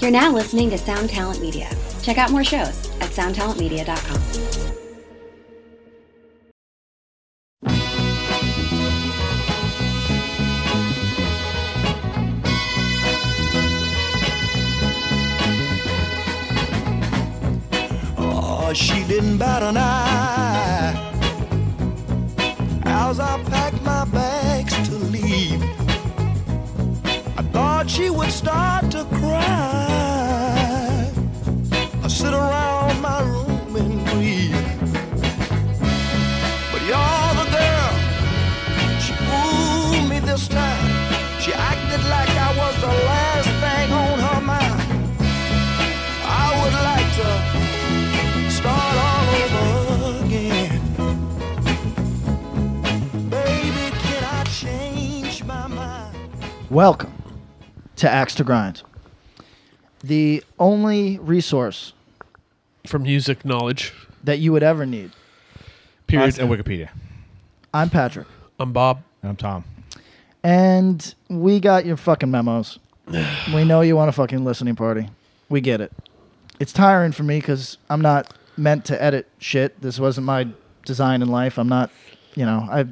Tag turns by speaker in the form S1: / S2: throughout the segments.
S1: You're now listening to Sound Talent Media. Check out more shows at soundtalentmedia.com.
S2: Oh, she didn't bat an eye as I packed my bags to leave. I thought she would start to cry. I sit around my room and grieve. But you're the girl. She fooled me this time. She acted like I was the last thing on her mind. I would like to start all over again. Baby, can I change my mind?
S3: Welcome to Axe to Grind, the only resource
S4: for music knowledge.
S3: that you would ever need.
S4: Period.
S5: Us and Wikipedia.
S3: I'm Patrick,
S4: I'm Um, Bob.
S5: And I'm Tom.
S3: and we got your fucking memos. we know you want a fucking listening party. We get it. It's tiring for me because I'm not meant to edit shit. This wasn't my design in life. I'm not, you know, I.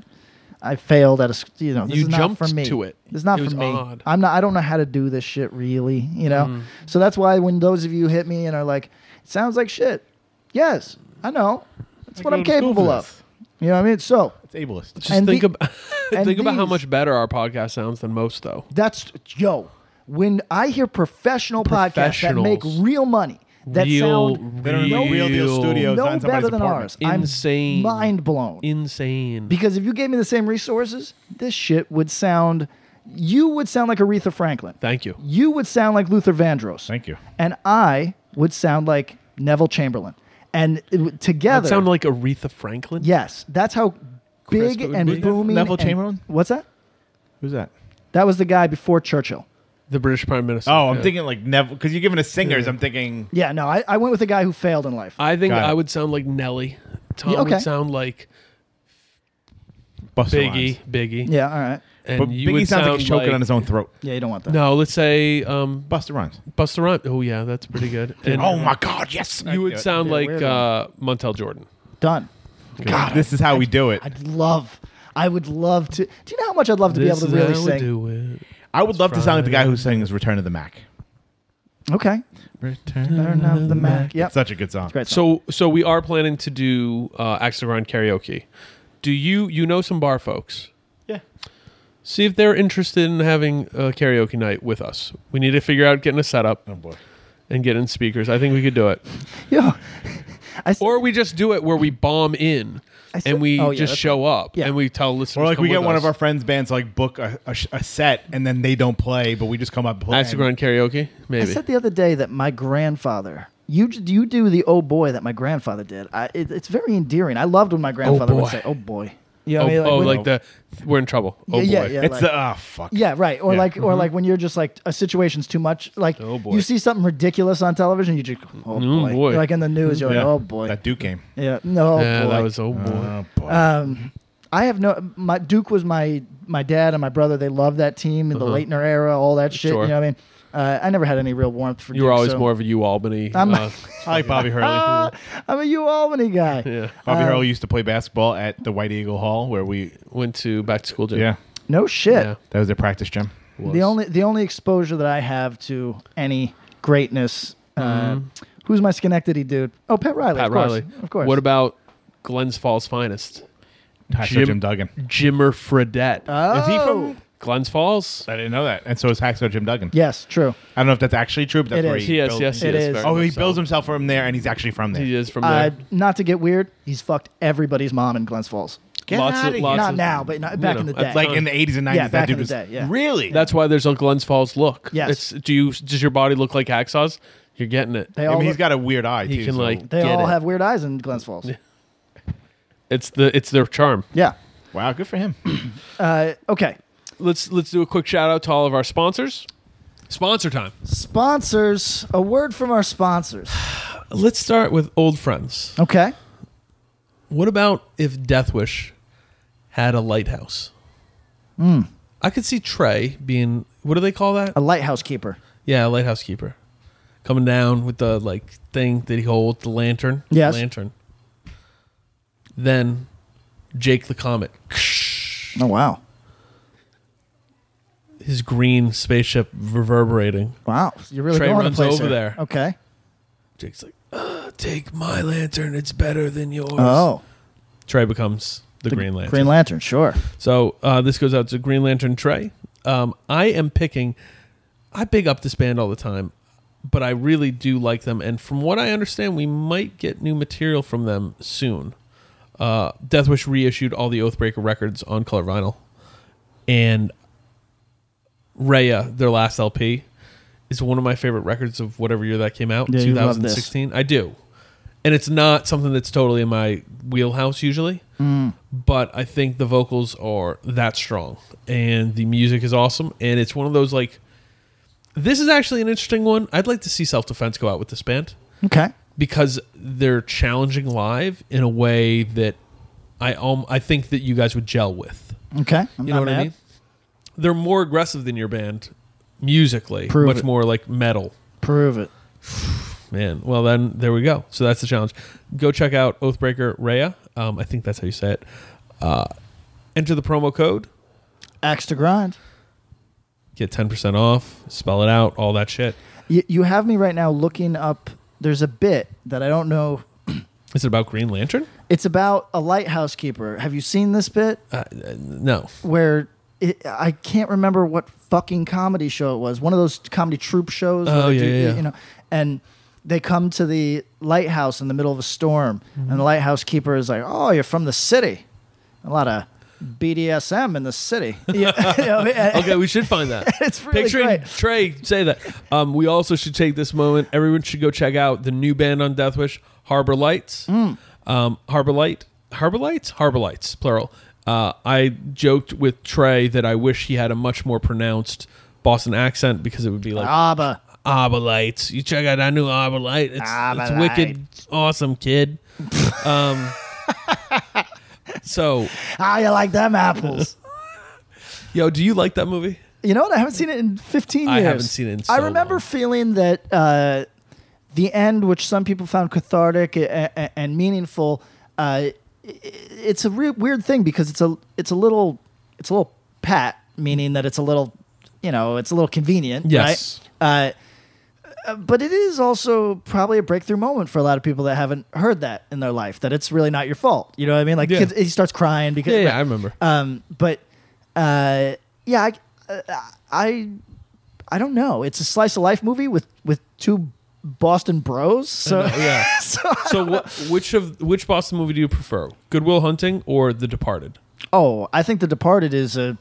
S3: I failed at a, s- you know, this
S4: You
S3: is not for
S4: jumped
S3: me.
S4: to it.
S3: It's not
S4: It was
S3: for me.
S4: odd. Mm.
S3: I'm not. I don't know how to do this shit really. You know, so that's why when those of you hit me and are like, "It sounds like shit," yes, I know. That's what
S5: go
S3: I'm
S5: to school
S3: capable
S5: for
S3: of.
S5: this.
S3: You know what I mean? So
S5: It's ableist.
S4: Just
S3: And
S4: think
S3: the-
S4: about
S3: and
S4: think about how
S3: these-
S4: much better our podcast sounds than most, though.
S3: That's yo. When I hear professional podcasts that make
S4: Professionals.
S3: real money, that
S4: real,
S3: sound
S5: They don't even
S4: real,
S5: make real deal studios.
S3: no
S5: not in
S3: better
S5: somebody's
S3: than
S5: apartment.
S3: ours, I'm
S4: Insane.
S3: mind blown.
S4: insane.
S3: because if you gave me the same resources, this shit would sound. You would sound like Aretha Franklin.
S4: Thank you.
S3: You would sound like Luther Vandross.
S5: Thank you.
S3: And I would sound like Neville Chamberlain. And it w-
S4: That
S3: together,
S4: sound like Aretha Franklin.
S3: yes, that's how
S4: Crisp
S3: big
S4: it would
S3: and
S4: be.
S3: booming.
S5: Neville
S3: and-
S5: Chamberlain?
S3: What's that?
S5: Who's that?
S3: That was the guy before Churchill.
S4: the British Prime Minister.
S5: Oh, I'm
S4: Yeah.
S5: thinking like Neville because you're giving us singers. I'm thinking
S3: Yeah, no, I, I went with the guy who failed in life.
S4: I think
S5: Got
S4: I
S5: it.
S4: would sound like Nelly. Tom
S3: Yeah, okay.
S4: would sound like
S5: Busta
S4: Biggie.
S5: Rhymes.
S4: Biggie.
S3: yeah, all right.
S4: And
S5: But
S4: you
S5: Biggie
S4: would
S5: sounds
S4: sound
S5: like he's choking
S4: like-
S5: on his own throat.
S3: Yeah, you don't want that.
S4: No, let's say um,
S5: Busta Rhymes.
S4: Busta Rhymes. Oh yeah, that's pretty good. And
S5: Oh my God! Yes,
S4: you would sound
S3: Yeah,
S4: like
S3: weird.
S4: uh, Montel Jordan.
S3: Done.
S5: God, this is how we do it.
S3: I'd love. I would love to. Do you know how much I'd love to
S4: this
S3: be
S4: is
S3: able to really
S4: how we
S3: sing?
S4: do it.
S5: I would love to sound like the guy who sings "Return of the Mac."
S3: Okay.
S5: Return.
S3: Turn off the Mac. Yep.
S5: Such a good song.
S3: Great song.
S4: So so we are planning to do uh, Axe to Grind karaoke. Do you you know some bar folks?
S5: Yeah.
S4: See if they're interested in having a karaoke night with us. We need to figure out getting a setup
S5: Oh boy.
S4: and getting speakers. I think we could do it,
S3: yeah. I, s-
S4: or we just do it where we bomb in
S3: I said-
S4: and we
S3: oh, yeah,
S4: just
S3: that's-
S4: show up
S3: yeah.
S4: and we tell listeners.
S5: Or like
S4: come
S5: we get
S4: with
S5: one
S4: us.
S5: of our friends' bands to like book a, a, sh- a set and then they don't play, but we just come up and play.
S4: Axe to Grind karaoke.
S3: I
S4: Maybe
S3: said the other day that my grandfather. You j- you do the oh boy that my grandfather did. I, it, it's very endearing. I loved when my grandfather
S4: boy.
S3: would say oh boy. You know
S4: Oh,
S3: what I mean?
S4: oh,
S3: when-
S4: like the we're in trouble. Oh
S3: Yeah, yeah,
S4: boy.
S3: yeah.
S5: It's
S3: like-
S5: the ah fuck.
S3: Yeah, right. Or
S5: Yeah.
S3: like, or like when you're just like a situation's too much. Like,
S4: Mm-hmm. Oh, boy. Mm-hmm.
S3: you see something ridiculous on television, you just oh boy.
S4: boy.
S3: Like in the news, you're
S5: Yeah.
S3: like oh boy.
S5: That Duke game.
S3: yeah, no.
S4: Yeah,
S3: boy.
S4: that was oh boy.
S5: Oh boy.
S3: Um, I have no. My Duke was my my dad and my brother. They loved that team in the Leitner era, all that shit.
S4: Uh-huh. Sure.
S3: You know what I mean? Uh, I never had any real warmth for.
S4: you were
S3: Duke,
S4: always
S3: so-
S4: more of a U Albany.
S3: I'm-
S4: uh,
S5: I like Bobby Hurley.
S3: I'm a U Albany guy.
S4: yeah.
S5: Bobby Hurley used to play basketball at the White Eagle Hall where we
S4: Went to back to school gym.
S5: yeah
S3: No shit.
S4: Yeah.
S5: that was their practice gym.
S3: The only the only exposure that I have to any greatness. Uh, Who's my Schenectady dude? Oh, Pat Riley.
S4: Mm-hmm. Pat
S3: of course,
S4: Riley.
S3: Of course.
S4: What about Glens Falls finest?
S5: Hi, Sir
S4: Jim-
S5: Jim Duggan.
S4: Jimmer Fredette.
S3: Oh.
S5: Is he from?
S4: Glens Falls?
S5: I didn't know that. And so is Hacksaw Jim Duggan.
S3: Yes, true.
S5: I don't know if that's actually true, but that's
S3: It
S5: where
S3: is.
S5: he
S4: Yes,
S5: built-
S4: yes,
S3: It
S4: yes.
S3: is.
S4: very
S5: Oh, he
S4: much so.
S5: builds himself from there, and he's actually from there.
S4: He is from
S3: Uh,
S4: there.
S3: not to get weird, he's fucked everybody's mom in Glens Falls.
S4: Lots of-
S5: outta
S4: lots
S3: Not
S4: of-
S3: now, but not, back
S4: know,
S3: in the
S4: that's
S3: day.
S5: Like in the eighties and nineties,
S3: Yeah,
S5: that
S3: back
S5: dude
S3: in the
S5: was
S3: day, yeah.
S5: really.
S4: That's why there's a Glens Falls look.
S3: Yes.
S4: It's, do you? Does your body look like hacksaws? You're getting it.
S3: they
S5: I
S3: all look-
S5: mean, he's got a weird eye.
S4: He
S5: too,
S4: can
S5: so-
S4: like
S3: they
S4: get
S3: all
S4: it.
S3: have weird eyes in Glens Falls.
S4: It's the it's their charm.
S3: yeah.
S5: wow, good for him.
S3: Uh, okay.
S4: Let's let's do a quick shout out to all of our sponsors. Sponsor time.
S3: Sponsors. A word from our sponsors.
S4: Let's start with old friends.
S3: Okay.
S4: What about if Death Wish had a lighthouse? I could see Trey being. What do they call that?
S3: Hmm. A lighthouse keeper.
S4: Yeah, a lighthouse keeper. coming down with the like thing that he holds, the lantern.
S3: Yes.
S4: Lantern. Then Jake the Comet.
S3: Oh wow,
S4: His green spaceship reverberating.
S3: wow, you're really
S4: Trey
S3: going
S4: runs
S3: to place
S4: over
S3: here.
S4: there.
S3: Okay.
S4: Jake's like, "Ah, take my lantern. It's better than yours.
S3: Oh,
S4: Trey becomes the, Green Lantern.
S3: Green Lantern. Sure.
S4: So uh, this goes out to Green Lantern Trey. Um, I am picking. I big up this band all the time, but I really do like them. And from what I understand, we might get new material from them soon. Uh, Deathwish reissued all the Oathbreaker records on color vinyl, and Raya, their last LP, is one of my favorite records of whatever year that came out,
S3: Yeah, you love this.
S4: 2016. I do, and it's not something that's totally in my wheelhouse usually
S3: Mm.
S4: but I think the vocals are that strong and the music is awesome and it's one of those like this is actually an interesting one. I'd like to see Self Defense go out with this band
S3: Okay.
S4: because they're challenging live in a way that I um, I think that you guys would gel with.
S3: Okay. I'm
S4: You know
S3: not
S4: what I
S3: mad.
S4: mean? They're more aggressive than your band musically,
S3: Prove
S4: much
S3: it.
S4: more like metal.
S3: Prove it.
S4: Man, well then there we go. So that's the challenge. Go check out Oathbreaker Raya. Um, I think that's how you say it. Uh, enter the promo code.
S3: Axe to grind.
S4: get 10% off, spell it out, all that shit.
S3: You, you have me right now looking up. There's a bit that I don't know.
S4: Is it about Green Lantern?
S3: It's about a lighthouse keeper. Have you seen this bit
S4: Uh, No.
S3: where it, I can't remember what fucking comedy show it was? One of those comedy troupe shows. where
S4: Oh,
S3: they
S4: yeah, yeah, yeah.
S3: You know, and they come to the lighthouse in the middle of a storm, and
S4: Mm-hmm.
S3: the lighthouse keeper is like, "Oh, you're from the city. A lot of BDSM in the city." Yeah, you know, and-
S4: Okay, we should find that.
S3: It's really
S4: Picturing
S3: great.
S4: Trey say that. Um, we also should take this moment. Everyone should go check out the new band on Deathwish, Harbor Lights.
S3: Mm.
S4: Um, Harbor Light, Harbor Lights, Harbor Lights, plural. Uh, I joked with Trey that I wish he had a much more pronounced Boston accent because it would be like
S3: Abba.
S4: Arbor Lights. You check out our new Arbor Light. It's, it's
S3: Arbor
S4: wicked, awesome, kid. um, so,
S3: How ah, you like them apples?
S4: yo, do you like that movie?
S3: You know what? I haven't seen it in 15 years.
S4: I haven't seen it in so
S3: I remember
S4: long.
S3: feeling that uh, the end, which some people found cathartic and, and meaningful, uh, i- i- it's a re- weird thing because it's a it's a little it's a little pat, meaning that it's a little you know it's a little convenient.
S4: Yes.
S3: Right? Uh, uh, but it is also probably a breakthrough moment for a lot of people that haven't heard that in their life that it's really not your fault. You know what I mean? Like
S4: Yeah.
S3: kids, he starts crying because
S4: Yeah, yeah, I remember.
S3: um, but uh, yeah, I, uh, I, I don't know. It's a slice of life movie with with two Boston bros. So
S4: yeah.
S3: so-
S4: So, wh- which of which Boston movie do you prefer, Goodwill Hunting or The Departed?
S3: oh, I think The Departed is a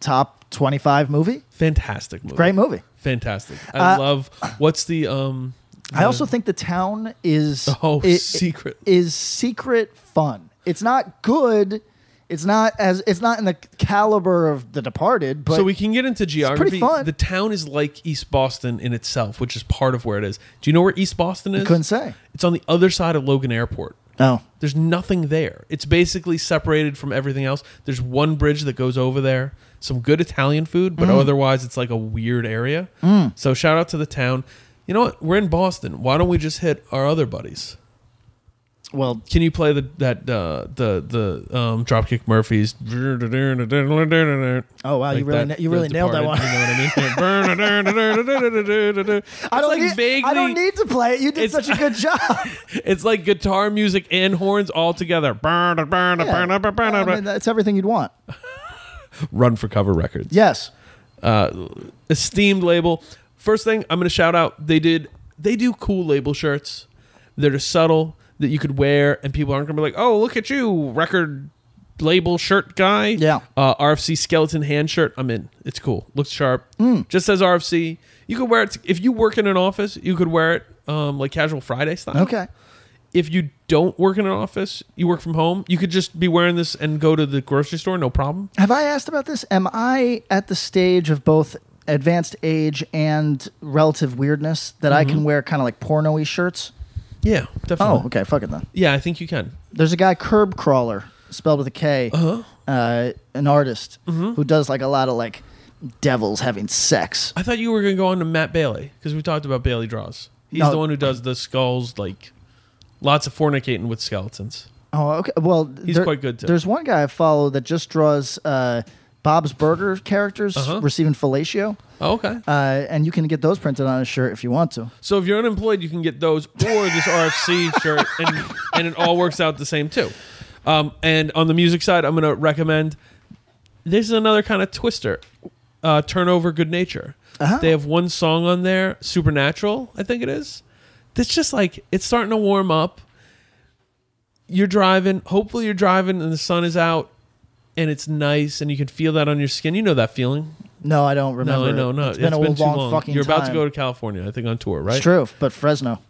S3: top twenty five movie.
S4: Fantastic movie.
S3: Great movie.
S4: Fantastic. I
S3: Uh,
S4: love. What's the um?
S3: I also think The Town is
S4: Oh,
S3: i- i-
S4: secret.
S3: is secret fun. It's not good. It's not as it's not in the caliber of The Departed, but
S4: so we can get into geography.
S3: fun.
S4: The town is like East Boston in itself, which is part of where it is. Do you know where East Boston is?
S3: couldn't say.
S4: It's on the other side of Logan Airport.
S3: no.
S4: There's nothing there. It's basically separated from everything else. There's one bridge that goes over there. Some good Italian food, but
S3: Mm.
S4: otherwise it's like a weird area. So shout out to the town. You know what? We're in Boston. Why don't we just hit our other buddies?
S3: Well,
S4: Can you play the that uh, the the um, Dropkick Murphys?
S3: Oh, wow, you really na- you really nailed that one.
S4: You know what I mean?
S3: I don't
S4: It's like
S3: need, I don't
S4: vaguely-
S3: need to play it. You did
S4: It's-
S3: such a good job.
S4: It's like guitar music and horns all together.
S3: Yeah. I mean, that's everything you'd want.
S4: Run for cover records. Uh,
S3: Yes.
S4: esteemed label. First thing I'm gonna shout out, they did they do cool label shirts. They're just subtle that you could wear and people aren't gonna be like, oh look at you, record label shirt guy.
S3: Yeah.
S4: Uh, RFC skeleton hand shirt. I'm in. It's cool. Looks sharp.
S3: Hmm.
S4: Just says RFC. You could wear it to- if you work in an office. You could wear it um, like casual Friday style.
S3: Okay.
S4: If you don't work in an office, you work from home. You could just be wearing this and go to the grocery store, no problem.
S3: Have I asked about this? Am I at the stage of both advanced age and relative weirdness that I
S4: Mm-hmm.
S3: can wear kind of like porno-y shirts?
S4: Yeah, definitely.
S3: Oh, okay. Fuck it then.
S4: Yeah, I think you can.
S3: There's a guy, Curb
S4: Uh-huh. Mm-hmm.
S3: Crawler, spelled with a K, uh, an artist who does like a lot of like devils having sex.
S4: I thought you were going to go on to Matt Bailey because we talked about Bailey draws. He's
S3: No.
S4: the one who does the skulls, like lots of fornicating with skeletons.
S3: Oh, okay. Well,
S4: He's quite good, too.
S3: There's one guy I follow that just draws uh, Bob's Burger characters
S4: Uh-huh.
S3: receiving fellatio,
S4: Oh, okay.
S3: uh, and you can get those printed on a shirt if you want to.
S4: So if you're unemployed, you can get those or this RFC shirt, and and it all works out the same too. Um, and on the music side, I'm gonna recommend. This is another kind of twister. Uh, Turnover Good Nature.
S3: Uh-huh.
S4: They have one song on there, Supernatural, I think it is. That's just like it's starting to warm up. You're driving. Hopefully, you're driving, and the sun is out, and it's nice, and you can feel that on your skin. You know that feeling.
S3: No, I don't remember.
S4: No, I know.
S3: it.
S4: No,
S3: it's been a
S4: too
S3: long,
S4: long.
S3: fucking.
S4: You're about to
S3: time.
S4: go to California, I think, on tour, right?
S3: It's true, but Fresno.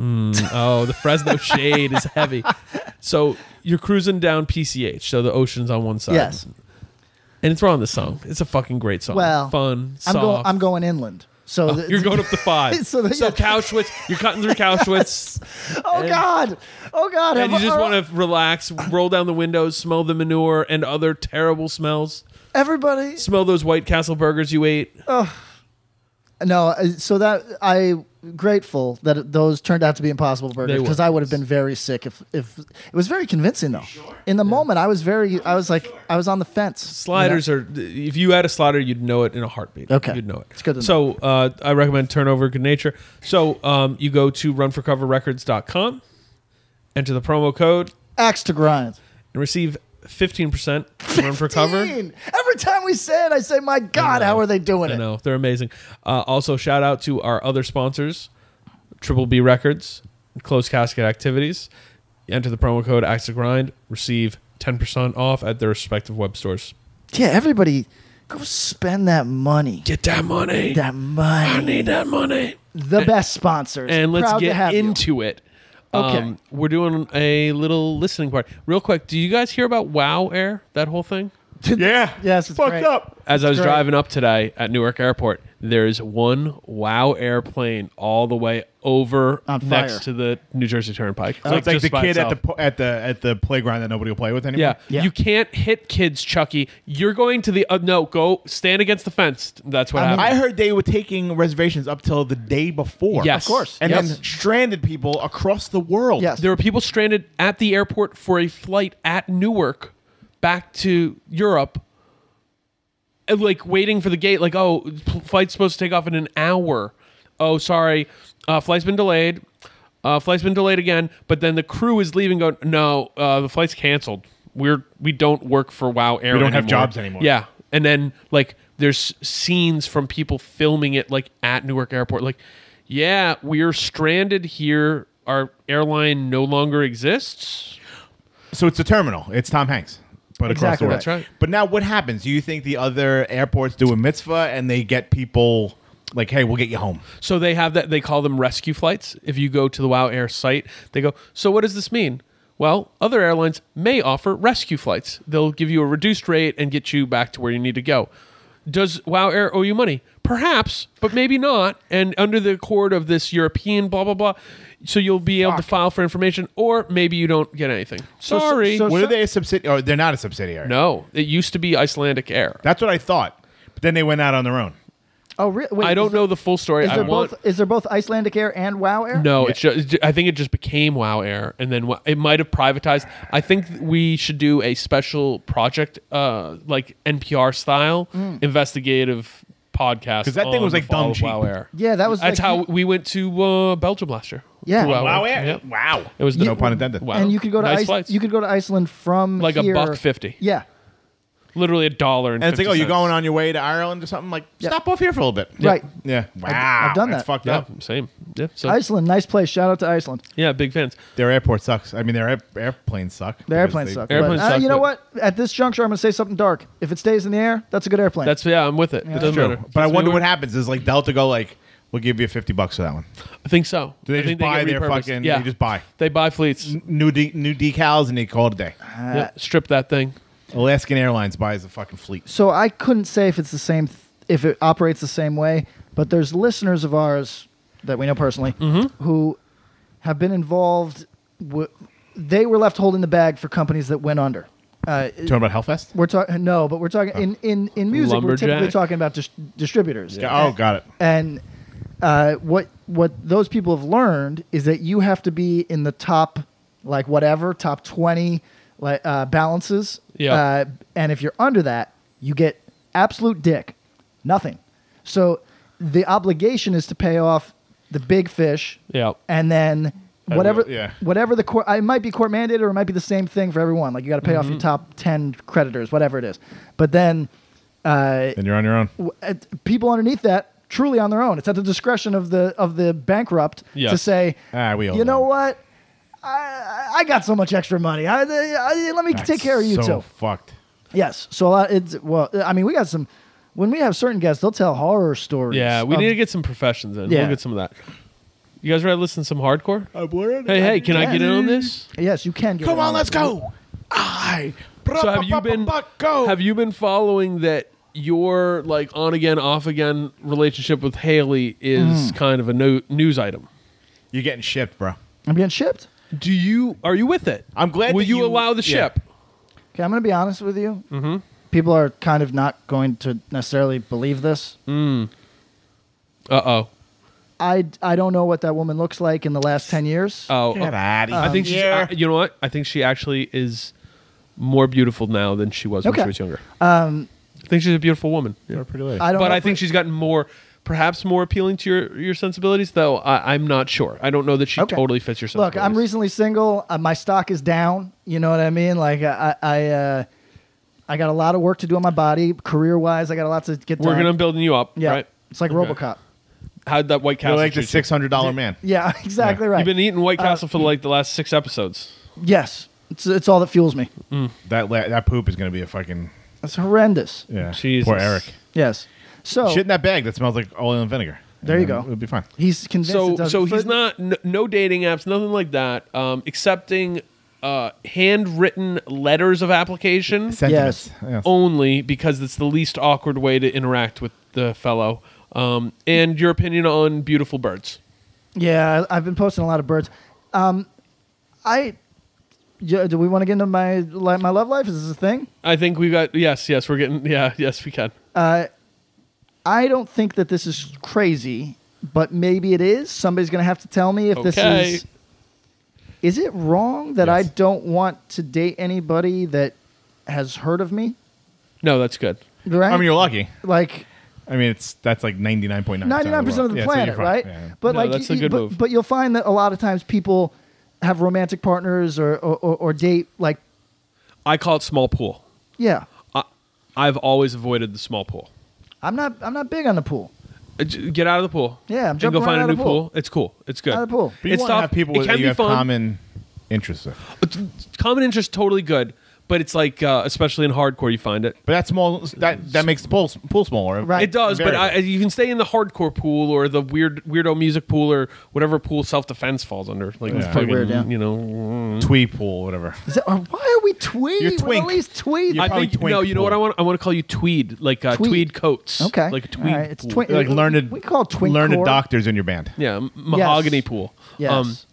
S4: Oh, the Fresno shade is heavy. So you're cruising down PCH, so the ocean's on one side.
S3: Yes.
S4: And it's on this song. It's a fucking great song.
S3: Well,
S4: fun,
S3: I'm
S4: soft. Oh,
S3: going. I'm going inland. So the-
S4: you're going up the five.
S3: So
S4: so
S3: the- yeah.
S4: Cowschwitz, you're cutting through Cowschwitz,
S3: Oh God! Oh God!
S4: and you
S3: Have-
S4: just
S3: are-
S4: want to relax, roll down the windows, smell the manure and other terrible smells.
S3: everybody.
S4: Smell those White Castle burgers you ate.
S3: No, uh, so that I grateful that those turned out to be impossible burgers
S4: They were.
S3: because I would have been very sick if if it was very convincing though. In the moment, I was very. I was like, I was on the fence. you know?
S4: Sliders are. If you had a slider, you'd know it in a heartbeat.
S3: Okay.
S4: you'd know it.
S3: It's good to
S4: so uh, I recommend Turnover Good Nature. So um, you go to runforcoverrecords.com, enter the promo code,
S3: axe to grind.
S4: and receive fifteen percent Run for Cover.
S3: Dean, Every time we say it, I say, "My God, how are they doing
S4: I
S3: it?"
S4: know they're amazing. Uh, also, shout out to our other sponsors, Triple B Records, Closed Casket Activities. Enter the promo code Axe to Grind, receive ten percent off at their respective web stores.
S3: Yeah, everybody, go spend that money.
S4: Get that money.
S3: that money.
S4: I need that money.
S3: The best sponsors.
S4: and let's
S3: Proud to
S4: get
S3: have you.
S4: into it.
S3: Okay.
S4: Um, we're doing a little listening part. Real quick, do you guys hear about Wow Air, that whole thing?
S5: Yeah.
S3: Yes, it's
S5: Fucked
S3: great.
S5: up.
S4: As I was
S3: great.
S4: driving up today at Newark Airport, there's one Wow Air plane all the way over
S3: On fire.
S4: next to the New Jersey Turnpike.
S5: So it's like
S4: just
S5: the
S4: by
S5: kid at the
S4: itself.
S5: po- at the at the playground that nobody will play with anymore.
S4: yeah.
S3: Yeah.
S4: you can't hit kids, Chucky. You're going to the uh, no. Go stand against the fence. That's what happened.
S5: I heard they were taking reservations up till the day before.
S4: Yes. Of course.
S5: And
S4: Yes.
S5: then stranded people across the world.
S3: Yes.
S4: there were people stranded at the airport for a flight at Newark back to Europe, and uh, like waiting for the gate. Like, oh, p- flight's supposed to take off in an hour. Oh, sorry, uh, flight's been delayed. Uh, flight's been delayed again. But then the crew is leaving. Going, no, uh, the flight's canceled. We're we don't work for Wow Air.
S5: We don't have
S4: anymore."
S5: jobs anymore.
S4: Yeah, and then like there's scenes from people filming it like at Newark Airport. Like, yeah, we're stranded here. Our airline no longer exists.
S5: So it's the terminal. It's Tom Hanks. But across
S3: Exactly
S5: the world.
S4: That's right.
S5: But now what happens? Do you think the other airports do a mitzvah and they get people like, hey, we'll get you home?
S4: So they have that. They call them rescue flights. If you go to the Wow Air site, they go. So what does this mean? Well, other airlines may offer rescue flights. They'll give you a reduced rate and get you back to where you need to go. Does Wow Air owe you money? Perhaps, but maybe not. And under the accord of this European blah blah blah, so you'll be able to file for information, or maybe you don't get anything.
S3: so-
S4: Sorry.
S3: so-
S5: Were they a subsidiary? Or they're not a subsidiary.
S4: no, it used to be Icelandic Air.
S5: That's what I thought. But then they went out on their own.
S3: Oh, re- wait,
S4: I
S3: is
S4: don't know the full story.
S3: Is
S4: I
S3: there
S4: want.
S3: both? Is there both Icelandic Air and WoW Air?
S4: No, it's just, I think it just became WoW Air, and then wha- it might have privatized. I think th- we should do a special project, uh, like NPR style investigative podcast.
S5: Mm. 'Cause that thing
S4: on
S5: was,
S4: the
S5: like,
S4: fall
S5: dumb
S4: of WoW
S5: cheap.
S4: Air.
S3: Yeah, that was
S4: That's
S3: like-
S4: how we went to uh, Belgium last year.
S3: Yeah.
S4: To
S5: Wow, yeah.
S4: Yep.
S5: Wow.
S4: It was
S5: no
S4: the-
S5: pun intended.
S4: Wow.
S3: And you could go to
S4: Nice
S3: Ice-
S4: flights.
S3: you could go to Iceland from
S4: Like a
S3: here.
S4: buck 50.
S3: Yeah,
S4: literally a dollar and,
S5: And it's like,
S4: 50
S5: oh, you're
S4: cents.
S5: going on your way to Ireland or something? Like,
S3: Yeah.
S5: stop off here for a little bit.
S3: right.
S5: Yeah. Wow.
S3: I've done
S5: That's
S3: that.
S5: fucked
S4: Yeah,
S5: up.
S4: same. Yeah, so,
S3: Iceland, nice place. Shout out to Iceland.
S4: yeah, big fans.
S5: Their airport sucks. I mean, their air- airplanes suck.
S3: The
S5: because
S3: airplanes
S5: they-
S3: suck.
S4: Airplanes
S3: but, uh,
S4: suck,
S3: you know
S4: but-
S3: what? At this juncture, I'm going to say something dark. If it stays in the air, that's a good airplane.
S4: That's yeah, I'm with it. it doesn't
S5: True.
S4: matter.
S5: But I
S4: Doesn't
S5: wonder
S4: matter.
S5: what happens. Is like Delta go like, we'll give you 50 bucks for that one.
S4: I think so.
S5: Do they
S4: I
S5: just
S4: think
S5: buy
S4: get
S5: their
S4: repurposed.
S5: fucking-
S4: Yeah,
S5: they just buy?
S4: They buy fleets.
S5: New de- new decals and they call it a day.
S4: Yeah, strip that thing.
S5: Alaskan Airlines buys a fucking fleet.
S3: so I couldn't say if it's the same, th- if it operates the same way. But there's listeners of ours that we know personally who have been involved. W- they were left holding the bag for companies that went under. Uh,
S5: Talking about Hellfest?
S3: we're talking no, but we're talking in in in music. We're typically
S4: Lumberjack.
S3: talking about dis- distributors.
S5: Oh, got it.
S3: And uh, what what those people have learned is that you have to be in the top, like whatever top twenty, like uh, balances.
S4: Yeah.
S3: Uh, and if you're under that, you get absolute dick, nothing. So the obligation is to pay off the big fish.
S4: Yeah.
S3: And then
S5: I
S3: whatever
S5: will, yeah.
S3: whatever the court, it might be court mandated or it might be the same thing for everyone. Like you got to pay off your top ten creditors, whatever it is. But then uh,
S5: Then you're on your own.
S3: w- uh, people underneath that truly on their own. It's at the discretion of the of the bankrupt to
S4: Yes.
S3: say,
S5: Ah, we all
S3: you know
S5: know."
S3: what, I, I got so much extra money. I, I, I- let me take care of you
S5: so
S3: too.
S5: fucked.
S3: Yes. So a lot, it's well, I mean, we got some. When we have certain guests, they'll tell horror stories.
S4: Yeah, we
S3: of-
S4: need to get some professions in.
S3: Um, Yeah.
S4: We'll get some of that. You guys ready to listen to some hardcore?
S5: Uh,
S4: Hey,
S5: Hey,
S4: hey, can I
S3: Yeah.
S4: get in on this?
S3: Yes, you can. Get
S5: Come
S3: around
S5: on, let's
S3: that.
S5: go. I.
S4: So have you been
S5: Go.
S4: have you been following that your like on again off again relationship with Haley is kind of a no- news item.
S5: You're getting shipped, bro.
S3: I'm getting shipped.
S4: Do you are you with it?
S5: I'm glad
S4: Will
S5: that
S4: you,
S5: you-
S4: allow the
S5: yeah.
S4: ship?
S3: Okay, I'm going to be honest with you. Mm-hmm. People are kind of not going to necessarily believe this.
S4: Uh oh.
S3: I, I don't know what that woman looks like in the last 10 years.
S4: Oh,
S5: Get out of
S4: I think she's,
S5: here.
S4: I- you know what? I think she actually is more beautiful now than she was when
S3: Okay.
S4: she was younger. Um, I think she's a beautiful woman. Yeah.
S5: pretty lady.
S3: I don't
S4: But
S3: know
S4: I
S3: if
S4: think she's gotten more, perhaps more appealing to your, your sensibilities, though I, I'm not sure. I don't know that she
S3: Okay.
S4: totally fits your sensibilities.
S3: Look, I'm recently single. Uh, my stock is down. You know what I mean? Like I, I, uh, I got a lot of work to do on my body, career wise. I got a lot to get
S4: Working
S3: done.
S4: on building you up,
S3: yeah,
S4: right?
S3: it's like RoboCop.
S4: How'd that White
S5: You're
S4: Castle
S5: like the
S4: treat you?
S5: six hundred dollar man.
S3: Yeah, exactly right. Uh,
S4: You've been eating White Castle for like the last six episodes.
S3: yes, it's it's all that fuels me.
S5: That la- that poop is gonna be a fucking
S3: It's horrendous.
S5: yeah.
S4: Jesus.
S5: Poor Eric.
S3: Yes. So
S5: Shit in that bag that smells like oil and vinegar.
S3: Oh. There you
S5: And
S3: go.
S5: It'll be fine.
S3: he's convinced. it
S4: So,
S3: doesn't
S4: so he's
S3: fit.
S4: not no, no dating apps, nothing like that. Um, accepting uh, handwritten letters of application
S5: Sentiments.
S3: Yes. Oh,
S5: Yes.
S4: only because it's the least awkward way to interact with the fellow. Um, and your opinion on beautiful birds.
S3: Yeah, I- I've been posting a lot of birds. Um, I. Yeah, do we want to get into my like my love life? Is this a thing?
S4: I think we got yes, yes, we're getting yeah, yes, we can.
S3: Uh, I don't think that this is crazy, but maybe it is. Somebody's going to have to tell me if
S4: Okay.
S3: this is. Is it wrong that I
S5: Yes.
S3: don't want to date anybody that has heard of me?
S4: No, that's good.
S3: Right?
S5: I mean, you're lucky.
S3: like
S5: I mean, it's that's like ninety nine point nine.
S3: ninety nine percent of the planet, right? But
S4: No,
S3: like,
S4: that's
S3: you-
S4: a good
S3: but,
S4: move.
S3: but you'll find that a lot of times people have romantic partners or or, or, or date like
S4: I call it small pool.
S3: yeah.
S4: I, I've always avoided the small pool.
S3: I'm not I'm not big on the pool.
S4: Uh, j- Get out of the pool.
S3: Yeah, I'm
S4: and
S3: jumping
S4: go
S3: right
S4: find a
S3: out
S4: new
S3: of the pool.
S4: It's cool. It's good.
S3: Out of the pool.
S5: But you
S4: it's
S5: want to
S4: tough.
S5: have people
S4: it
S5: that
S4: can
S5: you
S4: be
S5: have
S4: fun.
S5: common interests with.
S4: But th- common interest totally good, but it's like uh, especially in hardcore you find it.
S5: But that's small. That that makes the pool pool smaller.
S3: Right.
S4: It does, but I,
S5: Invariably.
S4: you can stay in the hardcore pool or the weird weirdo music pool or whatever pool self defense falls under. Like
S5: That's
S4: fucking,
S3: pretty weird, yeah.
S4: you know.
S5: Twee pool, whatever.
S3: Is that, or why are we twee?
S5: You're
S3: We're
S5: twink.
S3: At least twee.
S5: You're
S4: I
S5: probably
S4: think
S5: twink
S4: no. You know what I
S5: pool.
S4: want? I want to call you tweed, like uh, tweed.
S3: Tweed.
S4: coats.
S3: Okay.
S4: like a tweed.
S3: All right, it's
S4: pool.
S3: twin-
S5: Like learned.
S3: We call it twink
S5: learned
S3: core.
S5: doctors in your band.
S4: Yeah, m- mahogany pool. Um,
S3: Yes.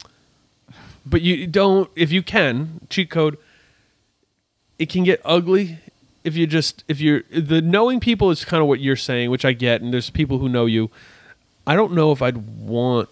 S4: but you don't. If you can cheat code, it can get ugly. If you just if you're the knowing people is kind of what you're saying, which I get, and there's people who know you. I don't know if I'd want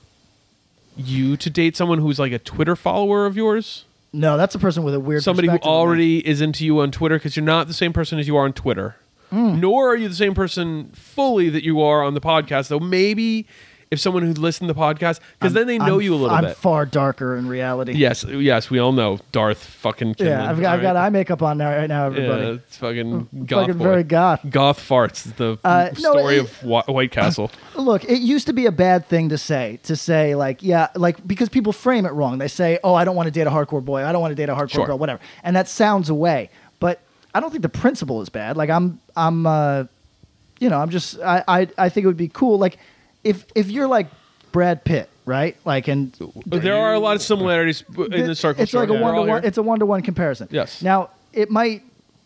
S4: you to date someone who's like a Twitter follower of yours,
S3: No, that's a person with a weird
S4: somebody who
S3: perspective on that.
S4: already is into you on Twitter, because you're not the same person as you are on Twitter,
S3: Mm.
S4: nor are you the same person fully that you are on the podcast. Though maybe if someone who listened to the podcast, because then they know
S3: I'm
S4: you a
S3: f-
S4: little
S3: I'm
S4: bit.
S3: far darker in reality.
S4: Yes, yes, we all know Darth fucking. Kinlan.
S3: Yeah, I've got, I've got
S4: All
S3: eye makeup on now right now,
S4: right. Yeah,
S3: everybody.
S4: it's fucking goth.
S3: fucking
S4: boy.
S3: very goth.
S4: Goth farts. is The
S3: Uh, no,
S4: story
S3: it-
S4: of Whi- White Castle.
S3: Look, it used to be a bad thing to say, to say like, yeah, like because people frame it wrong. They say, oh, I don't want to date a hardcore boy. I don't want to date a hardcore
S4: Sure.
S3: girl, whatever. And that sounds away, but I don't think the principle is bad. Like I'm, I'm, uh, you know, I'm just, I, I, I think it would be cool. Like if, if you're like Brad Pitt, right? Like, and
S4: there are a lot of similarities b- in the
S3: Th-
S4: circle.
S3: It's like a one to one. It's a one to one comparison.
S4: Yes.
S3: Now it might.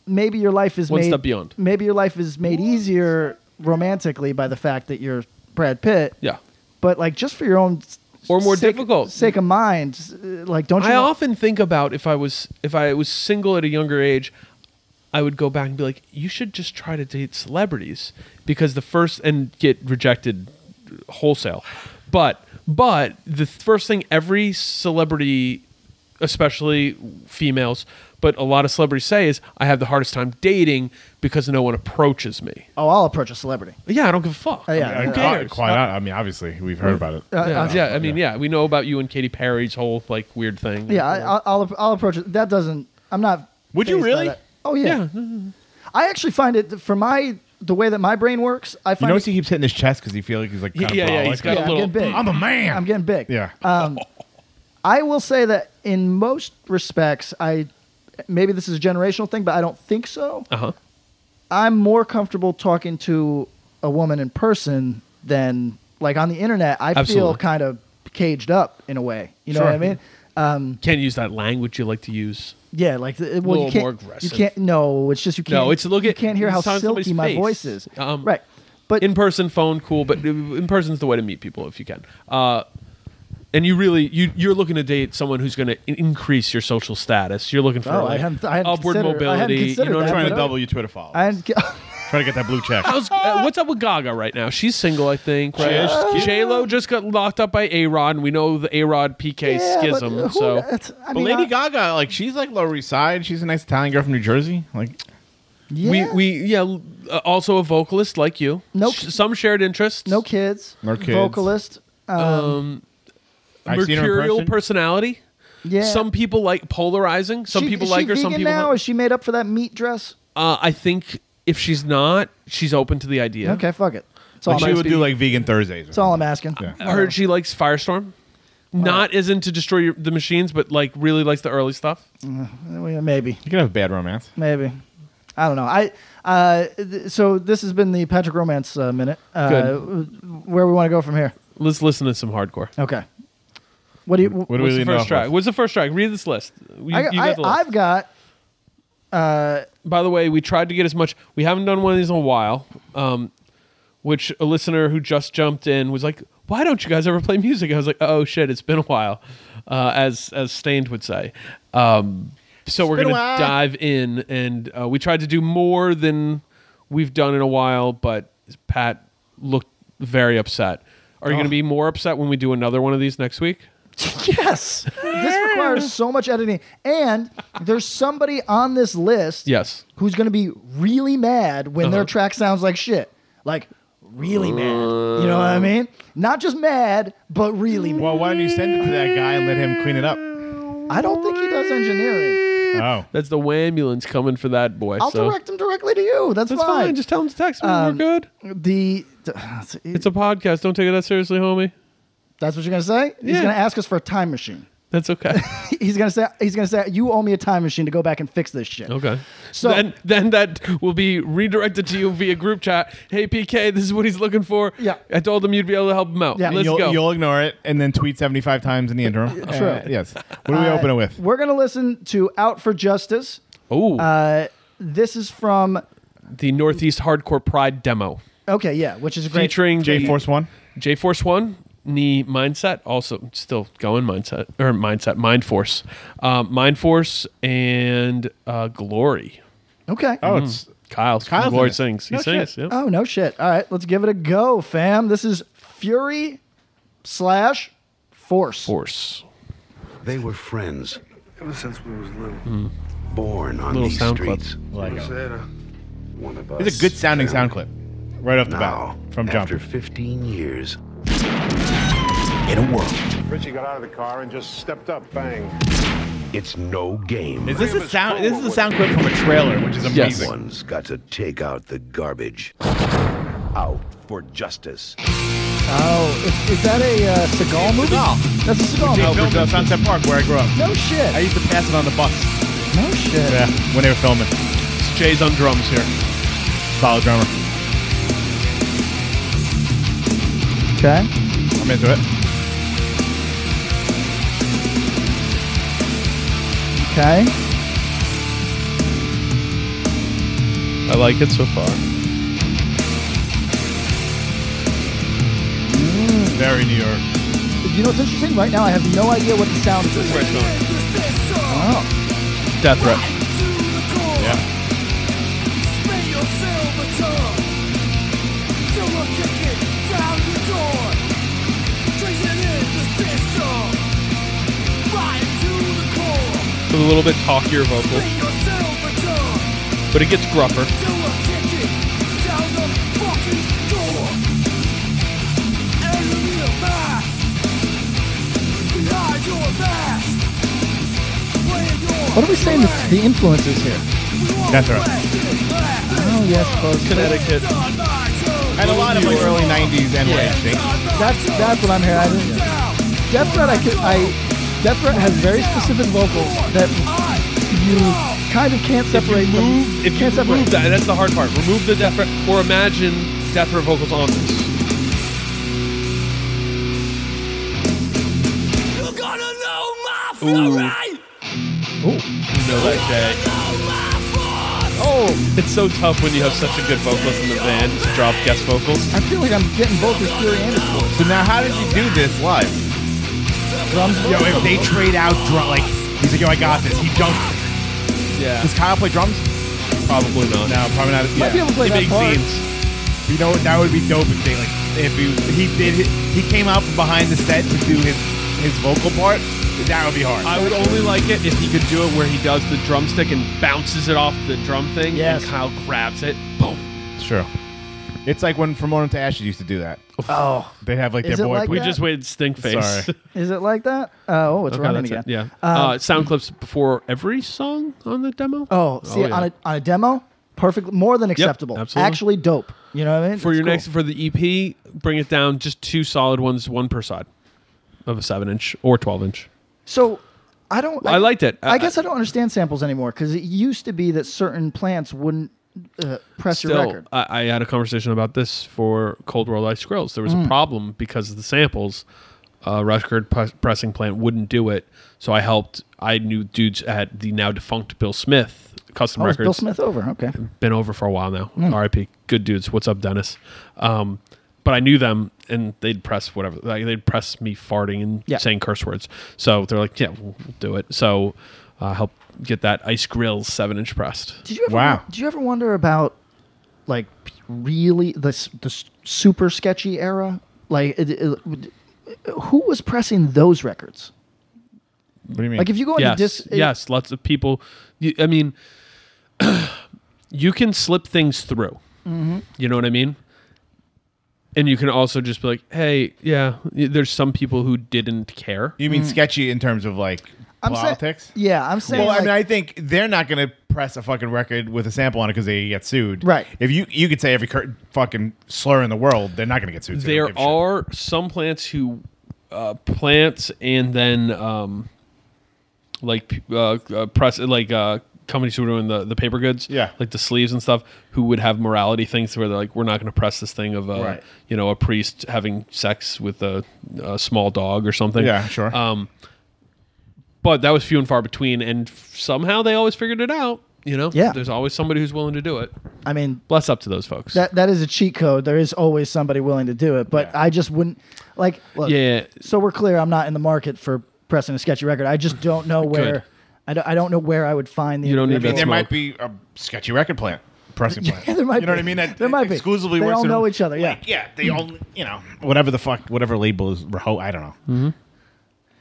S3: Maybe your life is
S4: One
S3: made,
S4: step beyond.
S3: Maybe your life is made easier romantically by the fact that you're Brad Pitt.
S4: yeah.
S3: But like just for your own s-
S4: Or more
S3: sake,
S4: difficult.
S3: sake of mind, s- uh, like don't you?
S4: I
S3: want-
S4: often think about if I was if I was single at a younger age, I would go back and be like, you should just try to date celebrities because the first and get rejected wholesale. But but the first thing every celebrity, especially females, but a lot of celebrities say is, I have the hardest time dating because no one approaches me.
S3: Oh, I'll approach a celebrity.
S4: Yeah, I don't give a fuck.
S3: Oh, yeah.
S4: who
S3: Uh,
S4: cares?
S5: Quite, I mean, obviously, we've heard about it.
S4: yeah, yeah, I mean, yeah. we know about you and Katy Perry's whole like weird thing.
S3: Yeah, I, I'll, I'll I'll approach it. That doesn't. I'm not.
S5: Would you
S3: fazed by
S5: really?
S3: that. Oh yeah.
S4: yeah.
S3: I actually find it for my the way that my brain works. I
S5: You
S3: find
S5: notice
S3: it,
S5: he keeps hitting his chest because he feels like he's like
S4: Yeah,
S5: kind
S4: yeah,
S5: of
S4: yeah, he's got
S3: Yeah,
S4: a
S3: I'm
S4: little.
S3: getting big.
S5: I'm a man.
S3: I'm getting big. Um,
S5: Yeah.
S3: I will say that in most respects, I maybe this is a generational thing, but I don't think so.
S4: Uh huh.
S3: I'm more comfortable talking to a woman in person than like on the internet. I feel
S4: Absolutely.
S3: kind of caged up in a way. You know what I
S4: Sure.
S3: mean?
S4: Can't use that language you like to use.
S3: Yeah, like the, well,
S4: Little
S3: you can't,
S4: more aggressive.
S3: You can't. No, it's just you can't.
S4: No, it's look
S3: You
S4: at-
S3: can't hear how
S4: it's on
S3: silky
S4: somebody's
S3: my
S4: face.
S3: voice is.
S4: Um,
S3: right, but
S4: in person, phone, cool, but in person's the way to meet people if you can. Uh, and you really you you're looking to date someone who's going to increase your social status. You're looking for
S3: Oh, I
S4: like,
S3: hadn't- I hadn't
S4: upward
S3: considered- I hadn't
S4: mobility.
S3: considered
S4: you know what
S3: that,
S4: I
S5: trying
S4: mean?
S5: to
S3: but-
S5: double your Twitter followers.
S3: and
S5: Trying to get that blue check.
S4: How's-
S3: Ah!
S4: uh, what's up with Gaga right now? She's single, I think. Right? J Lo just got locked up by A Rod. and We know the A Rod PK
S3: yeah,
S4: schism.
S3: But who-
S4: so
S3: that's- I
S5: But
S3: mean,
S5: Lady
S3: I-
S5: Gaga, like she's like Lower East Side. She's a nice Italian girl from New Jersey. Like
S4: we
S3: yeah.
S4: we yeah l- uh, also a vocalist like you.
S3: Nope.
S4: Sh- some shared interests.
S3: No kids.
S5: No kids.
S3: Vocalist. Um,
S5: I've seen her in
S4: mercurial
S5: person.
S4: personality.
S3: yeah.
S4: Some people like polarizing. Some
S3: She-
S4: people
S3: is
S4: like
S3: she
S4: her. Some
S3: vegan
S4: people.
S3: now.
S4: don't.
S3: Is she made up for that meat dress?
S4: Uh, I think if she's not, she's open to the idea.
S3: Okay, fuck it. That's all,
S4: Like
S5: she
S3: I'm,
S4: might
S5: would
S4: be-
S5: do like vegan Thursdays.
S3: that's all I'm asking.
S4: I heard she likes Firestorm. Not as in to destroy your, the machines, but like really likes the early stuff.
S3: Uh, Well, Maybe,
S5: You can have bad romance.
S3: maybe. I don't know. I uh, th- so this has been the Patrick Romance uh, minute. Uh,
S4: Good.
S3: Where we want to go from here?
S4: Let's listen to some hardcore.
S3: Okay. What do you?
S5: What do
S4: What's
S5: we
S4: the
S5: leave off
S4: first track?
S5: with?
S4: What's the first track? Read this list. You,
S3: I,
S4: you got the list.
S3: have got. uh,
S4: By the way, we tried to get as much. We haven't done one of these in a while. Um, which a listener who just jumped in was like, "Why don't you guys ever play music?" I was like, "Oh shit, it's been a while," uh, as as Stained would say. Um, so we're
S5: been a
S4: gonna
S5: while.
S4: dive in, and uh, we tried to do more than we've done in a while. But Pat looked very upset. Are you
S3: Oh.
S4: gonna be more upset when we do another one of these next week?
S3: Yes, this requires so much editing, and there's somebody on this list.
S4: Yes.
S3: who's going to be really mad when their
S4: Uh-huh.
S3: track sounds like shit. Like, really mad. You know what
S4: Uh.
S3: I mean? Not just mad, but really mad.
S5: Well, why don't you send it to that guy and let him clean it up?
S3: I don't think he does engineering.
S5: Oh,
S4: That's the ambulance coming for that boy.
S3: I'll
S4: so.
S3: direct him directly to you. That's,
S4: That's
S3: fine.
S4: fine. Just tell him to text me.
S3: Um,
S4: We're good.
S3: the,
S4: It's a podcast. Don't take it that seriously, homie.
S3: that's what you're going to say? He's
S4: Yeah.
S3: going to ask us for a time machine.
S4: That's okay.
S3: He's going to say he's going to say you owe me a time machine to go back and fix this shit.
S4: okay.
S3: So-
S4: then, then that will be redirected to you via group chat. Hey, PK, this is what he's looking for.
S3: Yeah.
S4: I told him you'd be able to help him out.
S3: Yeah.
S4: Let's
S5: you'll,
S4: go.
S5: you'll ignore it and then tweet 75 times in the interim.
S3: True.
S5: Uh, yes. What do we open it with?
S3: We're going to listen to Out for Justice.
S4: oh,
S3: Uh, this is from
S4: the Northeast Hardcore Pride demo
S3: Okay, yeah, which is a great
S4: featuring
S5: J Force One.
S4: J Force One. Knee mindset, also still going mindset or mindset, mind force, um, mind force, and uh, glory.
S3: Okay.
S5: Oh, it's
S4: Kyle's, from
S5: Kyle's in
S4: glory
S5: it.
S4: sings. He
S5: No
S4: sings.
S5: shit.
S4: yeah.
S3: Oh no shit! All right, let's give it a go, fam. This is Fury slash Force.
S4: Force.
S6: They were friends, Hmm.
S7: Ever since we was little.
S6: born on
S4: Little
S6: these
S4: sound clip.
S6: streets.
S5: like
S7: I said, uh,
S6: One of us.
S5: it's a good sounding
S6: down
S5: sound clip, right off the
S6: Now,
S5: bat from Jump.
S6: after 15 years, in a world,
S7: Richie got out of the car and just stepped up, bang.
S6: it's no game.
S5: Is this a sound? This is a sound clip from a trailer, which is
S4: Yes.
S5: amazing.
S6: One's got to take out the garbage. Out for justice.
S3: Oh, is, is that a uh, Seagal movie?
S5: Seagal.
S3: That's a Seagal
S5: They
S3: movie.
S5: filmed it at Oh, Sunset Park where I grew up.
S3: No
S5: I
S3: shit.
S5: used to pass it on the bus.
S3: No shit.
S5: Yeah, when they were filming.
S4: Jay's on drums here.
S5: Solid drummer.
S3: Okay.
S5: I'm into it.
S3: Okay.
S4: I like it so far.
S5: Very New York.
S3: You know what's interesting? Right now, I have no idea what the sound is.
S4: Where's going?
S3: Oh,
S4: Death Rep.
S5: Yeah.
S4: with a little bit talkier vocal, but it gets gruffer.
S3: What are we saying? The, the influences here.
S5: That's right.
S3: Oh yes, folks.
S8: Connecticut.
S5: And a lot of like early '90s and late '80s.
S3: That's that's what I'm hearing. I didn't- Death Threat, I could, I Death Threat has very specific vocals that you kind of can't separate. from-
S4: Move, if you
S3: can't separate.
S4: remove that, that's the hard part. Remove the death rep, or imagine death rep vocals on this.
S3: Oh,
S4: It's so tough when you have such a good vocalist in the band to drop guest vocals.
S3: I feel like I'm getting both his theory and his voice.
S5: So now, how did you do this live?
S3: drums.
S5: Yo, if they trade out drum, like he's like, yo, I got this. He dunked.
S4: Yeah,
S5: Does Kyle play drums?
S4: probably not.
S5: No, probably not.
S3: Might be able to play
S4: he
S3: that
S4: makes
S3: part.
S4: zines.
S5: You know, that would be dope if they like if he, he did he came out from behind the set to do his his vocal part. That would be hard.
S4: I would only like it if he could do it where he does the drumstick and bounces it off the drum thing,
S3: Yes.
S4: and Kyle grabs it. Boom.
S5: sure. It's like when From Morning to Ashes used to do that.
S3: Oh,
S5: They have like
S3: Is
S5: their
S3: it
S5: boy.
S3: like
S4: We
S3: that?
S4: just waited stink face.
S5: Sorry.
S3: is it like that? Uh, oh, it's
S4: Okay,
S3: running again. Um,
S4: that's it. Yeah. uh, sound clips before every song on the demo.
S3: Oh, see,
S4: yeah.
S3: on a on a demo, perfect, more than acceptable.
S4: absolutely.
S3: Actually, dope. You know what I mean?
S4: for
S3: It's
S4: your
S3: cool.
S4: next for the EP, bring it down just two solid ones, one per side of a seven inch or twelve inch.
S3: So I don't.
S4: I liked it.
S3: I,
S4: I-
S3: guess I don't understand samples anymore because it used to be that certain plants wouldn't uh, press your
S4: Still,
S3: record.
S4: I, I had a conversation about this for Cold World Ice Squirrels. There was
S3: Mm.
S4: a problem because of the samples. Uh, record pres- pressing plant wouldn't do it, so I helped. I knew dudes at the now defunct Bill Smith Custom
S3: Oh, it's
S4: Records.
S3: Bill Smith over. Okay.
S4: been over for a while now.
S3: Hmm.
S4: RIP. Good dudes. What's up, Dennis? Um, but I knew them, and they'd press whatever. Like, they'd press me farting and
S3: Yeah.
S4: saying curse words. So they're like, "Yeah, we'll we'll do it." So uh, help get that ice grill seven inch pressed.
S3: Did you ever?
S5: Wow.
S3: Did you ever wonder about like really the s- the s- super sketchy era? Like, it, it, who was pressing those records?
S5: What do you mean?
S3: Like, if you go into
S4: Yes,
S3: dis,
S4: yes. Lots of people. You, I mean, you can slip things through.
S3: Mm-hmm.
S4: You know what I mean? And you can also just be like, "Hey, yeah." y- There's some people who didn't care.
S5: you mean sketchy in terms of like
S3: I'm saying-
S5: politics?
S3: yeah, I'm saying.
S5: Mm. Well, I
S3: like-
S5: mean, I think they're not going to press a fucking record with a sample on it because they get sued.
S3: Right.
S5: If you you could say every cur- fucking slur in the world, they're not going to get sued. so they
S4: there
S5: don't give a shit.
S4: are some plants who uh, plants and then um, like uh, uh, press like uh, companies who are doing the, the paper goods
S5: Yeah.
S4: like the sleeves and stuff who would have morality things where they're like we're not going to press this thing of a
S5: Right.
S4: you know a priest having sex with a, a small dog or something
S5: Yeah, sure.
S4: um, but that was few and far between and f- somehow they always figured it out you know
S3: Yeah.
S4: there's always somebody who's willing to do it
S3: I mean,
S4: bless up to those folks
S3: that that is a cheat code. There is always somebody willing to do it, but
S5: Yeah.
S3: I just wouldn't like. Look,
S4: Yeah.
S3: So we're clear. I'm not in the market for pressing a sketchy record. I just don't know where. I don't, I don't know where I would find the.
S4: You don't need
S5: I mean,
S4: that
S5: there
S4: smoke.
S5: might be a sketchy record plant, pressing plant.
S3: there might
S5: you
S3: be.
S5: know what I mean? That
S3: There might be.
S5: exclusively
S3: They
S5: works
S3: all
S5: in-
S3: know each other, yeah.
S5: like, yeah. They all, you know, whatever the fuck, whatever label is. reho- I don't know.
S3: Mm.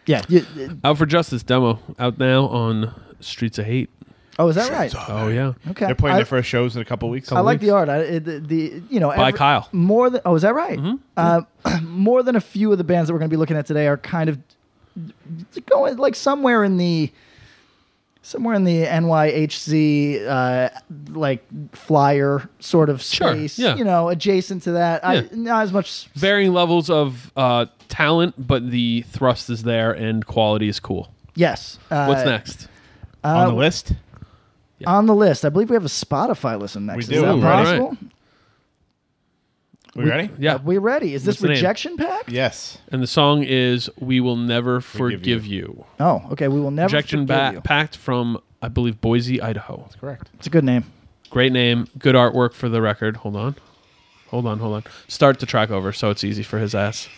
S3: Yeah. you-
S4: Out for Justice demo out now on Streets of Hate.
S3: oh, is that right?
S4: Oh yeah,
S3: Okay.
S5: They're playing
S3: I,
S5: their first shows in a couple weeks.
S3: I like the art. I, it- the, the you know
S4: By Kyle. Mm-hmm.
S3: More than oh, is that right? Uh, more than a few of the bands that we're going to be looking at today are kind of going like somewhere in the somewhere in the NYHC uh, like flyer sort of
S4: Sure,
S3: space.
S4: yeah.
S3: You know, adjacent to that.
S4: Yeah.
S3: I, not as much.
S4: varying levels of uh, talent, but the thrust is there and quality is cool.
S3: Yes. Uh,
S4: What's next?
S5: on the list.
S3: On the list, I believe we have a Spotify listen next.
S5: We
S3: Is
S5: do.
S3: that
S5: Ooh,
S4: right.
S3: possible?
S5: We ready?
S4: Yeah,
S3: Are we ready? Is this
S4: What's the name?
S3: rejection pack?
S5: Yes.
S4: and the song is "We Will Never
S5: Forgive
S4: Forgive You."
S3: Oh, okay. We will never.
S4: Rejection
S3: forgive
S4: ba-
S3: you.
S4: Pact from I believe Boise, Idaho.
S5: Correct.
S3: It's a good name.
S4: Great name, good artwork for the record. Hold on, hold on, hold on. Start the track over so it's easy for his ass,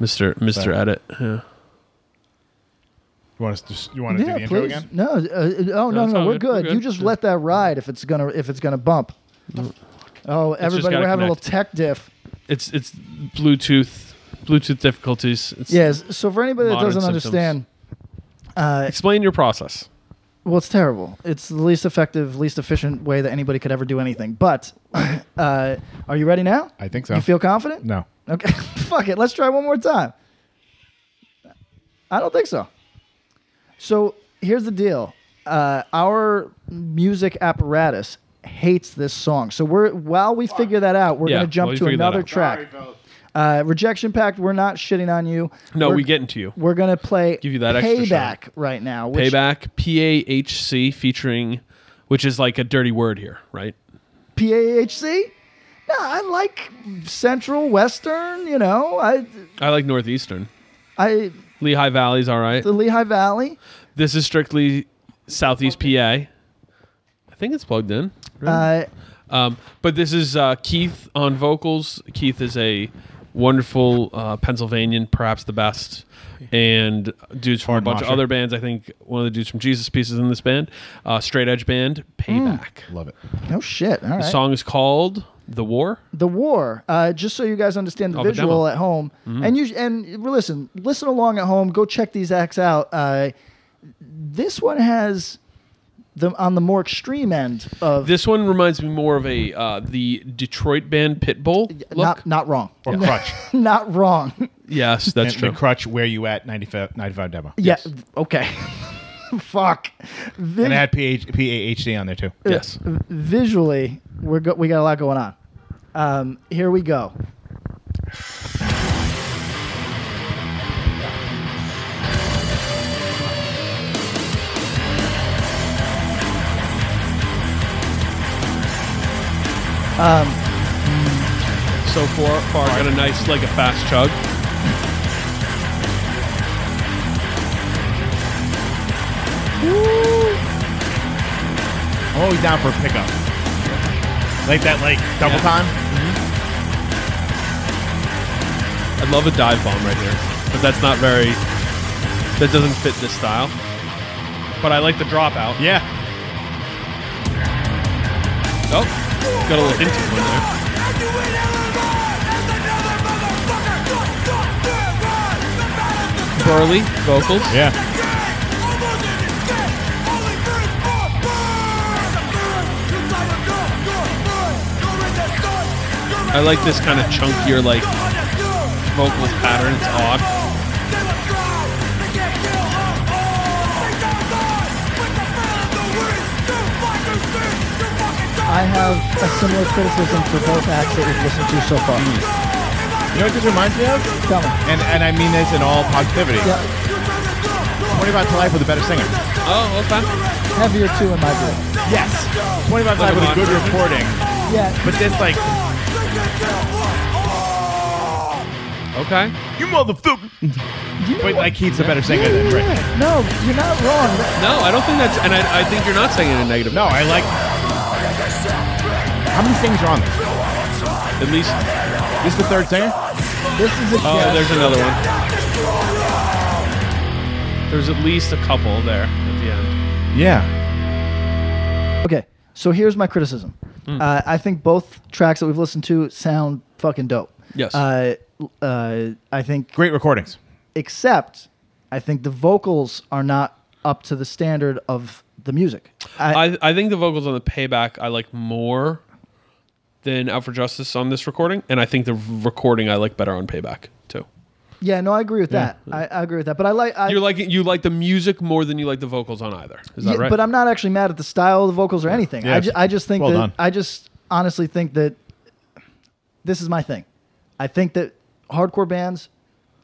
S4: Mister Mister Edit. Yeah.
S5: You want us to, s- you want to do the intro again?
S3: No, uh, oh no, no,
S4: it's all
S3: we're
S4: good.
S3: good.
S4: We're
S3: You
S4: good.
S3: just let that ride if it's gonna if it's gonna bump. Oh, everybody,
S4: gotta
S3: we're having a little
S4: connect.
S3: tech diff.
S4: It's it's Bluetooth Bluetooth difficulties. It's,
S3: Yes. So for anybody that
S4: Modern
S3: doesn't
S4: symptoms.
S3: understand,
S4: Explain your process.
S3: Well, it's terrible. It's the least effective, least efficient way that anybody could ever do anything. But uh, are you ready now?
S5: I think so.
S3: You feel confident?
S5: No.
S3: Okay. Fuck it. Let's try one more time. I don't think so. So here's the deal. Uh, our music apparatus hates this song. So we're while we figure that out, we're
S4: Yeah,
S3: gonna
S4: while
S3: jump
S4: you
S3: to
S4: figure that
S3: another
S4: out.
S3: track. Uh, Rejection Pact. We're not shitting on you.
S4: No,
S3: We're-
S4: we getting to you.
S3: We're gonna play
S4: Give you that extra shot.
S3: payback right now. Which,
S4: Payback, P A H C, featuring, which is like a dirty word here, right?
S3: PAHC? No, I like Central Western. You know, I,
S4: I like Northeastern.
S3: I
S4: Lehigh Valley's all right.
S3: the Lehigh Valley.
S4: This is strictly Southeast PA. I think it's plugged in.
S3: Uh,
S4: Um, but this is uh, Keith on vocals. Keith is a wonderful uh, Pennsylvanian, perhaps the best, and dudes from a
S5: Hard
S4: bunch of
S5: nosher.
S4: other bands. I think one of the dudes from Jesus Pieces in this band, uh, straight edge band, Payback.
S5: Love it.
S3: oh shit! All right.
S4: The song is called "The War."
S3: the war. Uh, just so you guys understand the
S4: Of a
S3: visual
S4: Oh, demo. Mm-hmm.
S3: at home, and you and listen, listen along at home. Go check these acts out. Uh, this one has the on the more extreme end of
S4: This one reminds me more of a uh, the Detroit band Pitbull look.
S3: not not wrong,
S5: Or crutch.
S3: not wrong.
S4: yes, that's
S5: And the
S4: true.
S5: crutch. Where you at? 95, 95 demo.
S3: yeah. Okay. Fuck.
S5: And it
S3: Vis-
S5: had PH, PAHD on there too.
S4: yes,
S3: visually, we're go- we got a lot going on. Um, here we go.
S4: so far, far got a nice like a fast chug.
S5: I'm always down for a pickup. Like that, like double time.
S4: I love a dive bomb right here, but that's not very. That doesn't fit this style. But I like the dropout.
S5: Yeah.
S4: Oh, got a little hint of one there. Burley vocals.
S5: Yeah.
S4: I like this kind of chunkier like vocals pattern. It's odd.
S3: I have a similar criticism for both acts that we've listened to so far.
S5: You know what this reminds me of?
S3: Tell me.
S5: And and I mean this in all positivity.
S3: Yeah,
S5: 25 to life with a better singer.
S4: Oh, okay.
S3: heavier two in my view.
S5: Yes. 25 to life with a good recording.
S3: Yeah,
S5: But this like
S4: Okay.
S5: you motherfucker. But like Keith's a better singer than Rick.
S3: no, you're not wrong.
S4: No, I don't think that's. And I, I think you're not saying it in a negative.
S5: No, I like. How many singers are on this?
S4: At least.
S5: This is the third singer.
S3: This is a
S4: Oh,
S3: guess.
S4: there's another one. There's at least a couple there at the end.
S5: Yeah.
S3: Okay, so here's my criticism. Uh, I think both tracks that we've listened to sound fucking dope.
S4: Yes.
S3: Uh, uh, I think,
S5: Great recordings.
S3: except, I think the vocals are not up to the standard of the music. I,
S4: I, I think the vocals on the payback I like more than Out for Justice on this recording, and I think the recording I like better on payback too.
S3: yeah, no, I agree with that. I, I agree with that. But I like. I,
S4: You're like you like the music more than you like the vocals on either. Is that
S3: Yeah,
S4: right?
S3: But I'm not actually mad at the style of the vocals or anything. I,
S5: Yeah.
S3: ju- I just think
S5: Well
S3: that
S5: done.
S3: I just honestly think that this is my thing. I think that hardcore bands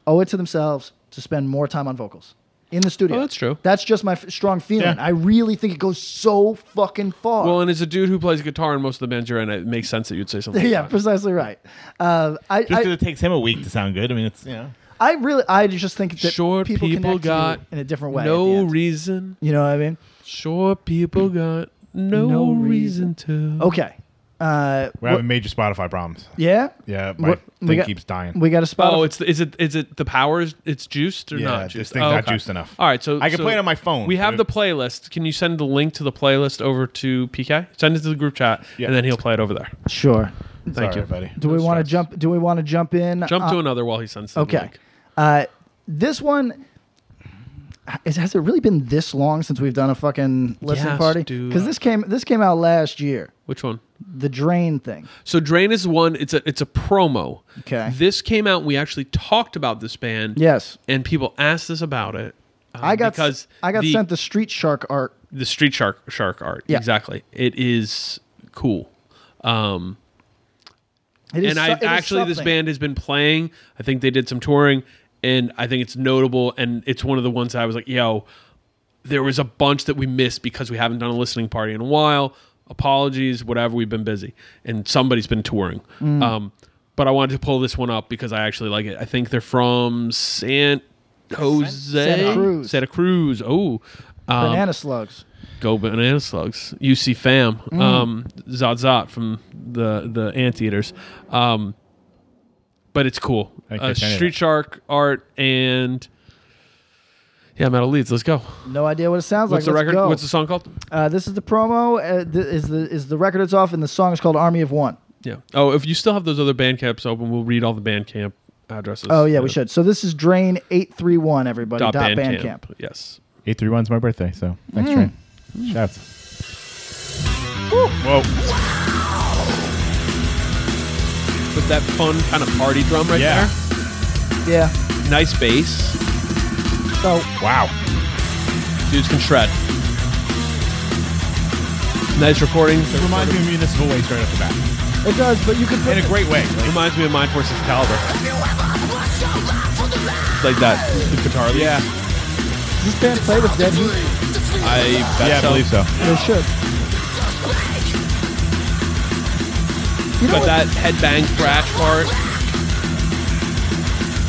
S3: owe it to themselves to spend more time on vocals in the studio.
S4: Oh, that's true.
S3: That's just my f- strong feeling.
S5: Yeah.
S3: I really think it goes so fucking far.
S4: well, and as a dude who plays guitar in most of the bands you're in, it makes sense that you'd say something.
S3: yeah,
S4: like that.
S3: precisely right. Uh, I,
S5: Just 'cause
S3: I,
S5: it takes him a week to sound good. I mean, it's you know.
S3: I really, I just think that
S4: Sure,
S3: people,
S4: people,
S3: connect to you
S4: got
S3: in a different way. at the
S4: No
S3: end.
S4: reason.
S3: you know what I mean?
S4: Sure, people got no,
S3: No
S4: reason. to.
S3: Okay. Uh,
S5: We're having major Spotify problems.
S3: yeah.
S5: Yeah,
S3: What-
S5: my
S3: we
S5: thing
S3: got-
S5: keeps dying.
S3: We got a spot.
S4: Oh, it's the, is it is it the powers? It's juiced or
S5: Yeah,
S4: not
S5: this
S4: juiced?
S5: thing's
S4: Oh,
S5: not
S4: okay.
S5: juiced enough.
S4: All right, so
S5: I can
S4: so
S5: play it on my phone,
S4: We
S5: but
S4: have
S5: it-
S4: the playlist. Can you send the link to the playlist over to PK? Send it to the group chat,
S5: Yeah.
S4: and then he'll play it over there.
S3: sure.
S4: Thank
S5: Sorry,
S4: you.
S5: buddy.
S3: Do we want to jump? Do we want to jump in?
S4: Jump
S3: Uh,
S4: to another while he sends. them the
S3: Okay.
S4: link.
S3: Uh, this one, is, has it really been this long since we've done a fucking listening
S4: Yes,
S3: party?
S4: dude.
S3: Because this came this came out last year.
S4: Which one?
S3: The drain thing.
S4: So Drain is one. It's a it's a promo.
S3: Okay.
S4: This came out. We actually talked about this band.
S3: Yes.
S4: And people asked us about it. um,
S3: I got
S4: because
S3: I got
S4: the,
S3: sent the Street Shark art.
S4: the street shark shark art.
S3: Yeah.
S4: Exactly. It is cool. Um,
S3: It is
S4: and
S3: so-
S4: I
S3: it is
S4: actually this
S3: something.
S4: band has been playing. I think they did some touring, and I think it's notable. And it's one of the ones I was like, yo, there was a bunch that we missed because we haven't done a listening party in a while. Apologies, whatever. We've been busy, and somebody's been touring.
S3: Mm.
S4: Um, but I wanted to pull this one up because I actually like it. I think they're from San Jose,
S3: Santa Cruz.
S4: Santa Cruz. Oh, um,
S3: Banana Slugs.
S4: Go banana slugs. UC fam.
S3: Mm.
S4: Um, Zot Zot from the the Anteaters. Um, but it's cool.
S5: I didn't
S4: Uh,
S5: catch any of
S4: Street
S5: that.
S4: Shark art and yeah, Metal Leads. Let's go.
S3: No idea what it sounds
S4: What's the
S3: like. Let's
S4: record?
S3: go.
S4: What's the song called?
S3: Uh, this is the promo. Uh, th- is the is the record it's off, and the song is called Army of One.
S4: Yeah. Oh, if you still have those other band camps open, we'll read all the band camp addresses. Uh,
S3: Oh yeah, we should. So this is Drain eight three one. Everybody.
S4: Dot
S3: Dot,
S4: band,
S3: Bandcamp.
S4: camp. Yes.
S5: Eight three one's my birthday, so thanks, Trent. Shouts. Whoa!
S4: With that fun kind of party drum right
S5: Yeah.
S3: Yeah.
S4: there. Nice bass.
S3: So
S5: Wow!
S4: Dudes can shred. Nice recording.
S5: Reminds me of Municipal Waste right off the bat,
S3: it does, but you could put
S5: in a great way. Like,
S4: Reminds me of Mind Forces Caliber. Like that, the guitar. lead.
S5: yeah,
S3: does this band play with Dead Heat.
S4: I bet
S5: yeah, I
S4: so.
S5: believe so.
S3: They should. You know
S4: But
S3: what?
S4: that headbang scratch part,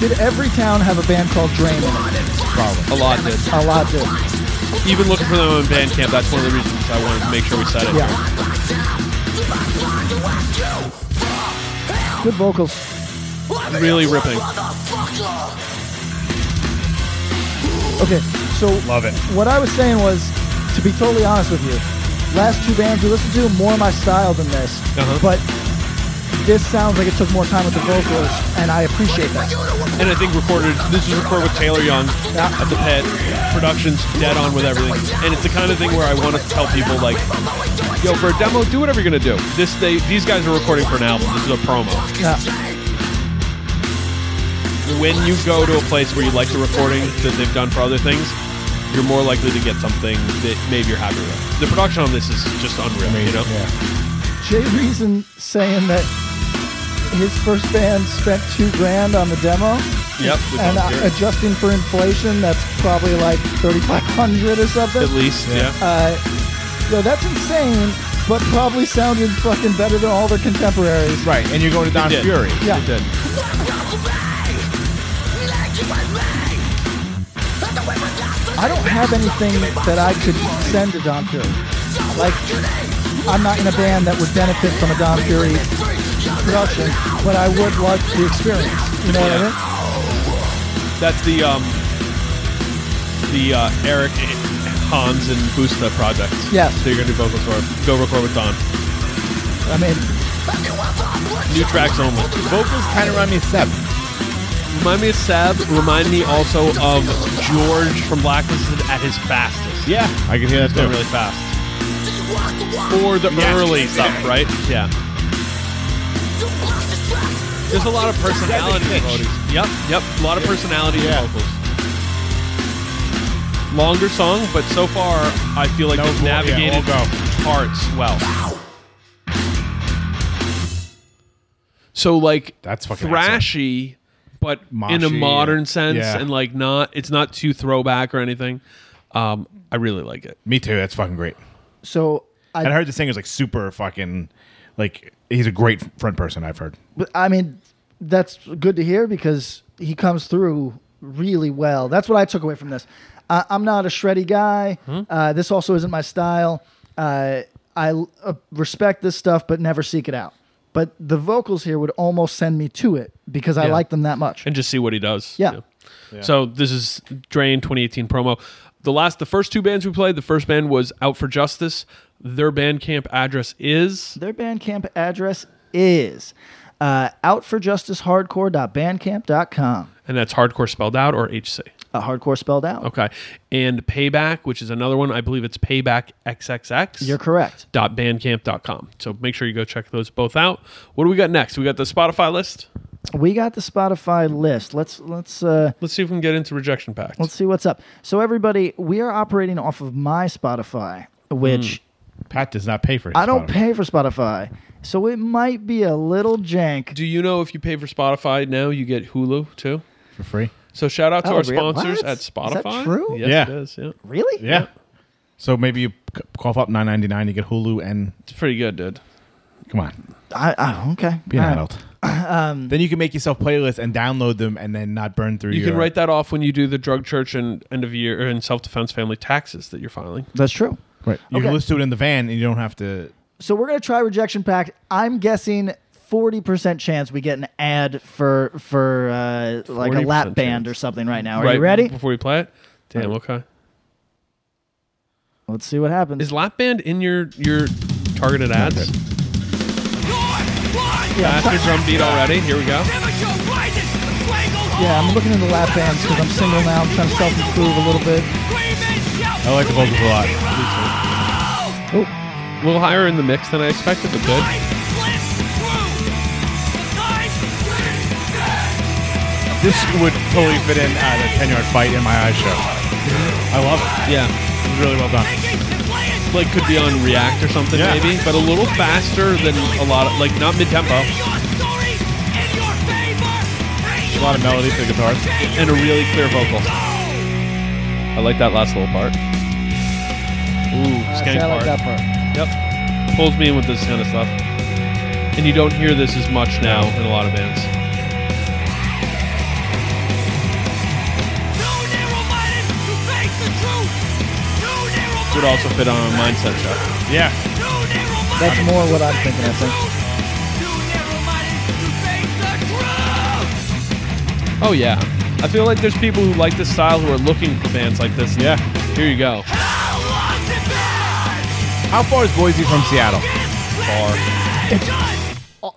S3: Did every town have a band called Drain in it?
S4: a lot did.
S3: A lot did.
S4: Even looking for them on Bandcamp, that's one of the reasons I wanted to make sure we said it.
S3: Yeah. Good vocals.
S4: Really ripping.
S3: Okay, so
S5: Love it.
S3: what I was saying was, to be totally honest with you, last two bands we listened to more my style than this,
S4: Uh-huh.
S3: but this sounds like it took more time with the vocals, and I appreciate that.
S4: And I think recorded, this was recorded with Taylor Young at the Pet. Production's dead on with everything. And it's the kind of thing where I want to tell people, like, yo, for a demo, do whatever you're going to do. This they These guys are recording for an album. This is a promo.
S3: Yeah,
S4: when you go to a place where you like the recording that they've done for other things, you're more likely to get something that maybe you're happy with. The production on this is just unreal, you know?
S3: Jay Reason saying that his first band spent two grand on the demo,
S4: Yep. with
S3: and
S4: Tom
S3: uh,
S4: Jerry.
S3: adjusting for inflation, that's probably like thirty-five hundred or something.
S4: At least, yeah.
S3: Uh, Yo, that's insane, but probably sounded fucking better than all their contemporaries.
S5: Right, and you're going to Don
S4: did.
S5: Fury.
S3: Yeah.
S4: It did.
S3: I don't have anything that I could send to Don Fury. Like, I'm not in a band that would benefit from a Don Fury production, but I would love the experience. You know what I mean?
S4: That's the um, the uh, Eric Hans and Busta project.
S3: Yes.
S4: So you're gonna do vocals for him. Go record with Don.
S3: I mean,
S4: New tracks only.
S5: Vocals kind of remind me of Seb.
S4: Remind me of Seb. Remind me also of George from Blacklisted at his fastest.
S5: Yeah, I can hear that
S4: Going
S5: too.
S4: really fast. Or the early stuff, right? Yeah. There's a lot of personality in
S5: Finch.
S4: vocals. Yep, yep. A lot of personality
S5: Yeah.
S4: in vocals. Longer song, but so far I feel like
S5: No
S4: they've
S5: bull- yeah,
S4: navigated
S5: all go.
S4: parts well. So like
S5: That's fucking
S4: thrashy, but in a
S5: Moshy,
S4: modern sense,
S5: yeah.
S4: and like not it's not too throwback or anything. Um, I really like it.
S5: Me too. That's fucking great.
S3: so
S5: And I
S3: I,
S5: heard the singer's like super fucking, like he's a great front person. I've heard.
S3: but, I mean, that's good to hear because he comes through really well. That's what I took away from this. Uh, I'm not a shreddy guy.
S4: Hmm?
S3: Uh, this also isn't my style. Uh, I uh, respect this stuff, but never seek it out. But the vocals here would almost send me to it because I
S4: Yeah.
S3: like them that much.
S4: and just see what he does.
S3: Yeah.
S4: So this is Drain 2018 promo. The last, the first two bands we played. The first band was Out for Justice. Their Bandcamp address is
S3: Their Bandcamp address is uh, outforjusticehardcore.bandcamp.com.
S4: and that's hardcore spelled out or HC.
S3: uh, hardcore spelled out.
S4: Okay. And Payback, which is another one. I believe it's Payback XXX.
S3: You're correct.
S4: dot bandcamp.com. So make sure you go check those both out. What do we got next? We got the Spotify list.
S3: We got the Spotify list. Let's let's uh,
S4: Let's see if we can get into rejection packs.
S3: let's see what's up. So everybody, we are operating off of my Spotify, which
S5: Pat does not pay for his
S3: I don't
S5: Mm. Spotify.
S3: pay for Spotify, so it might be a little jank.
S4: do you know if you pay for Spotify now, you get Hulu too?
S5: for free.
S4: So shout out to
S3: Oh,
S4: our
S3: really?
S4: sponsors
S3: What?
S4: at
S3: Is
S4: Spotify.
S3: that true?
S4: Yes,
S5: Yeah.
S4: it is. Yeah.
S3: Really?
S5: Yeah. So maybe you c- cough up nine ninety nine, you get Hulu, and
S4: It's pretty good, dude.
S5: come on,
S3: I, I, okay.
S5: be an
S4: Uh,
S3: All right.
S5: adult. then you can make yourself playlists and download them, and then not burn through.
S4: um, You
S5: your,
S4: can write that off when you do the drug church and end of year and self defense family taxes that you're filing.
S3: That's true.
S5: Right. You
S3: Okay.
S5: can listen to it in the van, and you don't have to.
S3: So we're gonna try rejection pact. I'm guessing forty percent chance we get an ad for for uh, like a
S4: 40%
S3: lap band
S4: chance.
S3: or something right now. Are
S4: right
S3: you ready?
S4: Before we play it? Damn, okay.
S3: Let's see what happens.
S4: Is lap band in your your targeted ads? Faster drum beat already. Here we go.
S3: Yeah, I'm looking into lap bands because I'm single now. I'm trying to self improve a little bit.
S5: I like the vocals a lot.
S4: A little higher in the mix than I expected, but good.
S5: This would totally fit in uh, the ten yard fight in my eyes show.
S4: Mm-hmm.
S5: I love it.
S4: Yeah.
S5: It's really well done.
S4: Like could be on React or something
S5: Yeah.
S4: maybe, but a little faster than a lot of like not mid tempo
S5: A lot of melody for the guitars.
S4: and a really clear vocal. I like that last little part. Ooh, skank
S3: Uh, See, I
S4: part.
S3: like that part.
S4: Yep. Pulls me in with this kind of stuff. And you don't hear this as much now in a lot of bands. Would also fit on a mindset show.
S5: Yeah.
S3: That's more what I'm thinking. I think.
S4: Oh yeah. I feel like there's people who like this style who are looking for bands like this. Yeah. Here you go.
S5: How far is Boise from Seattle?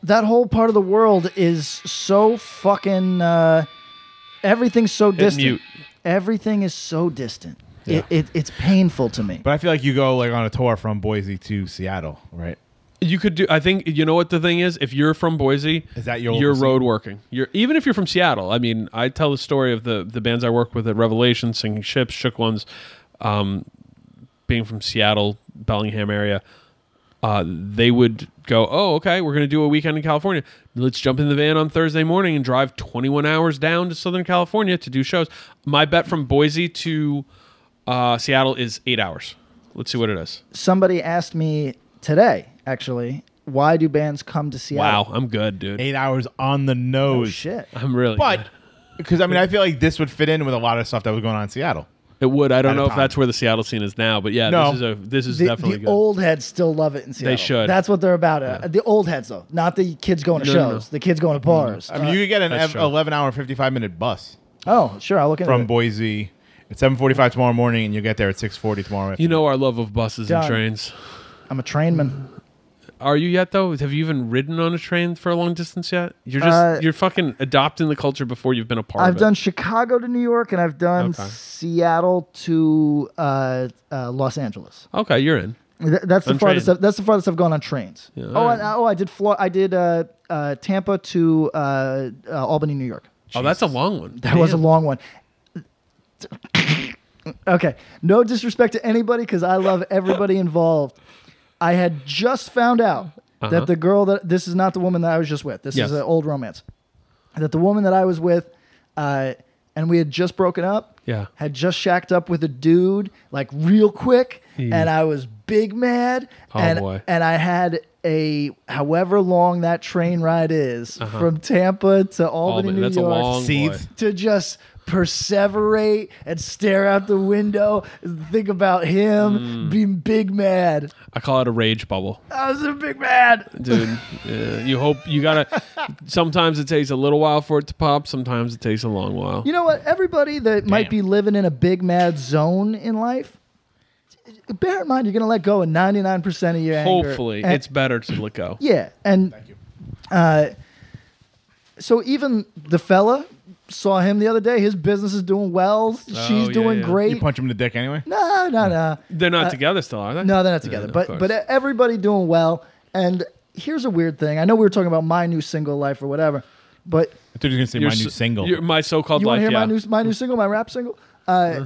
S3: That whole part of the world is so fucking. Uh, everything's so distant.
S4: mute.
S3: Everything is so distant. It, it, it's painful to me.
S5: But I feel like you go like on a tour from Boise to Seattle, right?
S4: You could do. I think you know what the thing is. If you're from Boise,
S5: Is that your
S4: you're
S5: overseas-
S4: road working? You're even if you're from Seattle. I mean, I tell the story of the the bands I work with at Revelation, Singing Ships, Shook Ones, um, being from Seattle, Bellingham area. Uh, they would go, oh, okay, we're going to do a weekend in California. Let's jump in the van on Thursday morning and drive 21 hours down to Southern California to do shows. My bet from Boise to uh, Seattle is eight hours. Let's see what it is.
S3: Somebody asked me today, actually, why do bands come to Seattle?
S4: Wow, I'm good, dude.
S5: Eight hours on the
S3: Oh,
S5: nose.
S3: shit.
S4: I'm really good.
S5: But because I mean, I feel like this would fit in with a lot of stuff that was going on in Seattle.
S4: It would. I don't
S5: At a
S4: know if
S5: time.
S4: that's where the Seattle scene is now, but yeah,
S5: No.
S4: this is a this is
S3: The,
S4: definitely
S3: the
S4: good.
S3: old heads still love it in Seattle.
S4: should.
S3: That's what they're about. Uh, The old heads, though, not the kids going to
S4: No, no, Mm-hmm.
S3: shows, the kids going to bars.
S5: I mean, you could get an
S4: That's
S5: ev-
S4: true.
S5: eleven hour, fifty five minute bus
S3: oh, sure. I'll look into
S5: from
S3: it.
S5: Boise at seven forty five tomorrow morning, and you get there at six forty tomorrow.
S4: you
S5: Afternoon.
S4: know our love of buses
S3: Done.
S4: and trains.
S3: I'm a trainman.
S4: Are you yet though? Have you even ridden on a train for a long distance yet? You're just
S3: Uh,
S4: you're fucking adopting the culture before you've been a part
S3: I've
S4: of it.
S3: done Chicago to New York, and I've done
S4: Okay.
S3: Seattle to uh, uh, Los Angeles.
S4: Okay, you're in.
S3: Th- that's the
S4: On
S3: farthest.
S4: train.
S3: I've, that's the farthest I've gone on trains. oh,
S4: alright.
S3: and, oh, I did. Flor- I did uh, uh, Tampa to uh, uh, Albany, New York.
S4: Oh, that's a long one.
S3: That was a long one. okay. No disrespect to anybody because I love everybody involved. I had just found out that the girl that this is not the woman that I was just with. This
S4: Uh-huh. Yes.
S3: is an old romance. That the woman that I was with, uh, and we had just broken up.
S4: Yeah.
S3: Had just shacked up with a dude like real quick, and I was big mad.
S4: Hmm. Oh,
S3: and
S4: boy.
S3: and I had a however long that train ride is from Tampa to Albany, New
S4: Albany. Uh-huh. Oh, That's a
S3: York
S4: long boy.
S5: Seeds.
S3: to just perseverate and stare out the window, think about
S4: Mm.
S3: him being big mad.
S4: I call it a rage bubble.
S3: I was a big mad.
S4: Dude, yeah, you hope you gotta. Sometimes it takes a little while for it to pop. Sometimes it takes a long while.
S3: You know what? Everybody that might be living in a big mad zone in life, bear in mind you're gonna let go of 99% of your anger.
S4: Hopefully,
S3: And-
S4: it's better to let go.
S3: yeah, and thank you. Uh, so even the fella saw him the other day. His business is doing well. She's
S4: yeah,
S3: doing
S4: Oh, yeah.
S3: great.
S5: You punch him in the dick anyway.
S3: no, no, no.
S4: They're not together still, are they?
S3: Uh, No, they're not together.
S4: of
S3: but
S4: course.
S3: but everybody doing well. And here's a weird thing. I know we were talking about my new single life or whatever, but
S5: I thought you were gonna say
S4: Your
S5: my new
S4: s-
S5: single.
S4: your- my so-called
S3: you want
S4: life.
S3: to hear
S4: yeah.
S3: my new my new single, my rap single. Uh,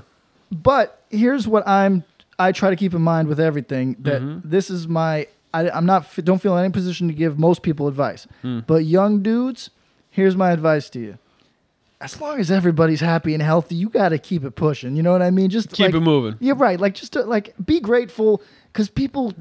S3: But here's what I'm I try to keep in mind with everything that
S4: Mm-hmm.
S3: this is my I, I'm not f- don't feel in any position to give most people advice,
S4: Hmm.
S3: but young dudes, here's my advice to you. As long as everybody's happy and healthy, you got to keep it pushing. You know what I mean? Just
S4: Keep
S3: like-
S4: it moving.
S3: Yeah, right. Like just to, like be grateful because people,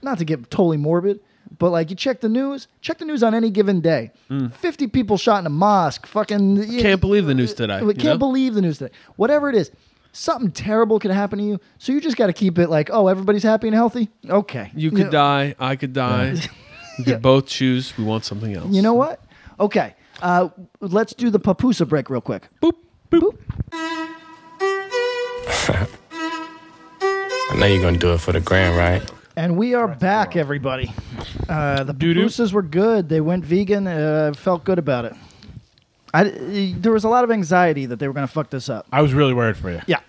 S3: not to get totally morbid, but like you check the news, check the news on any given day.
S4: Hmm.
S3: Fifty people shot in a mosque. Fucking you-
S4: Can't believe the news today.
S3: we
S4: you
S3: can't
S4: know?
S3: believe the news today. Whatever it is, something terrible could happen to you. So you just got to keep it like, oh, everybody's happy and healthy. Okay.
S4: You could die. I could die. We could both choose. We want something else.
S3: You know what? Okay. Uh, let's do the papusa break real quick.
S4: Boop, boop.
S9: I know you're gonna do it for the grand, right?
S3: And we are back, everybody. Uh, the
S4: Doo-doo.
S3: papusas were good. They went vegan. Uh, felt good about it. I, there was a lot of anxiety that they were going to fuck this up.
S5: I was really worried for you.
S3: Yeah.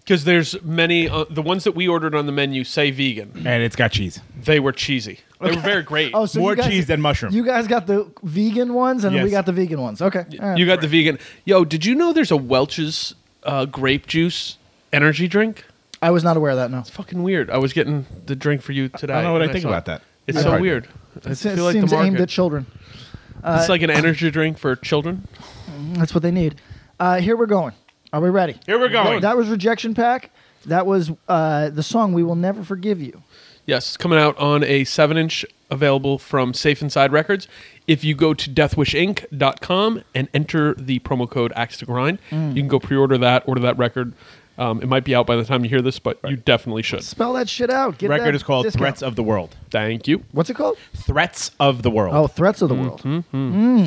S4: Because there's many. Uh, the ones that we ordered on the menu say vegan.
S5: And it's got cheese.
S4: They were cheesy. They were very great.
S3: Oh, so you
S5: More
S3: guys-
S5: cheese than mushroom.
S3: You guys got the vegan ones, and we
S5: Yes.
S3: got the vegan ones. Okay. All right.
S4: you got the vegan. Yo, did you know there's a Welch's uh, grape juice energy drink?
S3: I was not aware of that. No.
S4: Fucking weird. I was getting the drink for you today.
S5: I don't know what
S4: and
S5: I think
S4: saw
S5: about
S4: it.
S5: that.
S4: It's
S5: I
S4: so
S5: hardly-
S4: weird. I
S3: It
S4: feel like the
S3: seems
S4: market.
S3: aimed uh, at children.
S4: it's like an energy drink for children.
S3: That's what they need. Uh, here we're going. Are we ready?
S4: Here we're going.
S3: That was Rejection Pack. That was uh, the song We Will Never Forgive You.
S4: Yes, it's coming out on a 7 inch available from Safe Inside Records. If you go to deathwishinc.com and enter the promo code Axe to Grind, you can go pre order that, order that record. Um, it might be out by the time you hear this, but you definitely should.
S3: Spell that shit out. Get
S5: Record
S3: that
S5: is called
S3: discount.
S5: Threats of the World.
S4: Thank you.
S3: What's it called?
S5: Threats of the World.
S3: Oh, Threats of the World.
S5: Mm-hmm.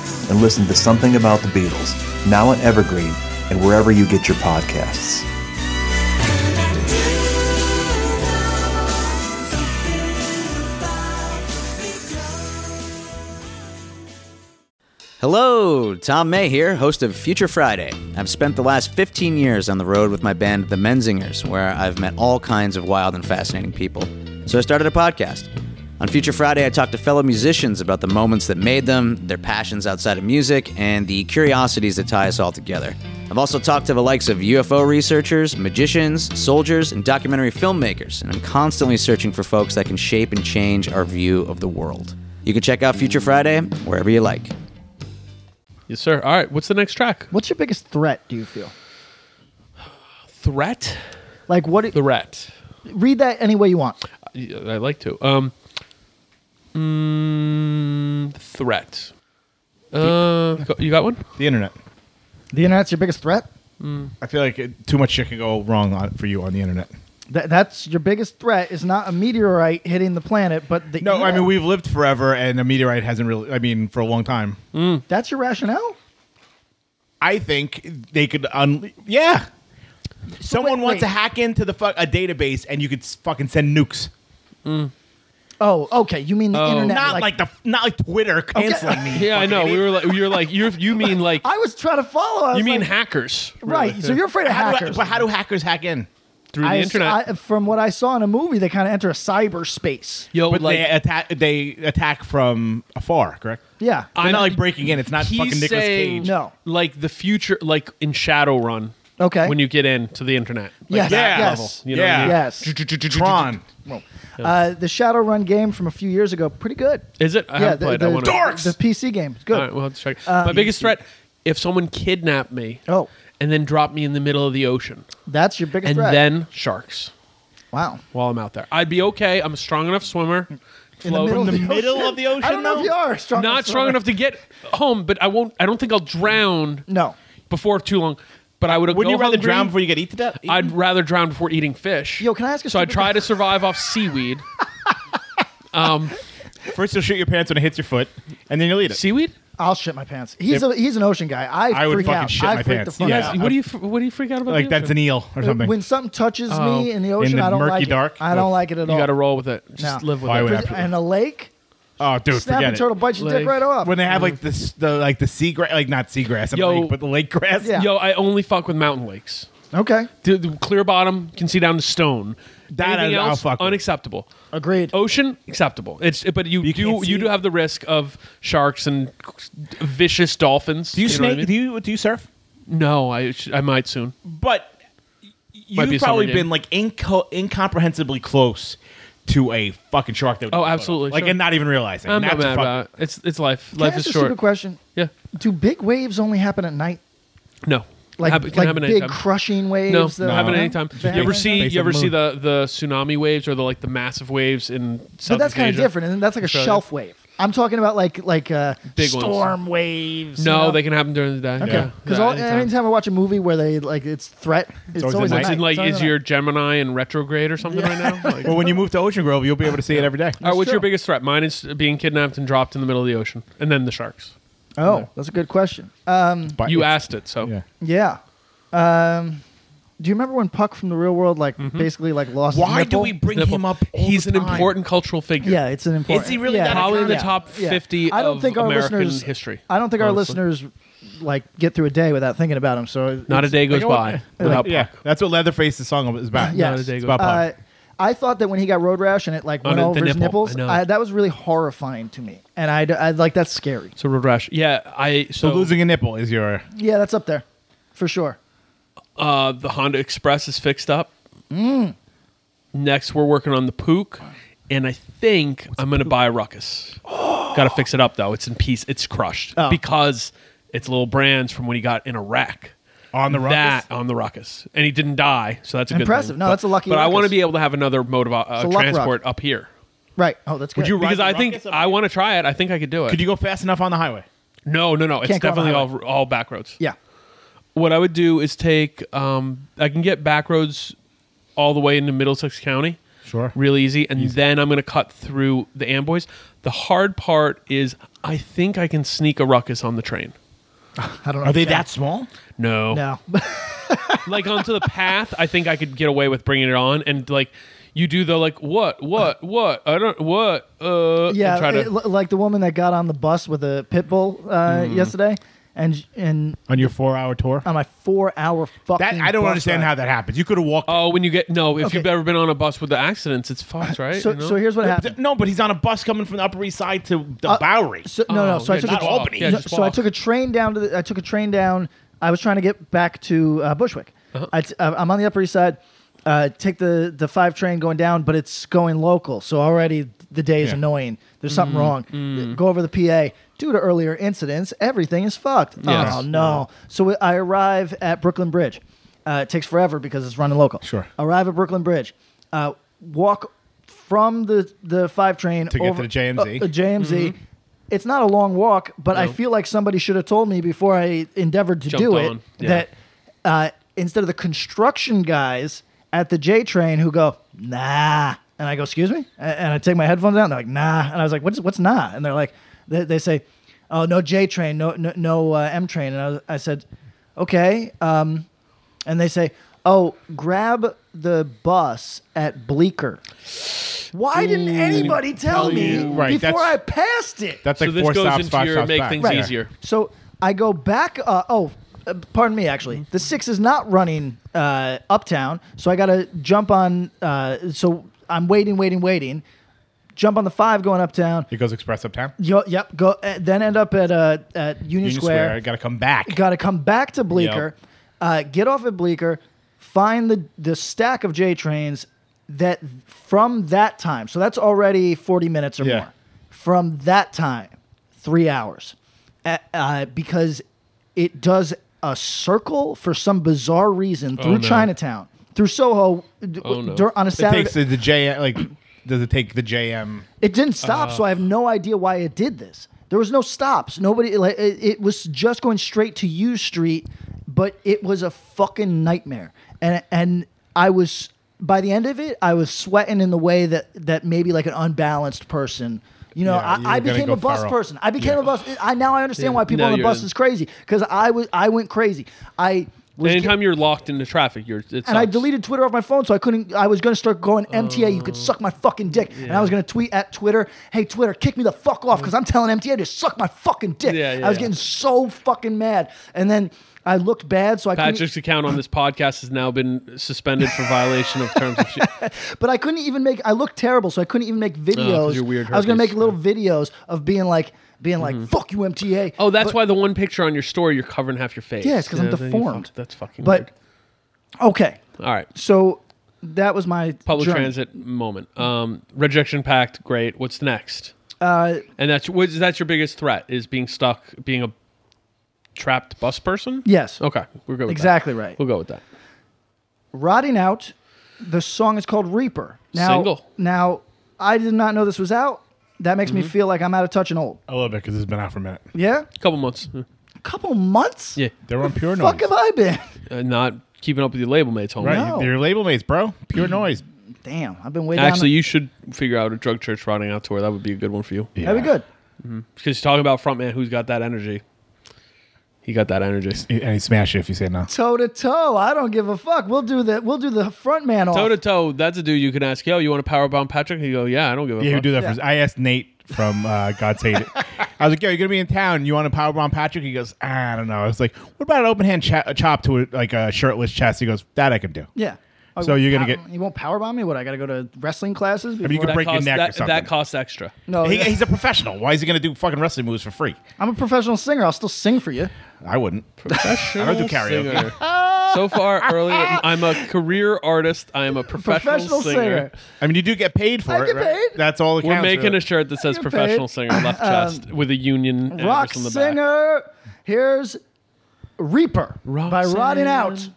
S2: and listen to Something About the Beatles, now on Evergreen and wherever you get your podcasts.
S10: Hello, Tom May here, host of Future Friday. I've spent the last 15 years on the road with my band, The Menzingers, where I've met all kinds of wild and fascinating people. So I started a podcast. On Future Friday, I talk to fellow musicians about the moments that made them, their passions outside of music, and the curiosities that tie us all together. I've also talked to the likes of UFO researchers, magicians, soldiers, and documentary filmmakers, and I'm constantly searching for folks that can shape and change our view of the world. You can check out Future Friday wherever you like.
S4: Yes, sir. All right. What's the next track?
S3: What's your biggest threat, do you feel?
S4: Threat?
S3: Like, what?
S4: The rat.
S3: read that any way you want.
S4: Yeah, I like to. Um, mm, threat. Uh, go- you got one?
S5: The internet.
S3: The internet's your biggest threat?
S5: I feel like it, too much shit can go wrong on, for you on the internet.
S3: That, that's your biggest threat is not a meteorite hitting the planet, but the.
S5: No, I
S3: internet.
S5: mean we've lived forever, and a meteorite hasn't really. I mean, for a long time.
S3: That's your rationale?
S5: I think they could. Un- yeah. Someone
S3: wait-
S5: wants to
S3: wait.
S5: hack into the fuck a database, and you could s- fucking send nukes.
S3: Oh, okay. You mean the internet.
S5: Not like, the not like Twitter canceling me.
S4: Yeah, I know. We were like, you're like, you're, you mean like,
S3: I was trying to follow. I was
S4: you mean
S3: like,
S4: hackers?
S3: Right. So you're afraid of
S5: How do I-
S3: hackers.
S5: but how do hackers hack in?
S8: Through the
S3: I-
S8: internet.
S3: I- from what I saw in a movie, they kind of enter a cyberspace.
S5: but they attack. They attack from afar, correct?
S3: Yeah.
S5: They're not like breaking in. It's not
S4: He's
S5: fucking Nicolas
S4: saying,
S5: Cage.
S3: No.
S4: Like the future, like in Shadowrun.
S3: Okay.
S4: When you get into the internet.
S3: Yes,
S4: Like that
S3: yes,
S4: level. You know
S3: yeah.
S4: what I mean?
S5: Tron.
S4: Oh.
S3: Uh, the Shadowrun game from a few years ago, pretty good.
S4: Is it? I haven't
S3: the,
S4: played.
S3: the,
S4: I wanna- Dorks!
S3: The PC game, it's good.
S4: All right, we'll have to check.
S3: Um,
S4: My biggest threat: if someone kidnapped me,
S3: oh,
S4: and then dropped me in the middle of the ocean,
S3: That's your biggest
S4: and
S3: threat.
S4: then sharks.
S3: Wow.
S4: While I'm out there, I'd be okay. I'm a strong enough swimmer.
S3: In the middle of the ocean? I don't know if you are a strong
S4: Not
S3: enough
S4: strong
S3: swimmer.
S4: enough to get home, but I won't. I don't think I'll drown.
S3: No.
S4: Before too long, but I would.
S5: Wouldn't
S4: go
S5: you rather
S4: hungry.
S5: drown before you get eat to death?
S4: I'd rather drown before eating fish. Yo,
S3: can I ask a
S4: So I
S3: stupid
S4: try to survive off seaweed. um,
S5: First, you'll shoot your pants when it hits your foot, and then you'll eat it.
S4: Seaweed?
S3: I'll shit my pants. He's a he's an ocean guy. I,
S5: I would
S3: freak
S5: fucking
S3: out.
S5: shit
S3: I
S5: my
S3: freak
S5: pants.
S3: The fuck
S5: Yeah.
S3: out.
S4: what do you f- what do you freak out about?
S5: Like
S4: the
S5: that's
S4: ocean?
S5: an eel or something.
S3: When something touches
S4: Oh.
S3: me in the
S5: In
S3: ocean,
S5: the
S3: I don't
S5: murky
S3: like
S5: dark?
S3: it. I don't like it at all.
S4: You got to roll with it. Just
S3: No.
S4: live with
S5: I
S4: it.
S5: would
S3: Pres- And a lake,
S5: Oh, dude,
S3: snap
S5: forget
S3: and
S5: it.
S3: turtle bites your dick
S4: Lake.
S3: right off.
S5: When they have like this, the like the sea grass, like not seagrass, I'm
S4: Yo.
S5: like, but the lake grass.
S3: Yeah.
S4: Yo, I only fuck with mountain lakes.
S3: Okay,
S4: The, the clear bottom can see down to stone.
S5: That
S4: Anything
S5: I- I'll
S4: else
S5: fuck with.
S4: unacceptable.
S3: agreed.
S4: Ocean acceptable. It's but you, do
S5: can't
S4: you
S5: see
S4: do have the risk of sharks and vicious dolphins.
S5: Do you,
S4: know what
S5: snake?
S4: I mean?
S5: Do you do you surf?
S4: no, I sh- I might soon.
S5: But
S4: Might be a
S5: you've
S4: summer
S5: probably
S4: game.
S5: been like inco- incomprehensibly close to a fucking shark. That would
S4: Oh,
S5: get photo.
S4: absolutely,
S5: Like
S4: sure.
S5: and not even realizing.
S4: I'm
S5: That's
S4: not mad
S5: fucking-
S4: about it. It's it's life.
S3: Can I
S4: Life
S3: ask
S4: is
S3: a
S4: short.
S3: stupid question.
S4: Yeah.
S3: Do big waves only happen at night?
S4: No.
S3: Like
S4: Hab- can
S3: like
S4: happen
S3: big
S4: anytime.
S3: crushing waves? uh,
S4: No,
S3: that-
S4: no, happen
S3: No?
S4: anytime.
S3: That
S4: You ever
S3: happen
S4: see
S3: anytime?
S4: you ever see the the tsunami waves or the like the massive waves in Southeast
S3: But that's kind of
S4: Asia?
S3: different, and that's like a
S4: Australia.
S3: shelf wave. I'm talking about like like uh,
S4: Big ones.
S3: storm waves.
S4: No,
S3: you know?
S4: they can happen during the day.
S3: Okay,
S4: Yeah.
S3: because
S4: Yeah,
S3: anytime. I watch a movie where they like it's threat, it's,
S5: always
S3: always,
S5: at
S3: at
S5: night.
S3: night.
S4: Is it like
S3: It's always
S4: is
S3: at
S4: your
S3: night.
S4: Gemini in retrograde or something right now? Like,
S5: Well, when you move to Ocean Grove, you'll be able to see it every day.
S4: all right, Uh, what's your
S3: true.
S4: biggest threat? Mine is being kidnapped and dropped in the middle of the ocean, and then the sharks.
S3: oh, that's a good question. Um,
S5: But
S4: You
S5: it's-
S4: asked it, so
S5: Yeah.
S3: yeah. Um, do you remember when Puck from the real world like
S4: Mm-hmm.
S3: basically like lost? his
S5: Why do
S3: nipple?
S5: we bring
S4: Nipple.
S5: him up? all
S4: He's
S5: the
S4: an
S5: time?
S4: important cultural figure.
S3: Yeah, it's an important.
S5: Is he really
S3: yeah.
S5: that
S4: probably in the
S3: Yeah.
S4: top
S3: Yeah.
S4: fifty.
S3: I don't
S4: of
S3: think our
S4: American
S3: listeners
S4: history.
S3: I don't think our
S4: honestly.
S3: listeners like get through a day without thinking about him. So
S4: Not a
S3: it's-
S4: day goes
S5: Like, I
S4: by
S5: want-
S4: without.
S5: yeah, that's what Leatherface's song is about.
S3: Yes.
S4: Not a day goes
S5: It's about
S4: by.
S3: Uh, I thought that when he got road rash and it like
S4: Oh,
S3: went
S4: the- the
S3: over his
S4: nipple.
S3: nipples,
S4: I know.
S3: I, that was really horrifying to me, and I, I like that's scary.
S4: So road rash. Yeah, I so,
S5: So losing a nipple is your.
S3: Yeah, that's up there, for sure.
S4: Uh, the Honda Express is fixed up. Next, we're working on the Pook, and I think I'm going to buy a Ruckus. Got to fix it up though. It's in piece. It's crushed
S3: Oh.
S4: because it's little brands from when he got in Iraq.
S5: On the Ruckus?
S4: that on the Ruckus, and he didn't die, so that's a good
S3: Impressive.
S4: thing.
S3: No,
S4: But-
S3: that's a lucky
S4: But I want to
S3: Ruckus.
S4: be able to have another mode of uh,
S3: a luck
S4: transport up here
S3: Right. Oh, that's good.
S5: Would you ride
S4: because
S5: the
S4: I think
S5: Ruckus up
S4: I
S5: here?
S4: want to try it. I think I could do it.
S5: Could you go fast enough on the highway?
S4: No, no, no. It's
S3: Can't go on the
S4: definitely all all back roads.
S3: Yeah.
S4: what I would do is take um, I can get back roads all the way into Middlesex County.
S5: Sure.
S4: Real easy. And then I'm gonna cut through the Amboys. The hard part is I think I can sneak a ruckus on the train.
S3: I don't know.
S5: Are they
S3: if you
S5: that small?
S4: No.
S3: can. No.
S4: like onto the path, I think I could get away with bringing it on and like you do the like what what what I don't what uh and
S3: Yeah,
S4: try to
S3: it- li- like the woman that got on the bus with a pit bull uh,
S4: Mm-hmm.
S3: yesterday, and and
S5: On your four-hour tour?
S3: on my four-hour fucking.
S5: That I don't
S3: bus
S5: understand
S3: ride.
S5: how that happens. You could have walked.
S4: Oh, when you get no, if
S3: Okay. Uh,
S4: you've ever been on a bus with the accidents, it's fucked, right?
S3: So,
S4: You know?
S3: so here's what happened.
S5: no, but he's on a bus coming from the Upper East Side to the
S3: Uh,
S5: Bowery.
S3: So, no, no.
S4: Oh,
S3: So I
S4: yeah,
S3: took
S4: just
S3: a,
S4: walk. Yeah,
S3: no,
S4: just
S3: so I
S4: walk.
S3: took a train down to. The, I took a train down. I was trying to get back to uh, Bushwick.
S5: Uh-huh.
S3: I t- I- I'm on the Upper East Side. Uh, take the the five train going down, but it's going local, so already the day is
S5: Yeah. Mm-hmm.
S3: annoying. There's something wrong. Go over the PA. Due to earlier incidents, everything is fucked.
S4: Yes.
S3: Oh no! So I arrive at Brooklyn Bridge. Uh, it takes forever because it's running local.
S5: Sure.
S3: Arrive at Brooklyn Bridge. Uh, walk from the the five train
S5: To get to
S3: over-
S5: the JMZ.
S3: uh, JMZ.
S4: Mm-hmm.
S3: It's not a long walk, but I feel like somebody should have told me before I endeavored to
S4: Jumped
S3: do it
S4: on, yeah.
S3: that uh, instead of the construction guys at the J train who go nah, and I go excuse me, A- and I take my headphones out, and they're like nah, and I was like what's what's nah, and they're like they, they say oh no J train, no no, no uh, M train, and I, was, I said okay, um, and they say oh grab the bus at Bleecker. Why didn't anybody tell me
S5: you. Right,
S3: before
S5: that's-
S3: I passed it?
S5: That's
S4: So
S5: like
S4: this
S5: four
S4: goes
S5: stops,
S4: into
S5: five
S4: your
S5: stops
S4: make
S5: back.
S4: things easier.
S3: So I go back. Uh, oh, uh, pardon me, actually,
S5: Mm-hmm.
S3: the six is not running uh, uptown, so I got to jump on. Uh, so I'm waiting, waiting, waiting. Jump on the five going uptown.
S5: It goes express uptown.
S3: Yo, yep. Go uh, then end up at uh, at Union,
S5: Union Square. I got to come back.
S3: Got to come back to Bleecker, uh, get off at Bleecker, find the the stack of J trains that from that time. So that's already forty minutes or
S5: Yeah.
S3: more. From that time, three hours, uh, uh, because it does a circle for some bizarre reason through
S5: Oh, no.
S3: Chinatown, through Soho, d-
S5: Oh, no.
S3: dur- on a Saturday.
S5: It takes the, the J like does it take the JM?
S3: It didn't stop,
S5: Uh,
S3: so I have no idea why it did this. There was no stops. Nobody. Like, it, it was just going straight to U Street, but it was a fucking nightmare. And and I was by the end of it, I was sweating in the way that that maybe like an unbalanced person. You know,
S5: Yeah, you
S3: I, I
S5: were gonna
S3: became
S5: go
S3: a bus
S5: feral.
S3: person. I became a bus. I now I understand
S4: Yeah.
S3: why people
S4: Now
S3: on the
S4: you're
S3: bus
S4: in.
S3: is crazy because I was I went crazy. I was
S4: Anytime you're locked into traffic, you're it's
S3: and I deleted Twitter off my phone, so I couldn't. I was gonna start going MTA. you could suck my fucking dick, and I was gonna tweet at Twitter, "Hey Twitter, kick me the fuck off," because I'm telling MTA to suck my fucking dick.
S4: Yeah, yeah,
S3: I was
S4: yeah.
S3: getting so fucking mad, and then I looked bad, so I
S4: Patrick's account on this podcast has now been suspended for violation of terms of sh-
S3: couldn't. But I couldn't even make. I looked terrible, so I couldn't even make videos.
S4: Oh, you're weird
S3: I was gonna
S4: herpes.
S3: make little videos of being like, being like, "Fuck you, MTA."
S4: Oh, that's
S3: But-
S4: why the one picture on your story you're covering half your face.
S3: Yeah, it's 'cause I'm
S4: I think you
S3: deformed.
S4: fucked- That's fucking
S3: But okay,
S4: weird. All right.
S3: so that was my
S4: Public
S3: journey.
S4: transit moment. Um, rejection pact, great. What's next?
S3: Uh,
S4: And that's what's that's your biggest threat is being stuck, being a trapped bus person?
S3: Yes.
S4: Okay. We're good with
S3: Exactly
S4: that.
S3: right.
S4: We'll go with that.
S3: Rotting Out. The song is called Reaper. Now,
S4: Single.
S3: Now, I did not know this was out. That makes me
S4: Mm-hmm.
S5: Mhm.
S3: feel like I'm out of touch and old.
S4: Oh.
S5: A little bit because it's been out for a minute.
S3: Yeah?
S4: A couple months.
S3: Mm. Couple months?
S4: Yeah.
S5: They were on pure noise.
S3: Fuck have I been?
S4: Uh, not keeping up with your label mates, homie.
S5: Right, they're label mates, bro. Pure noise.
S3: Damn, I've been way down
S4: Actually,
S3: the-
S4: you should figure out a drug church routing out tour. That would be a good one for you.
S3: That'd be good.
S4: Because you're talking about frontman who's got that energy. He got that energy.
S5: And he smash it if you say no.
S3: Toe to toe. I don't give a fuck. We'll do the we'll do the front man off.
S4: Toe to toe, that's a dude you can ask, yo, you want to power bomb Patrick? He go, yeah, I don't give a
S5: Yeah, who
S4: fuck.
S5: do that for? I asked Nate from uh, God's Hate It. I was like, "Yo, you're gonna be in town. You want to powerbomb Patrick?" He goes, "I don't know." I was like, "What about an open hand cha- chop to a, like a shirtless chest?" He goes, "That I can do."
S3: yeah. Oh,
S5: So you're gonna
S3: pow-
S5: get-
S3: you won't powerbomb me? What I gotta go to wrestling classes?
S5: mean, you
S3: before-
S5: could break your
S4: costs-
S5: neck or
S4: that,
S5: something.
S4: that costs extra.
S3: No,
S5: he,
S3: Oh, yeah.
S5: he's a professional. Why is he gonna do fucking wrestling moves for free?
S3: I'm a professional singer. I'll still sing for you.
S5: I wouldn't.
S4: Professional
S5: I don't do karaoke.
S4: singer. so far, early, I'm a career artist. I am a professional,
S3: Professional
S4: singer.
S3: singer.
S5: I mean, you do get paid for
S3: I
S5: it.
S3: get
S5: right?
S3: paid.
S5: That's all. That
S4: We're
S5: counts,
S4: making
S5: really.
S4: a shirt that says
S3: get paid.
S4: professional singer left chest with a union and
S3: Rock
S4: on the back.
S3: singer. Here's Reaper by Rotting Out.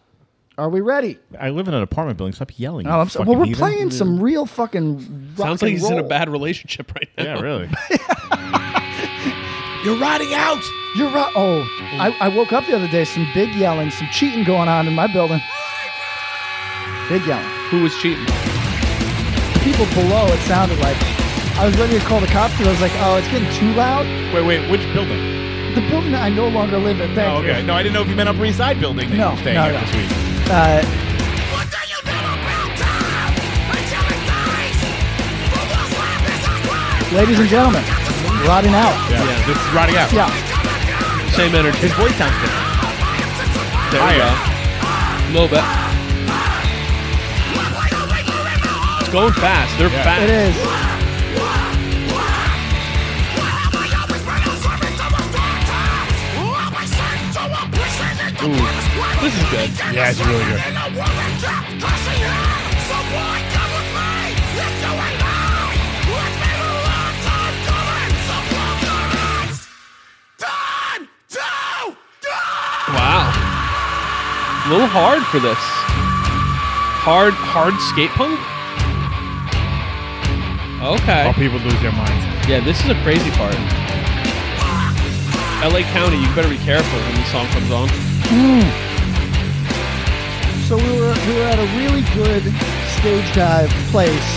S3: Are we ready?
S5: I live in an apartment building. Stop yelling.
S3: Oh,
S5: you
S3: I'm so,
S5: fucking
S3: well, we're
S5: heathen.
S3: playing some real fucking. Rock
S4: Sounds like
S3: and
S4: he's in a
S3: roll.
S4: bad relationship right now.
S5: Yeah, really.
S3: You're rotting out. You're rot. Oh, I, I woke up the other day. Some big yelling, some cheating going on in my building. Big yelling.
S4: Who was cheating?
S3: People below. It sounded like. I was ready to call the cops because I was like, oh, it's getting too loud.
S5: wait, wait. Which building?
S3: The building that I no longer live in. Thank
S5: Oh, okay.
S3: you.
S5: No, I didn't know if you meant Upper East Side building. that
S3: No,
S5: you're staying
S3: no,
S5: at
S3: no.
S5: This week.
S3: Uh, ladies and gentlemen, rotting out.
S5: Yeah, This is rotting out.
S3: Yeah.
S4: Same energy.
S5: His voice sounds different.
S4: There we
S5: Higher.
S4: go. A little bit. It's going fast. They're
S5: Yeah.
S4: fast.
S3: It is.
S4: This is good.
S5: Yeah, it's really good.
S4: Wow. A little hard for this. Hard, hard skate punk?
S5: All
S4: Okay.
S5: people lose their minds.
S4: Yeah, this is a crazy part. LA County, you better be careful when this song comes on.
S3: So we were we were at a really good stage dive place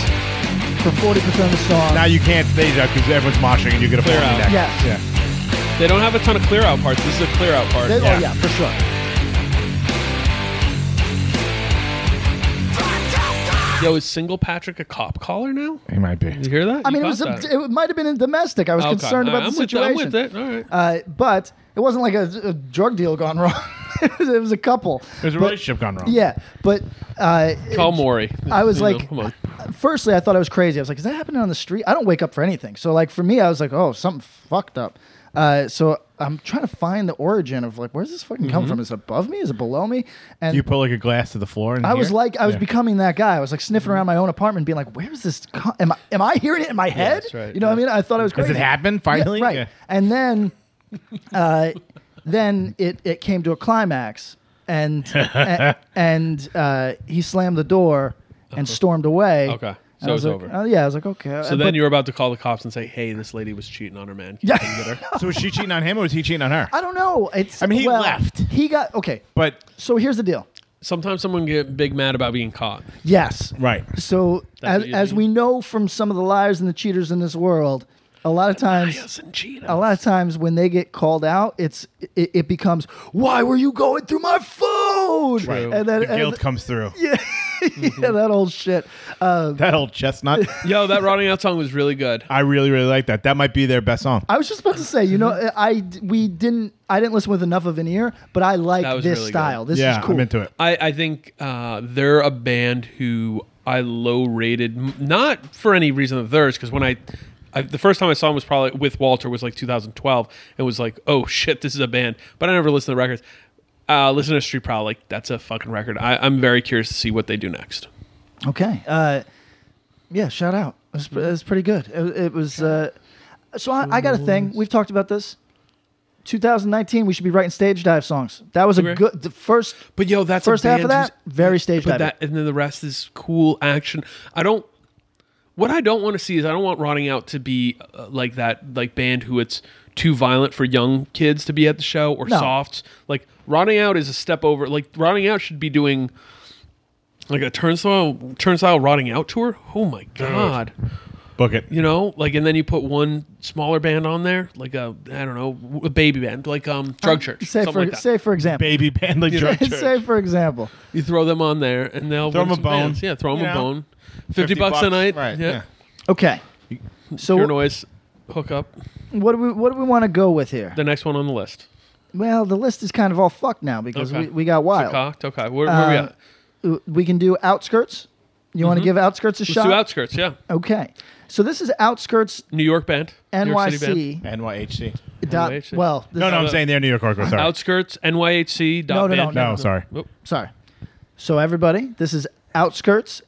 S3: for forty percent of the song.
S5: Now you can't stage that because everyone's moshing and you get a
S4: Clear
S5: falling
S4: out.
S5: neck.
S3: Yes.
S5: Yeah.
S4: They don't have a ton of clear out parts. This is a clear out part.
S3: They-
S5: yeah.
S3: Oh yeah, for sure.
S4: Yo, is single Patrick a cop caller now?
S5: He might be.
S4: You hear that?
S3: I mean,
S4: You
S3: it was
S4: caught
S3: a,
S4: that.
S3: it might have been in domestic. I was
S4: Okay.
S3: concerned
S4: All
S3: about
S4: right,
S3: the
S4: I'm
S3: situation.
S4: With, I'm with it. All right.
S3: Uh, but it wasn't like a, a drug deal gone wrong. it was a couple.
S5: There's a
S3: But-
S5: relationship gone wrong.
S3: Yeah, but uh,
S4: Call
S3: it-
S4: Maury.
S3: I was
S4: You know,
S3: like, uh,
S4: come on.
S3: firstly, I thought I was crazy. I was like, is that happening on the street? I don't wake up for anything. So like for me, I was like, oh, something fucked up. Uh, so I'm trying to find the origin of like, where's this fucking come
S5: Mhm.
S3: from? Is it above me? Is it below me? And
S5: you put like a glass to the floor. And
S3: I was like, I was
S5: becoming.
S3: becoming that guy. I was like
S5: Mm-hmm.
S3: sniffing around my own apartment, being like, "Where's this? Co- am I am I hearing it in my head?
S5: that's right,
S3: You know what I mean? I thought I was
S5: Has it
S3: crazy.
S5: happened
S3: Yeah,
S5: finally?
S3: right?
S5: Yeah.
S3: And then, uh, then it it came to a climax, and a- and uh, he slammed the door and stormed away.
S4: Okay.
S3: And I
S4: So it
S3: was
S4: was
S3: like,
S4: over.
S3: Oh, yeah, I was like, okay.
S4: So
S3: But-
S4: then you were about to call the cops and say, "Hey, this lady was cheating on her man." Can
S3: Yeah.
S4: you get her?"
S5: So was she cheating on him or was he cheating on her?
S3: I don't know. It's.
S5: I mean, he
S3: well,
S5: left.
S3: He got okay.
S5: But
S3: So here's the deal.
S4: Sometimes someone get big mad about being caught.
S3: Yes.
S5: right.
S3: So
S4: That's
S3: as,
S4: what you
S3: as
S4: mean?
S3: we know from some of the liars and the cheaters in this world, a lot of times
S4: Yes, and cheating.
S3: a lot of times when they get called out, it's it, it becomes why were you going through my phone?
S5: True.
S3: And then
S5: the
S3: and
S5: guilt
S3: th-
S5: comes through.
S3: yeah, that old shit. Uh,
S5: That old chestnut.
S4: Yo, that Ronnie out song was really good.
S5: I really, really like that. That might be their best song.
S3: I was just about to say, you
S4: Mm-hmm.
S3: know, I we didn't I didn't listen with enough of an ear, but I
S4: That
S3: like
S4: was
S3: this
S4: really good.
S3: style. This
S5: yeah,
S3: is cool.
S5: I'm into it.
S4: I, I think uh, they're a band who I low rated, m- not for any reason of theirs, because when I, I, the first time I saw them was probably with Walter, was like 2012, and was like, oh shit, this is a band. But I never listened to the records. Uh, listen to Street Prowl, like, that's a fucking record. I, I'm very curious to see what they do next.
S3: Okay. Uh, yeah, shout out. It was, it was pretty good. It, it was. Uh, so I, I got a thing. We've talked about this. 2019, we should be writing stage dive songs. That was a
S4: Agree.
S3: good the first.
S4: But yo, that's
S3: first
S4: a
S3: half
S4: band
S3: of that
S4: who's-
S3: very stage
S4: But
S3: dive.
S4: that, and then the rest is cool action. I don't. What I don't want to see is I don't want Rotting Out to be uh, like that, like band who it's too violent for young kids to be at the show or
S3: No.
S4: softs. Like Rotting Out is a step over. Like Rotting Out should be doing like a turnstile turnstile Rotting Out tour. Oh my god.
S5: Book it.
S4: You know, like, and then you put one smaller band on there, like a I don't know, a baby band, like um, Drug Church,
S3: Uh, say
S4: something
S3: for
S4: like that.
S3: say for example.
S5: Baby band like Drug Church.
S3: say for example.
S4: You throw them on there, and they'll
S5: Throw
S4: win
S5: 'em a
S4: some
S5: bone.
S4: fans. Yeah, throw them
S5: You
S4: a
S5: know?
S4: bone. Fifty, bucks, a night.
S5: Right.
S4: Yeah.
S5: Yeah.
S3: Okay.
S4: Pure
S3: So
S4: noise. Hook up.
S3: what do we what do we want to go with here?
S4: The next one on the list.
S3: Well, the list is kind of all fucked now because
S4: Okay.
S3: we, we got wild.
S4: Cocked. Okay. Where, where we
S3: Uh,
S4: at?
S3: We can do outskirts. You want to give outskirts a
S4: Mm-hmm. Let's
S3: shot?
S4: do outskirts. Yeah.
S3: okay. So this is outskirts
S4: New York band. New York City band.
S3: NYC.
S5: NYHC.
S3: Dot,
S4: NYHC.
S3: well, this
S5: No,
S3: is-
S5: no, I'm saying they're New York hardcore. Sorry.
S4: Outskirts. NYHC.
S3: No,
S4: Dot
S3: no, no,
S4: band.
S5: no, sorry.
S4: Oop.
S3: Sorry. So everybody, this is outskirts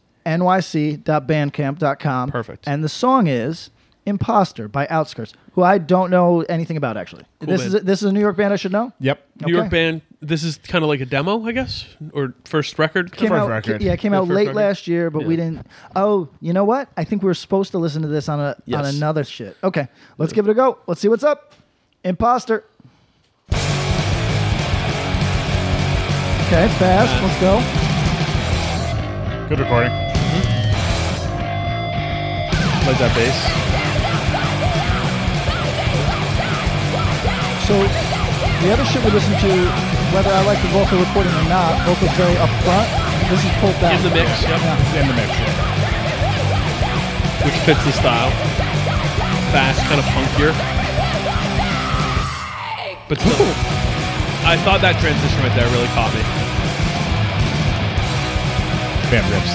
S3: nyc.bandcamp.com.
S4: Perfect.
S3: And the song is Imposter by Outskirts, who I don't know anything about actually. this
S4: band.
S3: is a, this is a New York band I should know.
S5: Yep.
S4: New York band. This is kind of like a demo, I guess, or first record.
S3: Came
S5: first
S3: out,
S5: record.
S3: Yeah, came
S4: The
S3: out
S4: first
S3: late
S4: record.
S3: last year, but we didn't. Oh, you know what? I think we were supposed to listen to this on a on
S4: Yes.
S3: another shit. Okay, let's give it a go. Let's see what's up. Imposter. Okay, fast. Let's go.
S5: Good recording.
S8: Like that bass.
S3: So the other shit we listen to, whether I like the vocal recording or not, vocal's very upfront. This is pulled back.
S4: In the mix. Yep.
S5: It's in the mix.
S4: Which fits the style. Fast, kind of punkier. But still, I thought that transition right there really caught me.
S5: Band rips.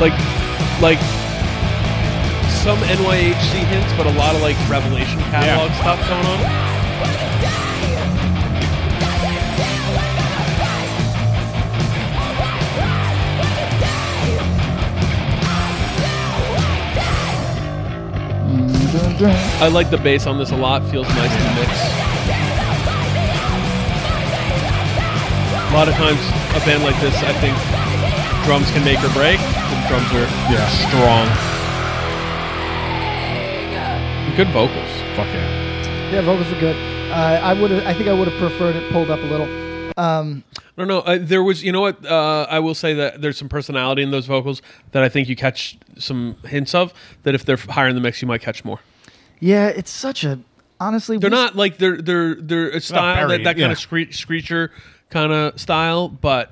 S4: like like some NYHC hints, but a lot of like Revelation catalog
S5: Yeah.
S4: stuff going on. I like the bass on this a lot. Feels nice to mix. A lot of times, a band like this, I think, drums can make or break. The drums are
S5: Yeah.
S4: strong. Good vocals.
S5: Fuck yeah.
S3: Yeah, vocals are good. Uh, I would, I think I would have preferred it pulled up a little.
S4: I don't know. I, there was, you know what? Uh, I will say that there's some personality in those vocals that I think you catch some hints of. That if they're higher in the mix, you might catch more.
S3: Yeah, it's such a honestly.
S4: They're
S3: we-
S4: not like they're they're they're a style that,
S5: buried,
S4: that kind
S5: yeah.
S4: of scree- screecher kind of style, but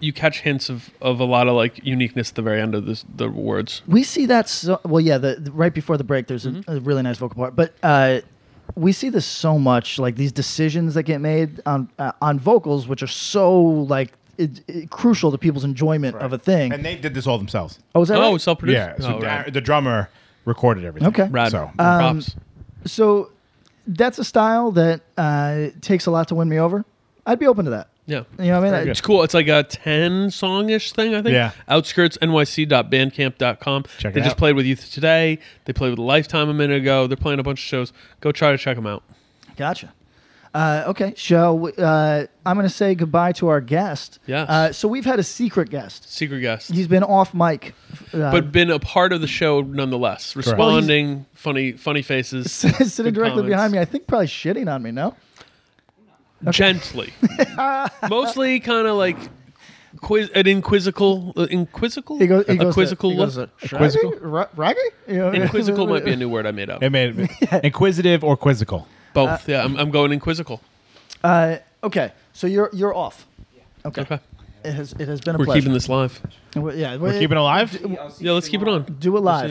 S4: you catch hints of, of a lot of like uniqueness at the very end of this, the words. Mm-hmm.
S3: We see that so well. Yeah, the, the- right before the break, there's a, a really nice vocal part, but uh, we see this so much, like these decisions that get made on uh, on vocals, which are so like it, it- crucial to people's enjoyment of a thing.
S5: And they did this all themselves.
S3: Oh, is that Oh, right?
S4: self-produced?
S5: Yeah. So
S4: Oh,
S5: Da-
S4: rad.
S5: the drummer recorded everything.
S3: Okay.
S5: Right. So
S3: Um, So that's a style that uh, takes a lot to win me over. I'd be open to that.
S4: Yeah.
S3: You know what I mean? I-
S4: It's cool. It's like a 10 songish thing, I think.
S3: Yeah.
S4: Outskirtsnyc.bandcamp.com.
S3: Check
S4: they
S3: it
S4: just
S3: out.
S4: played with Youth Today. They played with Lifetime a minute ago. They're playing a bunch of shows. Go try to check them out.
S3: Gotcha. Uh, okay, shall we, uh, I'm going to say goodbye to our guest.
S4: Yes.
S3: Uh, so we've had a secret guest.
S4: Secret guest.
S3: He's been off mic. Uh,
S4: but been a part of the show nonetheless,
S3: Correct. Well, he's-
S4: responding, funny funny faces.
S3: sitting directly behind me, I think probably shitting on me. No.
S4: Gently. Mostly kind of like quiz, an inquisical. Uh, inquisical?
S3: He goes. He
S4: a
S3: goes
S4: quizzical
S3: To, he goes
S4: look?
S3: to, "Shaggy? Ra- Raggy? You know,
S4: Inquisical might be a new word I made up.
S5: It made inquisitive or quizzical.
S4: Both. yeah, I'm, I'm going inquisical.
S3: Uh, okay, so you're you're off. Okay. It has it has been a
S4: We're
S3: pleasure.
S4: keeping this live.
S3: We're- yeah,
S4: Yeah, let's keep it on.
S3: Do it
S4: Let's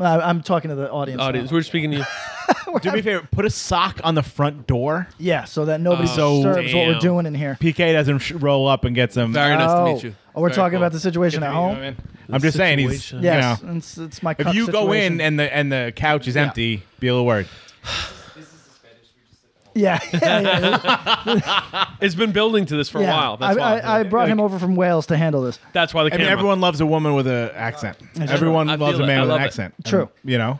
S3: live. I- I'm talking to the audience. now.
S4: Audience, Oh, we're speaking to you.
S5: Do me a favor. Put a sock on the front door.
S3: Yeah, so that nobody
S4: Oh,
S3: disturbs what we're doing in here.
S5: PK doesn't sh- roll up and get some.
S4: Very nice to meet
S3: Oh. Oh, we're talking about the situation at home.
S5: I'm just saying he's.
S3: Yes,
S5: you know.
S3: it's, it's my.
S5: if
S3: cup
S5: you go
S3: situation.
S5: in and the and the couch is
S3: Yeah.
S5: empty, be a little worried.
S3: yeah, yeah, yeah.
S4: it's been building to this for
S3: Yeah.
S4: a while. That's
S3: I,
S4: why.
S3: I, I brought him over from Wales to handle this.
S4: That's why the
S5: I mean,
S4: camera.
S5: everyone loves a woman with an accent.
S3: That's
S5: everyone
S3: true. I
S5: loves
S3: feel
S5: a
S3: it. I
S5: man with an
S3: love it.
S5: accent. And,
S3: True.
S5: you know.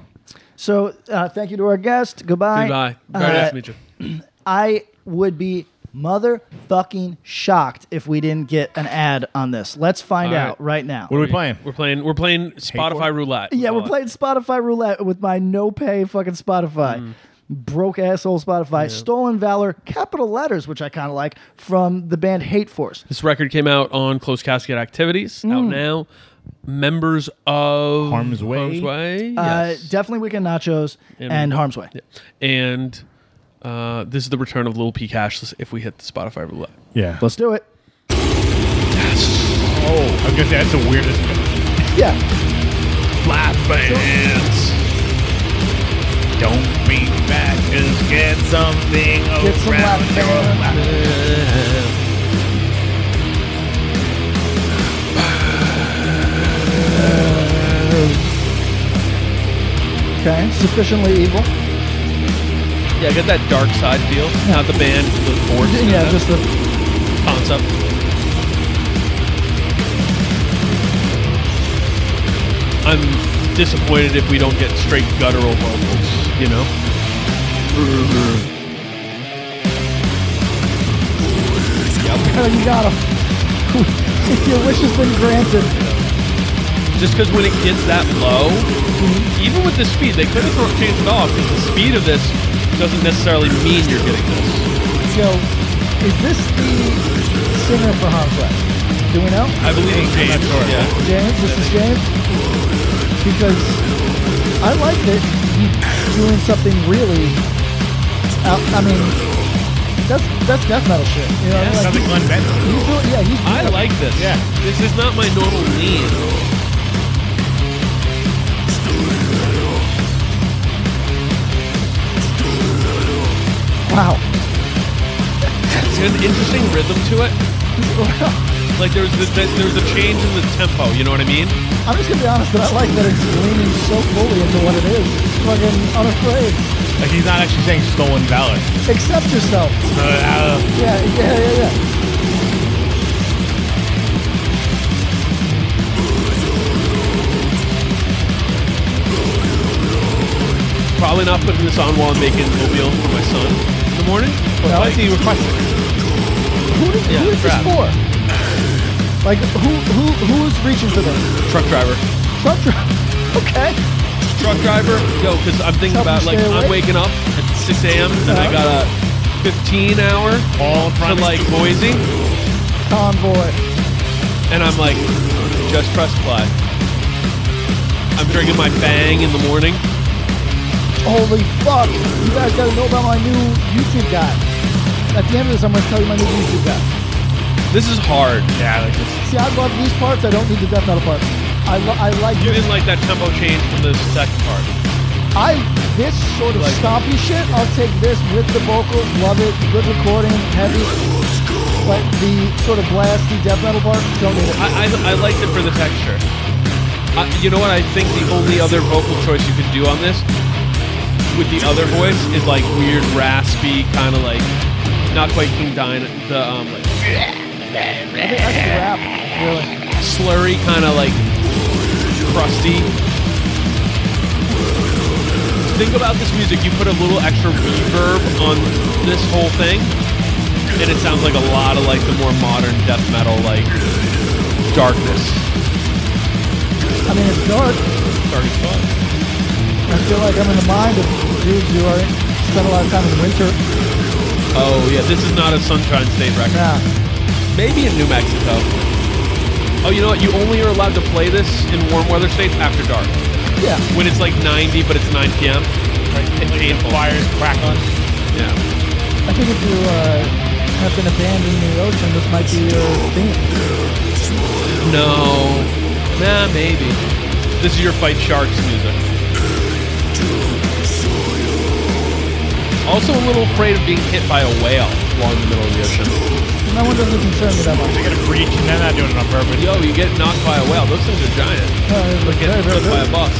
S3: So uh, thank you to our guest. Goodbye.
S5: Goodbye.
S4: Very
S3: Uh,
S4: nice to meet you.
S3: I would be motherfucking shocked if we didn't get an ad on this. Let's find
S4: All right.
S3: out right now.
S4: We're playing. We're playing Spotify roulette.
S3: Yeah,
S4: Call
S3: we're
S4: it.
S3: playing Spotify roulette with my no pay fucking Spotify.
S4: Mm.
S3: Broke asshole Spotify. Stolen Valor, capital letters, which I kind of like, from the band Hate Force.
S4: This record came out on Closed Casket Activities.
S3: Mm.
S4: Out now. Members of
S5: Harm's Way.
S4: Harm's Way.
S3: Uh,
S4: yes.
S3: definitely Weekend Nachos and, Harm's Way.
S4: Yeah. And uh, this is the return of Lil P Cashless if we hit the Spotify roulette.
S5: Yeah.
S3: Let's do it.
S5: Oh, I guess that's the weirdest.
S3: Yeah.
S5: Flat bands. Don't be fat, just get something
S11: Get some
S5: around
S11: lap
S5: your
S11: band.
S5: lap.
S3: Okay, sufficiently evil.
S4: Yeah, get that dark side feel. Not the band, the chords. and
S3: Yeah,
S4: that
S3: just the
S4: concept. I'm disappointed if we don't get straight guttural vocals. You know.
S3: Oh, you got him. Your wish has been granted.
S4: Just because when it gets that low, even with the speed, they could have thrown changed it off because the speed of this doesn't necessarily mean you're getting this.
S3: So, is this the singer for Harm's Way? Do we know?
S4: I believe in James. Yeah.
S3: James, this is James. Because I like that he's doing something really. out I mean, that's that's death metal shit. You know, what I mean? like,
S5: Something Glenn Benton.
S3: he's doing, yeah, he's
S4: I like this. Yeah. This is not my normal lean.
S5: Uh-huh.
S3: wow.
S4: It's got an interesting rhythm to it. Like there's the, the, there's a change in the tempo. You know what I mean?
S3: I'm just gonna be honest that I like that it's leaning so fully into what it is. It's fucking unafraid.
S5: Like he's not actually saying stolen valor.
S3: Accept yourself.
S5: Uh,
S3: Yeah, yeah, yeah, yeah.
S4: Probably not putting this on while I'm making oatmeal for my son Oh, in the morning. But like, he requested.
S3: Who does,
S4: Yeah,
S3: who is
S4: crap.
S3: this for? Like who who who's reaching for this?
S4: Truck driver.
S3: Truck driver. Okay.
S4: Truck driver. Yo, because I'm thinking
S3: Help me
S4: about like
S3: stay
S4: I'm
S3: awake.
S4: waking up at 6 a.m. and I got a 15 hour
S5: all
S4: to like Boise,
S3: Convoy.
S4: and I'm like, just press play. I'm drinking my bang in the morning.
S3: Holy fuck! You guys gotta know about my new YouTube guy. At the end of this, I'm gonna tell you my new YouTube guy.
S4: This is hard.
S5: Yeah, like this.
S3: See, I love these parts. I don't need the death metal parts. I, lo- I like
S4: You didn't like that tempo change from the second part.
S3: I this sort of stompy shit. I'll take this with the vocals. Love it. Good recording. Heavy. But the sort of blasty death metal part, don't need it.
S4: I, I, I liked it for the texture. Uh, you know what? I think the only other vocal choice you could do on this with the other voice is like weird, raspy, kind of like not quite King Dine, the um, like slurry, kind of like crusty. Think about this music. You put a little extra reverb on this whole thing, and it sounds like a lot of like the more modern death metal, like darkness.
S3: I mean, it's dark.
S4: Dark as fuck.
S3: I feel like I'm in the mind of dudes who are spend a lot of time in winter.
S4: Oh yeah, this is not a Sunshine State record. Maybe in New Mexico. Oh, you know what? You only are allowed to play this in warm weather states after dark.
S3: Yeah.
S4: When it's like 90, but it's 9 p.m. Right. It's painful. Fires crack on. Yeah.
S3: I think if you uh, have been abandoned in the ocean, this might be your theme.
S4: No. Nah, maybe. This is your fight sharks music. Also, a little afraid of being hit by a whale while in the middle of the ocean.
S3: No one doesn't concern me that much.
S4: They're gonna breach, and they're not doing it on purpose. Yo, you get knocked by a whale. Those things are giant. Look at
S3: very, very
S4: hit by a bus.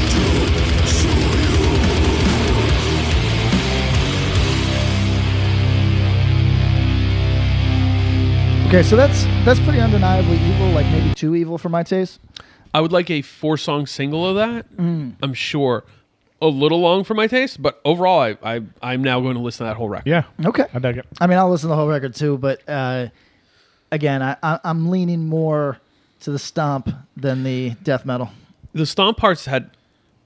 S3: Okay, so that's that's pretty undeniably evil, like maybe too evil for my taste.
S4: I would like a four-song single of that.
S3: Mm.
S4: I'm sure. A little long for my taste, but overall, I, I I'm now going to listen to that whole record.
S5: Yeah.
S3: Okay.
S5: I dug it.
S3: I mean, I'll listen to the whole record too, but uh, again, I, I, I'm leaning more to the stomp than the death metal.
S4: the stomp parts had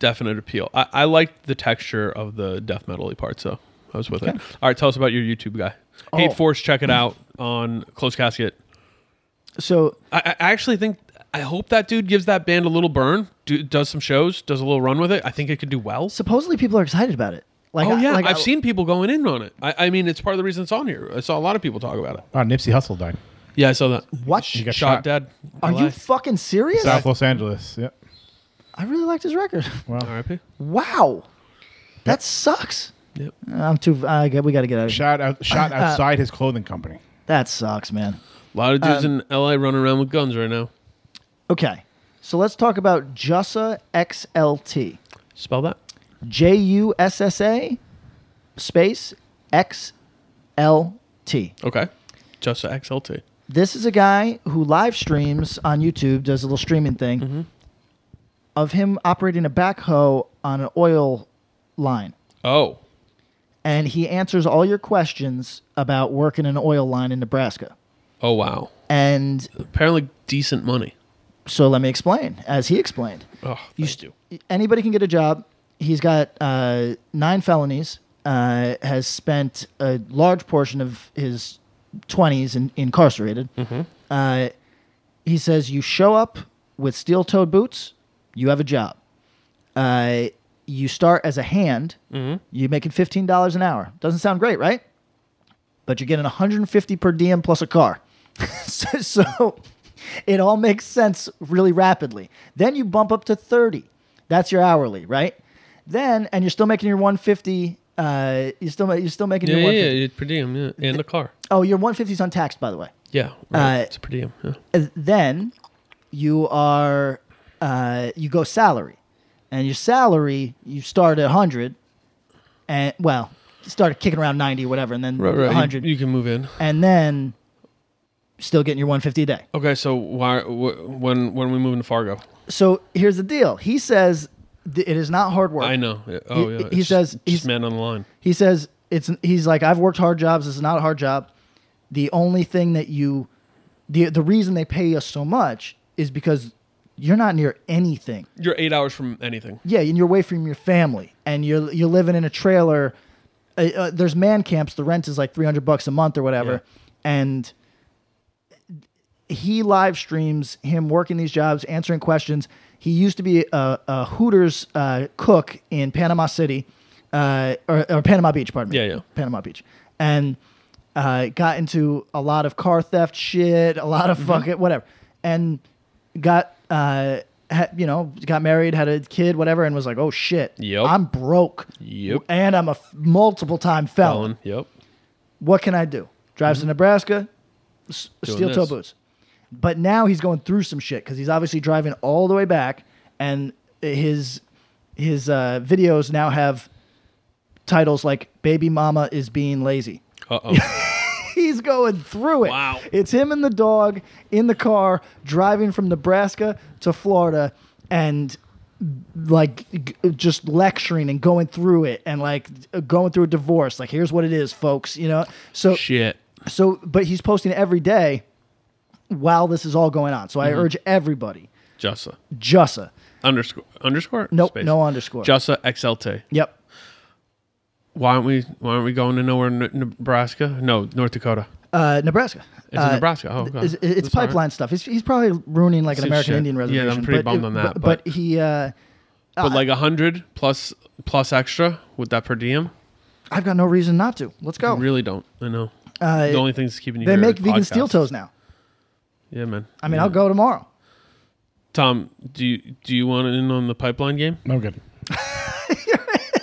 S4: definite appeal. I, I liked the texture of the death metal part, so I was with it. All right, tell us about your YouTube guy. Hate
S3: Oh.
S4: Force, check it out on Close Casket.
S3: So
S4: I, I actually think I hope that dude gives that band a little burn, do, does some shows, does a little run with it. I think it could do well.
S3: supposedly people are excited about it. Like,
S4: oh
S3: I-
S4: yeah,
S3: like
S4: I've
S3: I-
S4: seen people going in on it. I, I mean, it's part of the reason it's on here. I saw a lot of people talk about it.
S5: Oh, Nipsey Hussle died.
S4: Yeah, I saw that.
S3: What?
S5: He got
S4: Shot,
S5: shot.
S4: dead.
S3: Are you fucking serious?
S5: South Los Angeles. Yep.
S3: I really liked his record.
S4: R.I.P.
S3: Wow, that sucks.
S4: Yep.
S3: I'm too. I got we got to get out of here.
S5: Shot out, shot
S3: Uh,
S5: outside his clothing company.
S3: That sucks, man.
S4: A lot of dudes
S3: Um,
S4: in L.A. running around with guns right now.
S3: Okay, so let's talk about Jussa XLT.
S4: Spell that.
S3: J U S S A space X L T.
S4: Okay. Just a XLT.
S3: This is a guy who live streams on YouTube, does a little streaming thing of him operating a backhoe on an oil line.
S4: Oh.
S3: And he answers all your questions about working an oil line in Nebraska.
S4: Oh wow.
S3: And
S4: Apparently decent money.
S3: so let me explain, as he explained.
S4: Oh,
S3: You
S4: thank
S3: st-
S4: you.
S3: Anybody can get a job. He's got uh, nine felonies. Uh, has spent a large portion of his twenties in, incarcerated.
S4: Mm-hmm.
S3: Uh, he says you show up with steel-toed boots, you have a job. Uh, you start as a hand.
S4: Mm-hmm.
S3: You're making fifteen dollars an hour. Doesn't sound great, right? But you're getting 150 per diem plus a car. so, so it all makes sense really rapidly. Then you bump up to 30. That's your hourly, right? Then and you're still making your 150. Uh, you still ma- you're still making
S4: Yeah,
S3: your
S4: yeah,
S3: 150.
S4: yeah, per diem, yeah, and the car.
S3: Oh, your 150 is untaxed, by the way.
S4: Yeah, right.
S3: Uh,
S4: it's per diem. Yeah.
S3: Uh, Then you are uh, you go salary, and your salary you start at 100, and well, you start kicking around 90, whatever, and then
S4: Right, right. you-
S3: 100,
S4: You, can move in.
S3: and then still getting your 150 a day.
S4: Okay, so why wh- when when we move into Fargo?
S3: So here's the deal. He says th- it is not hard work.
S4: I know. Yeah, Oh
S3: He-
S4: yeah.
S3: he
S4: it's just-
S3: says-
S4: just
S3: he's-
S4: man on the line.
S3: He says it's he's like I've worked hard jobs. This is not a hard job. The only thing that you the the reason they pay us so much is because you're not near anything.
S4: You're eight hours from anything.
S3: Yeah, and you're away from your family, and you're you're living in a trailer. Uh, uh, there's man camps. The rent is like 300 bucks a month or whatever, and he live streams him working these jobs, answering questions. He used to be a, a Hooters uh, cook in Panama City, uh, or, or Panama Beach, pardon me.
S4: Yeah, yeah.
S3: Panama Beach, and uh, got into a
S4: Mm-hmm.
S3: lot of car theft shit, a lot of fucking whatever, and got uh, ha- you know, got married, had a kid, whatever, and was like, oh shit,
S4: Yep.
S3: I'm broke,
S4: Yep.
S3: and I'm a f- multiple time felon.
S4: Felon. Yep.
S3: What can I do? Drives to Nebraska, s-
S4: Mm-hmm. Doing
S3: steel toe
S4: this.
S3: boots. But now he's going through some shit because he's obviously driving all the way back, and his his uh, videos now have titles like "Baby Mama is being lazy."
S4: Uh oh.
S3: He's going through it.
S4: Wow.
S3: It's him and the dog in the car driving from Nebraska to Florida and like g- just lecturing and going through it and like uh, going through a divorce. Like, here's what it is, folks, you know? So,
S4: Shit.
S3: so, but he's posting every day while this is all going on. So I
S4: Mm-hmm.
S3: urge everybody,
S4: Jussa.
S3: Jussa.
S4: Underscore. Underscore.
S3: Nope,
S4: Space.
S3: no underscore.
S4: Jussa XLT.
S3: Yep.
S4: Why aren't we? Why aren't we going to nowhere? in Nebraska? No, North Dakota.
S3: Uh, Nebraska.
S4: It's in
S3: Uh,
S4: Nebraska. Oh, okay.
S3: It's, it's
S4: That's all right.
S3: pipeline stuff. He's, he's probably ruining like an
S4: It's
S3: American
S4: shit.
S3: Indian
S4: Yeah, I'm
S3: reservation.
S4: pretty
S3: but-
S4: bummed on that,
S3: But,
S4: but-
S3: he, uh,
S4: But like a hundred plus plus extra with that per diem.
S3: I've got no reason not to. Let's go.
S4: I really don't. I know.
S3: Oh. Uh,
S4: the only thing that's keeping you.
S3: They
S4: here
S3: make
S4: is
S3: vegan
S4: podcasts.
S3: steel toes now.
S4: Yeah, man.
S3: I mean, I'll go tomorrow.
S4: Tom, do you do you want in on the pipeline game?
S5: No good.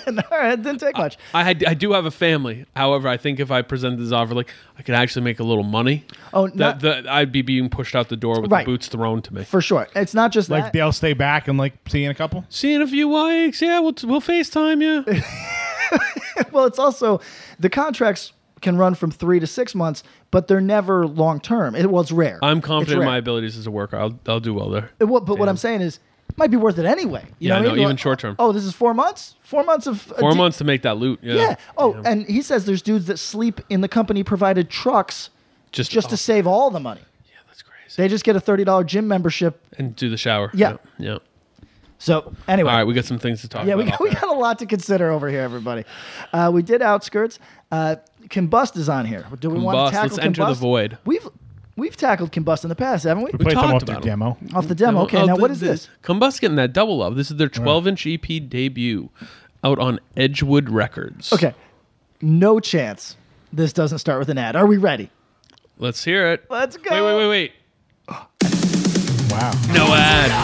S3: All right, it didn't take much.
S4: I had, I do have a family. However, I think if I presented this offer, like I could actually make a little money.
S3: Oh,
S4: that,
S3: not-
S4: that I'd be being pushed out the door with
S3: Right.
S4: the boots thrown to me.
S3: For sure. It's not just
S5: Like
S3: that.
S5: they'll stay back and like see you in a couple.
S4: See you in a few weeks. Yeah, we'll we'll Facetime you.
S3: well, it's also the contracts can run from three to six months, but they're never long term. It was rare.
S4: I'm
S3: It's
S4: confident in my
S3: rare.
S4: abilities as a worker. I'll I'll do well there.
S3: It wa- Uh, but what I'm saying is, it might be worth it anyway. You know,
S4: Yeah, I
S3: what
S4: know,
S3: You're
S4: even
S3: like,
S4: short term.
S3: Oh, this is four months. Four months of a
S4: Four
S3: de-
S4: months to make that loot. Yeah.
S3: Yeah. Oh, and he says there's dudes that sleep in the company provided trucks
S4: Just-
S3: just
S4: oh.
S3: to save all the money.
S4: yeah, that's crazy.
S3: They just get a thirty dollar gym membership.
S4: and do the shower.
S3: Yeah.
S4: Yeah.
S3: So anyway,
S4: All right, we got some things to talk
S3: Yeah,
S4: about.
S3: we got, we
S4: off air.
S3: got a lot to consider over here, everybody. Uh, we did outskirts. Uh, combust is on here. Do we want
S4: Combust,
S3: to tackle
S4: let's
S3: combust?
S4: enter the void.
S3: We've we've tackled combust in the past, haven't we?
S5: We, played some
S4: talked
S5: off the
S4: about 'em.
S5: demo.
S3: Off the demo. Okay,
S4: Oh,
S3: now
S4: the-
S3: what is
S4: the-
S3: this?
S4: Combust getting that double love. This is their 12 inch EP debut out on Edgewood Records.
S3: Okay, no chance. This doesn't start with an ad. Are we ready?
S4: Let's hear it.
S3: Let's go.
S4: Wait, wait, wait, wait.
S5: Wow.
S4: No ad.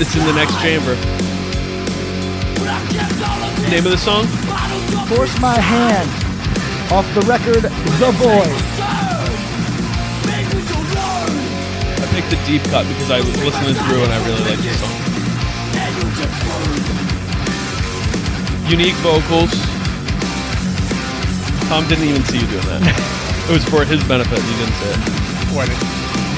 S4: It's in the next chamber. Name of the song?
S3: Force my hand off the record. The boy.
S4: I picked the deep cut because I was listening through and I really liked the song. Unique vocals. Tom didn't even see you doing that. it was for his benefit. He didn't say it.
S5: What?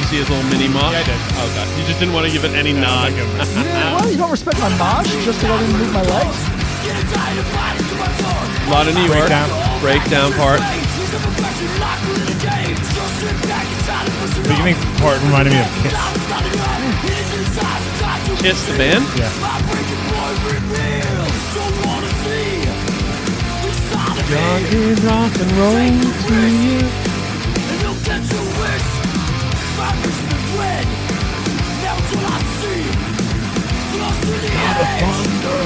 S4: You see his little mini mock?
S5: Yeah, I did.
S4: Okay. You just didn't want to give it any nod.
S3: You didn't- what? You don't respect my mosh just because I didn't move my legs?
S4: A lot of New York.
S5: Breakdown.
S4: Breakdown part.
S5: Beginning part reminded me of Kiss.
S4: Kiss the band.
S5: Yeah.
S4: rock and roll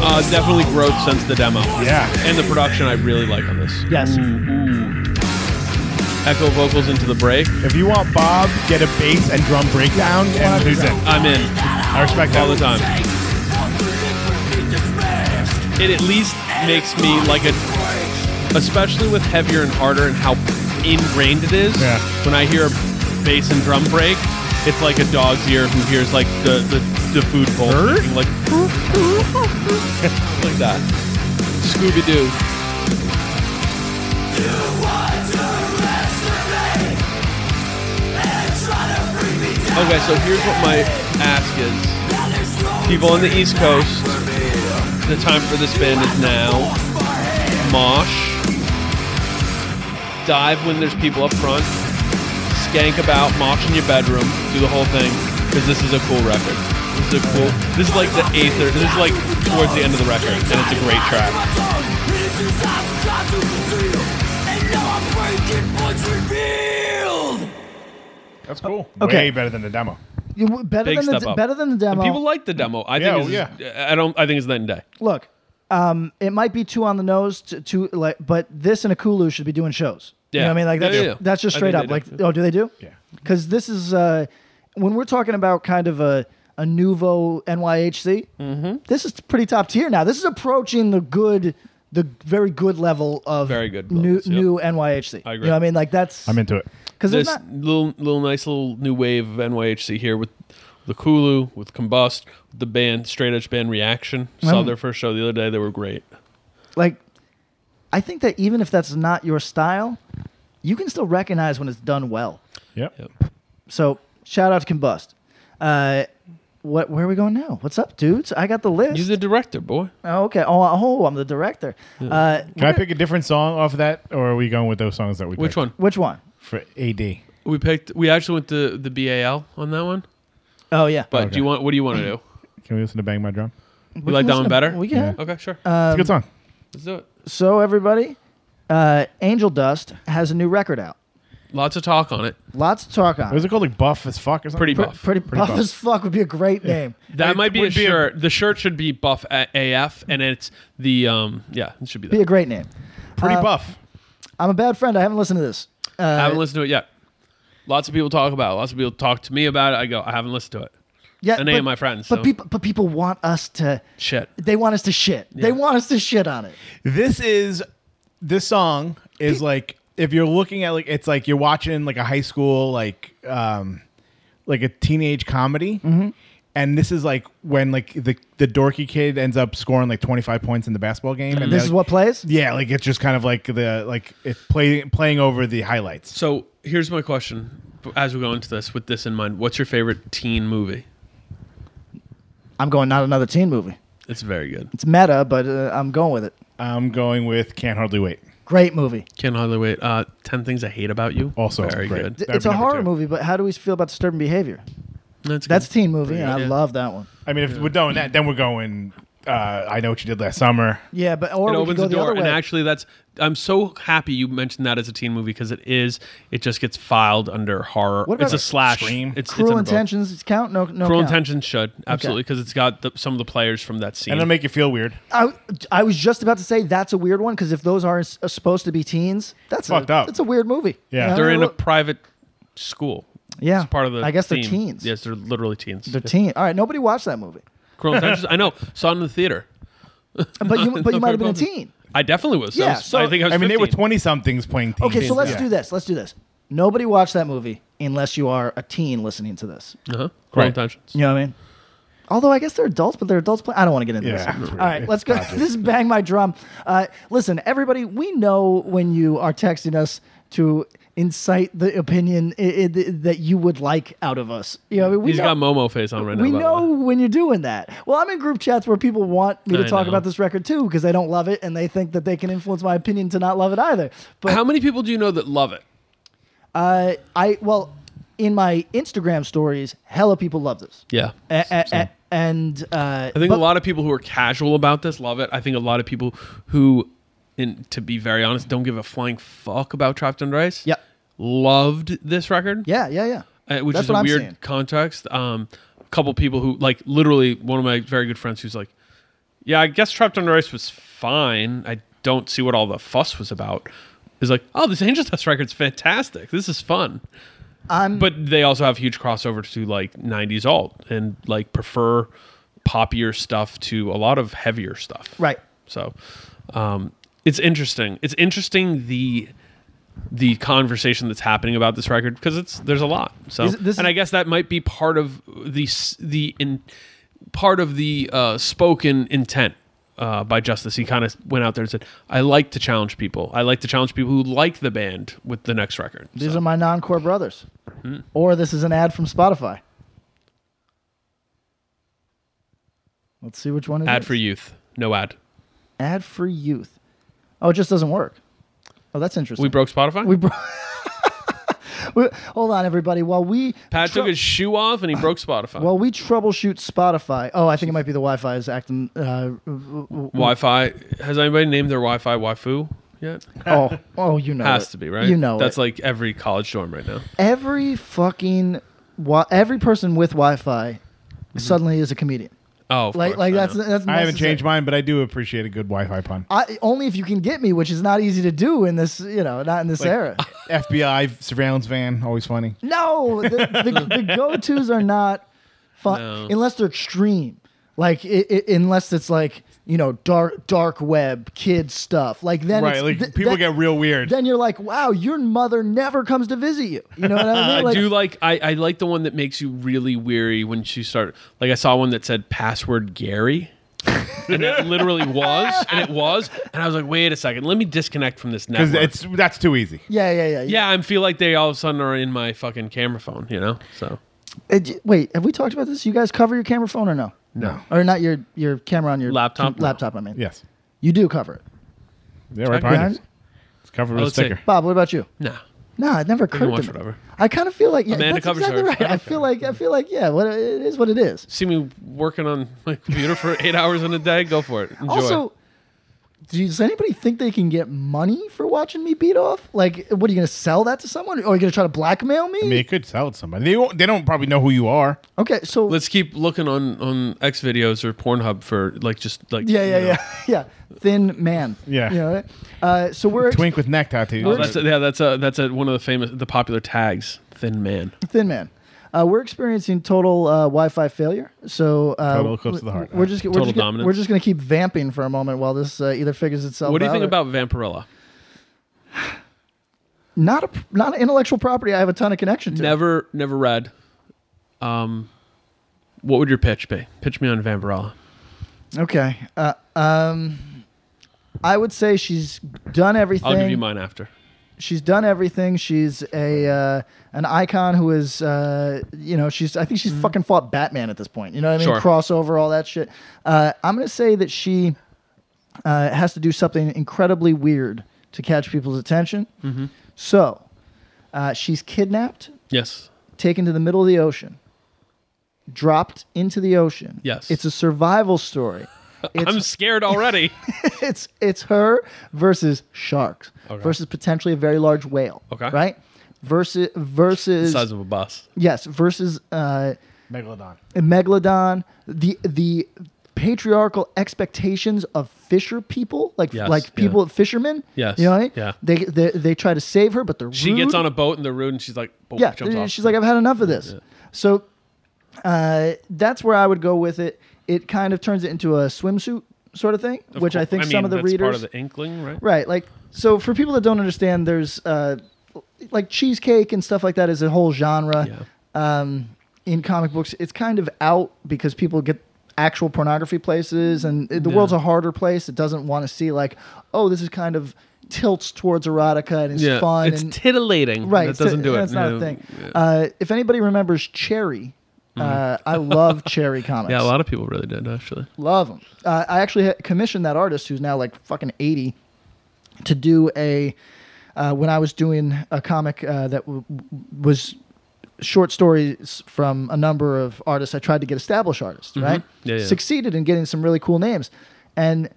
S4: Uh, definitely growth since the demo.
S5: Yeah.
S4: And the production I really like on this.
S3: Yes.
S4: Echo vocals into the break.
S5: If you want Bob, get a bass and drum breakdown, and who's in?
S4: I'm in.
S5: I respect that
S4: all the time. It at least makes me like a, especially with heavier and harder and how ingrained it is.
S5: Yeah.
S4: When I hear a bass and drum break, it's like a dog's ear who hears like the the, the food bowl, beeping, like like that. Scooby Doo. Okay, so here's what my ask is people on the East Coast, the time for this band is now. Mosh. Dive when there's people up front. Skank about, mosh in your bedroom, do the whole thing, because this is a cool record. This is a cool. This is like the eighth or this is like towards the end of the record, and it's a great track.
S5: That's cool.
S3: Okay.
S5: Way better than the demo.
S3: You, better
S4: Big
S3: than the
S4: step
S3: de-
S4: up.
S3: better than the demo.
S4: And people like the demo. I
S5: Yeah,
S4: think.
S5: oh,
S4: it's, I don't. I think it's night and day.
S3: Look, um, it might be too on the nose, to, too like, but this and a Kulu should be doing shows. you
S4: Yeah.
S3: know what I mean, like
S4: They
S3: that's,
S4: do.
S3: that's just
S4: I
S3: straight
S4: think
S3: up.
S4: they
S3: Like,
S4: do.
S3: oh, do they do?
S5: Yeah.
S3: Because this is uh, when we're talking about kind of a a Nouveau NYHC. Mm-hmm. This is pretty top tier now. This is approaching the good, the very good level of
S4: Very good
S3: new,
S4: levels, yep.
S3: new NYHC.
S4: I agree.
S3: You know what I mean? Like that's
S5: I'm into it.
S3: because there's
S4: this
S3: not
S4: little little nice little new wave of NYHC here with the Kulu, with Combust, with the band Straight Edge Band Reaction. Saw
S3: Mm.
S4: their first show the other day. They were great.
S3: like I think that even if that's not your style, you can still recognize when it's done well.
S5: Yep.
S3: So shout out to Combust. Uh, what where are we going now? What's up, dudes? I got the list.
S4: You're the director, boy.
S3: oh, okay. Oh, oh, I'm the director. Uh,
S5: Can I pick a different song off of that, or are we going with those songs that we?
S4: Which
S5: picked?
S4: one?
S3: which one?
S5: for AD?
S4: We picked. We actually went to the BAL on that one.
S3: Oh yeah.
S4: But do you want? What do you want to do?
S5: Can we listen to "Bang My Drum"?
S4: You like that one better?
S3: We can.
S4: Okay, sure.
S5: it's a good song.
S4: Let's do it.
S3: So everybody, uh, Angel Dust has a new record out.
S4: Lots of talk on it.
S3: Lots to talk on.
S5: Was it called like "Buff as Fuck" or something?
S4: Pretty buff.
S3: Pretty,
S5: Pretty
S3: buff,
S5: buff.
S3: as fuck would be a great name.
S4: That
S5: It
S4: might be a
S5: would be a-
S4: shirt. the shirt should be buff a- AF, and it's the um yeah, it should be that.
S3: Be a great name.
S5: Pretty buff.
S3: I'm a bad friend. I haven't listened to this.
S4: I
S3: Uh,
S4: haven't listened to it yet. Lots of people talk about. it. Lots of people talk to me about it. I go, I haven't listened to it.
S3: yeah,
S4: and they ain't my friends,
S3: But
S4: so.
S3: people, but people want us to.
S4: Shit.
S3: They want us to shit. They want us to shit on it.
S5: This is this song is like if you're looking at like it's like you're watching like a high school like um like a teenage comedy.
S3: Mm-hmm.
S5: And this is like when like the the dorky kid ends up scoring like 25 points in the basketball game
S3: This
S5: and they're
S3: is
S5: like-
S3: what plays.
S5: Yeah, like it's just kind of like the like it playing playing over the highlights.
S4: So here's my question: As we go into this, with this in mind, what's your favorite teen movie?
S3: I'm going not another teen movie.
S4: It's very good.
S3: It's meta, but uh, I'm going with it.
S5: I'm going with Can't Hardly Wait.
S3: Great movie.
S4: Can't hardly wait. Uh, Ten things I hate about you.
S5: Also
S4: very
S5: great.
S4: good.
S3: D-
S5: That'd
S3: It's
S5: be
S3: a
S5: number
S3: horror
S5: two.
S3: movie, but how do we feel about disturbing behavior?
S4: That's,
S3: That's a
S4: good.
S3: teen movie, and I
S4: Yeah.
S3: love that one.
S5: I mean, if we're doing that, then we're going. Uh, I know what you did last summer.
S3: Yeah, but or we
S4: It
S3: could
S4: opens
S3: go
S4: the
S3: the,
S4: door,
S3: other
S4: and
S3: way.
S4: actually, that's. I'm so happy you mentioned that as a teen movie because it is. It just gets filed under horror.
S3: What about
S4: it's a slash.
S5: Scream?
S4: It's, it's
S3: Cruel
S4: under both.
S3: Intentions it's count. No, no.
S4: Cruel
S3: count.
S4: Intentions should absolutely because it's got the, some of the players from that scene.
S5: And it'll make you feel weird.
S3: I, I was just about to say that's a weird one because if those are s- uh, supposed to be teens, that's
S5: Fucked
S3: a,
S5: up.
S3: It's a weird movie.
S5: Yeah.
S3: You
S4: they're in a
S3: look-
S4: private school.
S3: yeah.
S4: It's part of the.
S3: I guess they're
S4: theme.
S3: teens.
S4: Yes, they're literally teens.
S3: they're teen. All right, nobody watched that movie,
S4: Cruel Intentions. I know. Saw it in the theater.
S3: but you but you might have been a teen.
S4: I definitely was. I
S3: Yeah,
S4: was-
S3: so-
S4: I think I was.
S5: I mean, they were
S4: 15.
S5: 20 somethings playing team.
S3: Okay, so let's
S5: Yeah.
S3: do this. Let's do this. Nobody watched that movie unless you are a teen listening to this.
S4: Uh-huh. Cruel
S5: Right.
S4: Intentions.
S3: You know what I mean? Although I guess they're adults, but they're adults. Play- I don't want to get into
S5: Yeah.
S3: this.
S5: It's
S3: All
S5: weird.
S3: right, let's go. this is bang my drum. Uh, listen, everybody, we know when you are texting us to incite the opinion i- i- that you would like out of us. You know, we
S4: He's
S3: know,
S4: got Momo face on right now.
S3: we
S4: by the
S3: know
S4: way.
S3: when you're doing that. Well, I'm in group chats where people want me to
S4: I
S3: talk
S4: know.
S3: about this record too because they don't love it and they think that they can influence my opinion to not love it either. But
S4: How many people do you know that love it?
S3: uh, I well, in my Instagram stories, hella people love this.
S4: Yeah.
S3: A- a- a- and uh,
S4: I think
S3: but-
S4: a lot of people who are casual about this love it. I think a lot of people who, in to be very honest, don't give a flying fuck about Trapped Under Ice.
S3: Yep.
S4: Loved this record.
S3: Yeah, yeah, yeah.
S4: Uh, which
S3: That's
S4: is a
S3: what I'm
S4: weird
S3: seeing.
S4: context. Um, a couple people who like literally one of my very good friends who's like, yeah, I guess Trapped Under Ice was fine. I don't see what all the fuss was about. Is like, oh, this Angel Dust record's fantastic. This is fun.
S3: I'm-
S4: but they also have huge crossover to like '90s alt and like prefer poppier stuff to a lot of heavier stuff.
S3: Right.
S4: So, um, it's interesting. It's interesting the the conversation that's happening about this record because it's there's a lot. So,
S3: Is it- this
S4: and
S3: is-
S4: I guess that might be part of the s- the in part of the uh, spoken intent. Uh, by justice, he kind of went out there and said, "I like to challenge people. I like to challenge people who like the band with the next record."
S3: These are my non-core brothers.
S4: Hmm.
S3: Or this is an ad from Spotify. Let's see which one it
S4: Ad
S3: is.
S4: for youth, no ad.
S3: Ad for youth. Oh, it just doesn't work. Oh, that's interesting.
S4: We broke Spotify.
S3: We bro- We- Hold on, everybody. While we
S4: Pat
S3: trou-
S4: took his shoe off and he broke Spotify.
S3: while we troubleshoot Spotify. Oh, I think it might be the Wi-Fi is acting. Uh,
S4: Wi-Fi. Has anybody named their Wi-Fi Waifu yet?
S3: oh, oh, you know.
S4: Has
S3: it.
S4: to be right.
S3: You know.
S4: that's
S3: it. Eh,
S4: like every college dorm right now.
S3: every fucking wi- every person with Wi-Fi suddenly is a comedian.
S4: Oh, Mm-hmm. of
S3: Like
S4: course,
S3: like
S4: I
S3: that's
S4: know.
S3: that's
S5: I haven't
S3: necessary.
S5: changed mine, but I do appreciate a good Wi-Fi pun.
S3: I, only if you can get me, which is not easy to do in this, you know, not in this era.
S5: FBI surveillance van, always funny.
S3: No, the, the, the go tos are not fun
S4: No.
S3: unless they're extreme. Like i i unless it's like you know dark dark web kid stuff. Like then
S5: Right,
S3: it's-
S5: like
S3: th-
S5: people
S3: that-
S5: get real weird.
S3: Then you're like, wow, your mother never comes to visit you. You know what I
S4: I
S3: mean? Like,
S4: do like I, I like the one that makes you really weary when she start like I saw one that said password Gary. and it literally was, and it was, and I was like, "Wait a second, let me disconnect from this
S5: because
S4: network."
S5: it's that's too easy.
S3: yeah, yeah, yeah.
S4: yeah, I feel like they all of a sudden are in my fucking camera phone, you know. So
S3: Uh, j- wait, have we talked about this? You guys cover your camera phone or no?
S4: No.
S3: Or not your your camera on your
S4: Laptop?
S3: com- Laptop, I mean.
S5: Yes.
S3: You do cover it.
S5: Yeah, right
S4: Check
S5: behind
S3: it.
S5: us. It's covered
S4: I
S5: with a
S4: would say-
S5: sticker.
S3: Bob, what about you?
S4: no,
S3: No, it never occurred
S4: can
S3: to
S4: watch
S3: me.
S4: whatever.
S3: I kind of feel like yeah,
S4: Amanda
S3: that's
S4: covers
S3: exactly
S4: hers.
S3: right. I feel like I feel like yeah, what it is what it is.
S4: see me working on my computer for eight hours in a day. Go for it. Enjoy.
S3: Also, does anybody think they can get money for watching me beat off? Like, what are you going to sell that to someone? Or are you going to try to blackmail me?
S5: I mean, it could sell to somebody. They won't, they don't probably know who you are.
S3: Okay, so
S4: let's keep looking on on X videos or Pornhub for like just like
S3: yeah, yeah,
S4: you know.
S3: yeah, yeah. Thin man.
S5: Yeah.
S3: You know, uh, so we're
S5: Twink with neck tattoos.
S4: Oh, that's a, yeah, that's a, that's a, one of the famous, the popular tags. Thin man.
S3: Thin Man. Uh, we're experiencing total uh, Wi-Fi failure, so uh,
S5: Total eclipse of the heart.
S3: We're just we're
S4: Total
S3: just gonna-
S4: dominance.
S3: We're just going to keep vamping for a moment while this uh, either figures itself.
S4: What do you
S3: out
S4: think
S3: or-
S4: about Vampirella?
S3: not a not an intellectual property? I have a ton of connection to.
S4: Never, never read. Um, what would your pitch be? Pitch me on Vampirella.
S3: Okay. Uh, um, I would say she's done everything.
S4: I'll give you mine after.
S3: she's done everything. She's a uh, an icon who is uh, you know she's I think she's fucking fought Batman at this point. You know what I mean?
S4: Mm-hmm. Sure.
S3: Crossover, all that shit. Uh, I'm gonna say that she uh, has to do something incredibly weird to catch people's attention.
S4: Mm-hmm.
S3: So uh, she's kidnapped,
S4: Yes.
S3: taken to the middle of the ocean, dropped into the ocean.
S4: Yes.
S3: it's a survival story. It's
S4: I'm scared already.
S3: it's it's her versus sharks versus potentially a very large whale.
S4: Okay.
S3: Right. Versus versus
S4: Size of a bus.
S3: yes versus uh,
S5: Megalodon.
S3: a megalodon. The the patriarchal expectations of fisher people, like
S4: Yes, yeah.
S3: like people fishermen.
S4: Yes,
S3: You know. What I mean?
S4: yeah.
S3: They, they they try to save her, but they're
S4: She
S3: rude.
S4: gets on a boat and they're rude and she's like, boom,
S3: Yeah,
S4: jumps off.
S3: she's like, I've had enough of this. So uh, that's where I would go with it. It kind of turns it into a swimsuit sort of thing,
S4: Of
S3: which I
S4: course.
S3: think
S4: mean,
S3: some of the
S4: that's
S3: readers
S4: part of the inkling, right?
S3: Right. Like, so for people that don't understand, there's uh, like cheesecake and stuff like that is a whole genre um, in comic books. It's kind of out because people get actual pornography places, and it- the world's a harder place. It doesn't want to see, like, oh, this is kind of tilts towards erotica and it's
S4: Yeah.
S3: fun.
S4: it's
S3: and,
S4: titillating.
S3: right.
S4: That doesn't
S3: so
S4: do it.
S3: That's not
S4: Yeah.
S3: a thing. Uh, if anybody remembers Cherry, uh, I love Cherry comics
S4: Mm-hmm. Yeah, a lot of people really did, actually.
S3: love him. Uh, I actually had commissioned that artist who's now like fucking 80 to do a. Uh, when I was doing a comic uh, that w- w- was short stories from a number of artists, I tried to get established artists, right?
S4: Mm-hmm. Yeah, yeah.
S3: Succeeded in getting some really cool names. And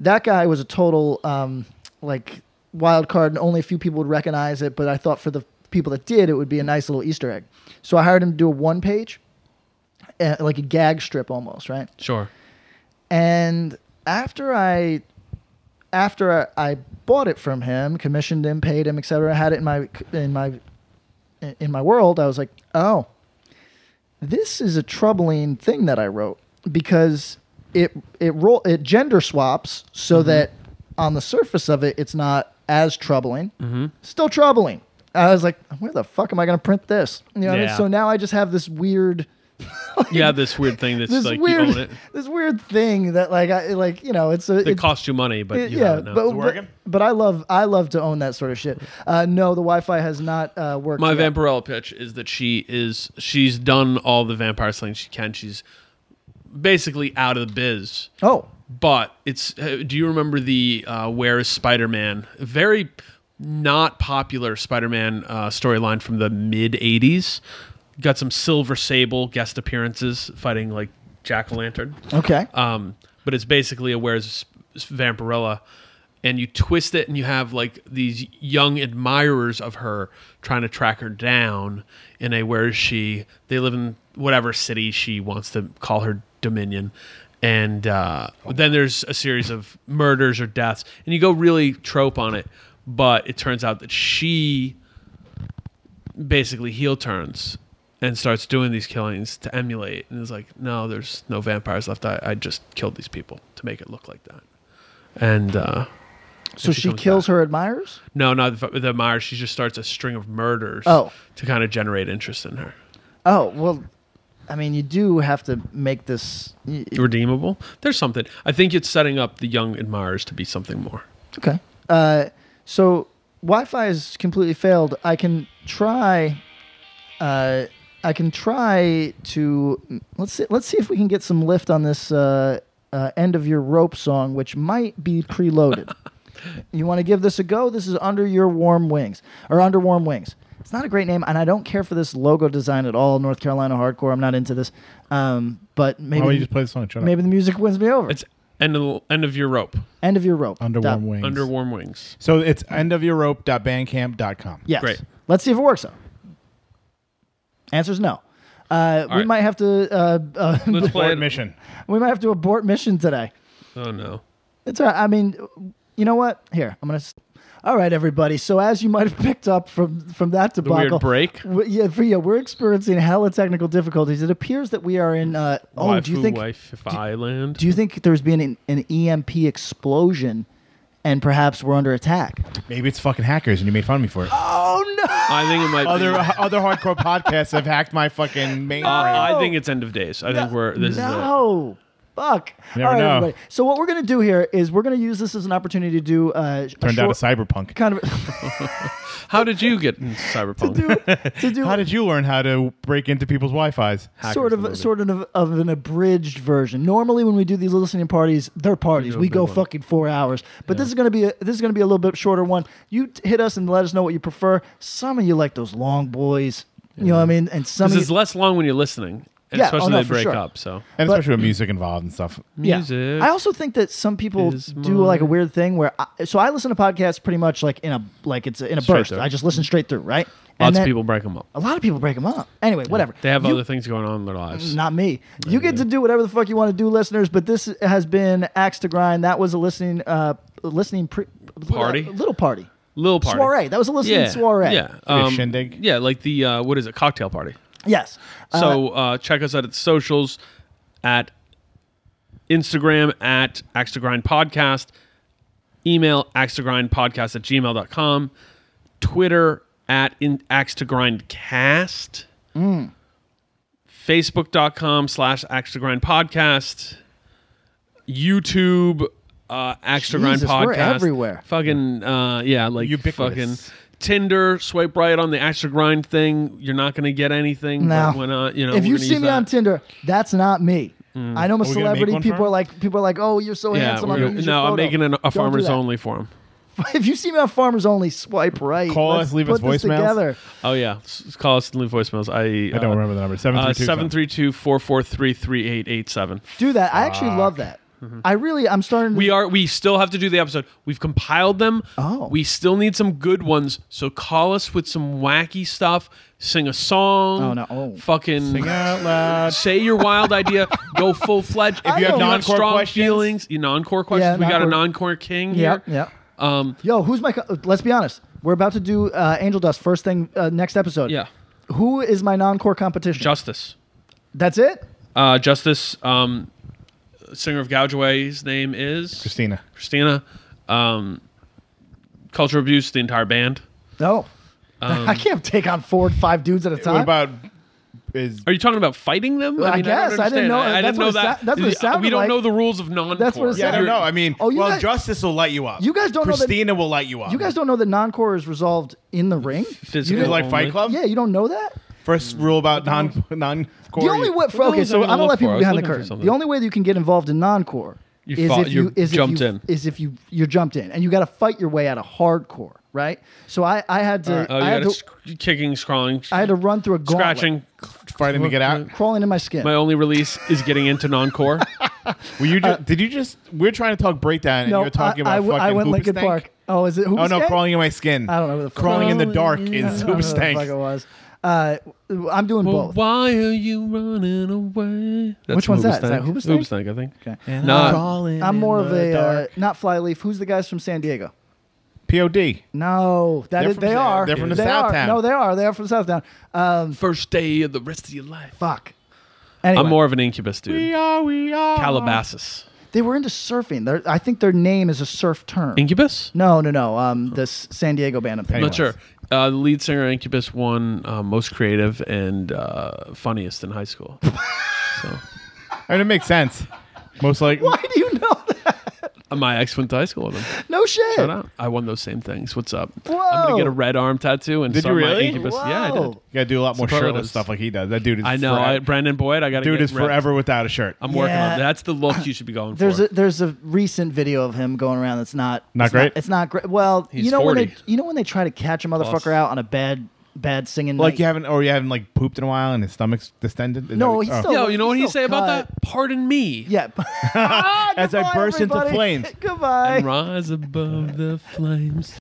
S3: that guy was a total um, like wild card, and only a few people would recognize it. But I thought for the people that did, it would be a nice little Easter egg. So I hired him to do a one page, uh, like a gag strip almost, right?
S4: Sure.
S3: and after i after I, I bought it from him commissioned him paid him etc i had it in my in my in my world i was like oh this is a troubling thing that i wrote because it it roll it gender swaps so that on the surface of it it's not as troubling still troubling i was like where the fuck am i going to print this you know what I mean?
S4: Yeah.
S3: so now i just have this weird
S4: Yeah, this weird thing that's
S3: this
S4: like,
S3: weird,
S4: you own it.
S3: this weird thing that like I like you know it's a
S4: That
S3: it's,
S4: costs you money, but
S3: it-
S4: you
S3: yeah,
S4: have it now.
S3: but, but but I love I love to own that sort of shit. Uh, no, the Wi-Fi has not uh, worked.
S4: My
S3: yet.
S4: Vampirella pitch is that she is she's done all the vampire slaying she can. She's basically out of the biz.
S3: Oh,
S4: But it's uh, do you remember the uh, Where is Spider Man? Very not popular Spider Man uh, storyline from the mid '80s. Got some Silver Sable guest appearances fighting like Jack O' Lantern.
S3: okay.
S4: Um, but it's basically a where's Vampirella, and you twist it, and you have like these young admirers of her trying to track her down in a where is she? They live in whatever city she wants to call her Dominion. And uh, then there's a series of murders or deaths, and you go really trope on it, but it turns out that she basically heel turns and starts doing these killings to emulate. And it's like, no, there's no vampires left. I, I just killed these people to make it look like that. And uh,
S3: So
S4: and
S3: she,
S4: comes
S3: kills her admirers.
S4: back. No, not the, the Myers. She just starts a string of murders
S3: Oh.
S4: to kind of generate interest in her.
S3: Oh well, I mean, you do have to make this. y- y-
S4: Redeemable. There's something. I think it's setting up the young admirers to be something more.
S3: Okay. Uh, so Wi-Fi is completely failed. I can try. Uh, I can try to let's see. Let's see if we can get some lift on this uh, uh, end of your rope song, which might be preloaded. you want to give this a go? This is under your warm wings or under warm wings. It's not a great name, and I don't care for this logo design at all. North Carolina hardcore. I'm not into this. Um, but maybe
S5: don't you just play the song? Shut up.
S3: maybe the music wins me over.
S4: It's end of, end of your rope.
S3: end of your rope.
S5: Under
S3: Done.
S5: warm wings.
S4: Under warm wings.
S5: so it's endofyourrope.bandcamp.com.
S3: Yes.
S4: Great.
S3: Let's see if it works though. Answer's no. Uh, we
S4: right.
S3: might have to uh, uh,
S4: Let's play
S5: Board
S4: it.
S5: mission.
S3: we might have to abort mission today.
S4: Oh no.
S3: It's all right. I mean, you know what? Here, I'm gonna. s- All right, everybody. So as you might have picked up from from that
S4: weird
S3: debacle,
S4: break?
S3: w- yeah, for, yeah, we're experiencing hella technical difficulties. It appears that we are in. Uh, oh, do you
S4: Waifu
S3: think?
S4: wife if island?
S3: Do you think there's been an, an EMP explosion, and perhaps we're under attack?
S5: Maybe it's fucking hackers and you made fun of me for it.
S3: Oh no!
S4: I think it might
S5: other
S4: be.
S5: other hardcore podcasts have hacked my fucking mainframe.
S4: I think it's end of days. I think we're this is it.
S3: Oh. no. Fuck.
S5: Never know.
S3: everybody. So what we're gonna do here is we're gonna use this as an opportunity to do uh, a
S5: Turned out a
S3: short-
S5: cyberpunk.
S3: kind of
S4: How did you get into cyberpunk?
S3: to do
S5: How did you learn how to break into people's Wi-Fi's?
S3: sort of sort of of an abridged version. Normally, when we do these listening parties, they're parties. We go fucking four hours, but this is gonna be a, this is gonna be a little bit shorter one. You t- hit us and let us know what you prefer. Some of you like those long boys, you know what I mean, and some
S4: This
S3: of
S4: is
S3: you,
S4: less long when you're listening, and
S3: Yeah, oh,
S4: especially
S3: no,
S4: when they
S3: for
S4: break
S3: sure.
S4: up. So
S5: and
S3: but-
S5: especially with music involved and stuff.
S3: Yeah.
S4: music.
S3: I also think that some people
S4: is
S3: do like a weird thing where I, so I listen to podcasts pretty much like in a like it's in a burst.
S4: through.
S3: I just listen straight through, right? And
S4: Lots
S3: then-
S4: of people break them up.
S3: A lot of people break them up. Anyway, whatever.
S4: They have
S3: You-
S4: other things going on in their lives.
S3: Not me. You get to do whatever the fuck you want to do, listeners. But this has been Axe to Grind. That was a listening, uh, listening pre-
S4: Party?
S3: little, little party,
S4: Little party.
S3: soiree. That was a listening
S4: yeah.
S3: soiree.
S4: Yeah. um,
S5: a shindig?
S4: Yeah, like the uh, what is it? Cocktail party.
S3: Yes. Uh,
S4: So uh, check us out at the socials at Instagram at Axe to Grind Podcast, email axe to grind podcast at gmail.com, Twitter at in, axe to grind cast,
S3: Mm.
S4: facebook.com slash axe to grind podcast, YouTube uh, axe to grind
S3: Jesus, we're
S4: podcast.
S3: everywhere.
S4: Fucking, uh, yeah, like
S5: Ubiquitous.
S4: fucking. Tinder, swipe right on the extra grind thing. You're not going to get anything.
S3: now,
S4: but When, uh, you know,
S3: if
S4: we're
S3: you
S4: gonna
S3: see
S4: use
S3: me on
S4: that. Mm.
S3: Tinder, that's not me. I know I'm a
S5: we gonna make
S3: celebrity.
S5: one for
S3: People
S5: him?
S3: are like, people are like, oh, you're so
S4: yeah,
S3: handsome.
S4: we're
S3: I'm
S4: gonna-
S3: gonna use your
S4: no, I'm
S3: photo."
S4: making an, a
S3: Don't do
S4: farmers
S3: that.
S4: only for him.
S3: If you see me on Farmers Only, swipe right.
S5: Call
S3: Let's
S5: us, leave
S3: put
S5: us
S3: this
S5: voicemails.
S3: together.
S4: Oh yeah, S- call us and leave voicemails. I
S5: I don't remember the number. Seven
S4: Uh,
S5: three two.
S4: 732-443-3887.
S3: Do that. I actually love that. I really, I'm starting.
S4: Mm-hmm. We are. We still have to do the episode. We've compiled them.
S3: Oh.
S4: We still need some good ones. So call us with some wacky stuff. Sing a song.
S3: Oh, no. Oh.
S4: Fucking
S5: Sing out loud.
S4: say your wild idea. Go full fledged. If
S5: you have
S4: non
S5: non-core questions-
S4: feelings, you non-core questions. we got a
S3: non-core-
S4: non-core king
S3: Yeah,
S4: here.
S3: yeah.
S4: Um,
S3: Yo, who's my? Co- let's be honest. We're about to do uh, Angel Dust first thing uh, next episode.
S4: yeah.
S3: Who is my non-core competition?
S4: Justice.
S3: That's it.
S4: Uh, Justice. Um, singer of Gougeway's name is
S5: Christina.
S4: Christina. Um, Culture Abuse. The entire band.
S3: No,
S4: Um,
S3: I can't take on four, and five dudes at a time.
S5: What about is
S4: Are you talking about fighting them?
S3: Well, I
S4: don't
S3: guess. I didn't
S4: understand.
S3: know-
S4: I,
S3: that's
S4: I didn't
S3: what
S4: know
S3: it
S4: that.
S3: sou- that's what it
S4: we
S3: sounded
S4: don't
S3: like.
S4: know the rules of non.
S3: That's what it
S5: Yeah, I don't
S3: You're-
S5: know. I mean,
S3: Oh, you
S5: well,
S3: guys-
S5: justice will light you up.
S3: You guys don't know that-
S5: Christina will light you up.
S3: you guys don't know that non-core is resolved in the ring.
S4: Physical um,
S5: It's like
S4: only.
S5: Fight Club.
S3: Yeah, you don't know that.
S5: First rule about non non.
S3: The only way.
S4: What
S3: okay,
S4: was I
S3: so
S4: gonna
S3: I'm gonna
S4: look
S3: let people
S4: for? I was
S3: behind the
S4: looking for
S3: curtain.
S4: something.
S3: The only way that you can get involved in non-core
S4: You
S3: is
S4: fought-
S3: if you
S4: you
S3: is
S4: jumped
S3: if you,
S4: in.
S3: is if you you're jumped in and you got to fight your way out of hardcore, right? So I I had to
S4: Oh, you
S3: I, had
S4: got
S3: to,
S4: sc- kicking, scrawling,
S3: I had to run through a gauntlet,
S4: scratching.
S5: fighting to get out.
S3: crawling in my skin.
S4: My only release is getting into non-core.
S5: Were you? Just, did you just? We're trying to talk breakdown, and you're talking
S3: uh, I, I
S5: about
S3: w- I
S5: fucking
S3: went
S5: hoop
S3: Lincoln
S5: stank?
S3: Park. Oh, is it? Hoop
S5: Oh no,
S3: stank?
S5: crawling in my skin.
S3: I don't know who the fuck.
S5: Crawling in the dark
S3: Crawling
S5: is
S3: I don't know who
S5: hoop
S3: the fuck
S5: stank.
S3: it was. Uh, I'm doing
S4: Well,
S3: both.
S4: why are you running away? That's
S3: Which one's that? Is that
S4: Hoobastank.
S3: Hoobastank?
S4: Hoobastank, I think.
S3: Okay.
S4: Not
S3: I'm more of a uh, not flyleaf. Who's the guys from San Diego?
S5: POD.
S3: No, that
S5: They're
S3: is,
S5: from
S3: they
S5: Sa-
S3: are.
S5: they're from the
S3: They
S5: South
S3: are.
S5: Town.
S3: No, they are. They are from Southtown. Um,
S4: First day of the rest of your life.
S3: Fuck. Anyway,
S4: I'm more of an incubus dude.
S5: We are, we are.
S4: Calabasas.
S3: they were into surfing. They're, I think their name is a surf term.
S4: Incubus?
S3: no, no, no. Um, this San Diego band. I'm
S4: I'm
S3: thinking
S4: not
S3: of.
S4: sure. Uh, the lead singer of Incubus won uh, most creative and uh, funniest in high school. so
S5: I mean, it makes sense. Most like
S3: Why do you know that?
S4: uh, my ex went to high school with him.
S3: No shit.
S4: Shout out. I won those same things. What's up? I'm
S3: Whoa.
S4: gonna get a red arm tattoo and
S5: Did
S4: start
S5: you
S4: my
S5: really?
S4: Incubus. Yeah, I did.
S3: Whoa.
S5: you gotta do a lot more
S4: Superlatives.
S5: shirtless stuff like he does. That dude is.
S4: I know.
S5: forever-
S4: I, Brandon Boyd, I gotta
S5: dude
S4: get
S5: is
S4: ripped.
S5: forever without a shirt.
S4: I'm working
S3: Yeah.
S4: on that. That's the look you should be going
S3: There's
S4: for.
S3: a there's a recent video of him going around that's not
S5: Not
S3: it's
S5: great?
S3: it's not great. Well,
S4: He's
S3: you know when they
S4: 40.
S3: you know when they try to catch a motherfucker
S4: Plus.
S3: out on a bad bad singing
S5: like
S3: night?
S5: you haven't, or you haven't like pooped in a while, and his stomach's distended. Is
S3: No,
S5: that-
S3: he's
S5: oh.
S3: still-
S4: Yo, you know what he
S3: He's
S4: say
S3: still
S4: about
S3: cut.
S4: that? Pardon me.
S3: yeah.
S5: As I
S3: Goodbye,
S5: burst into
S3: everybody.
S5: flames.
S3: Goodbye.
S4: And rise above the flames.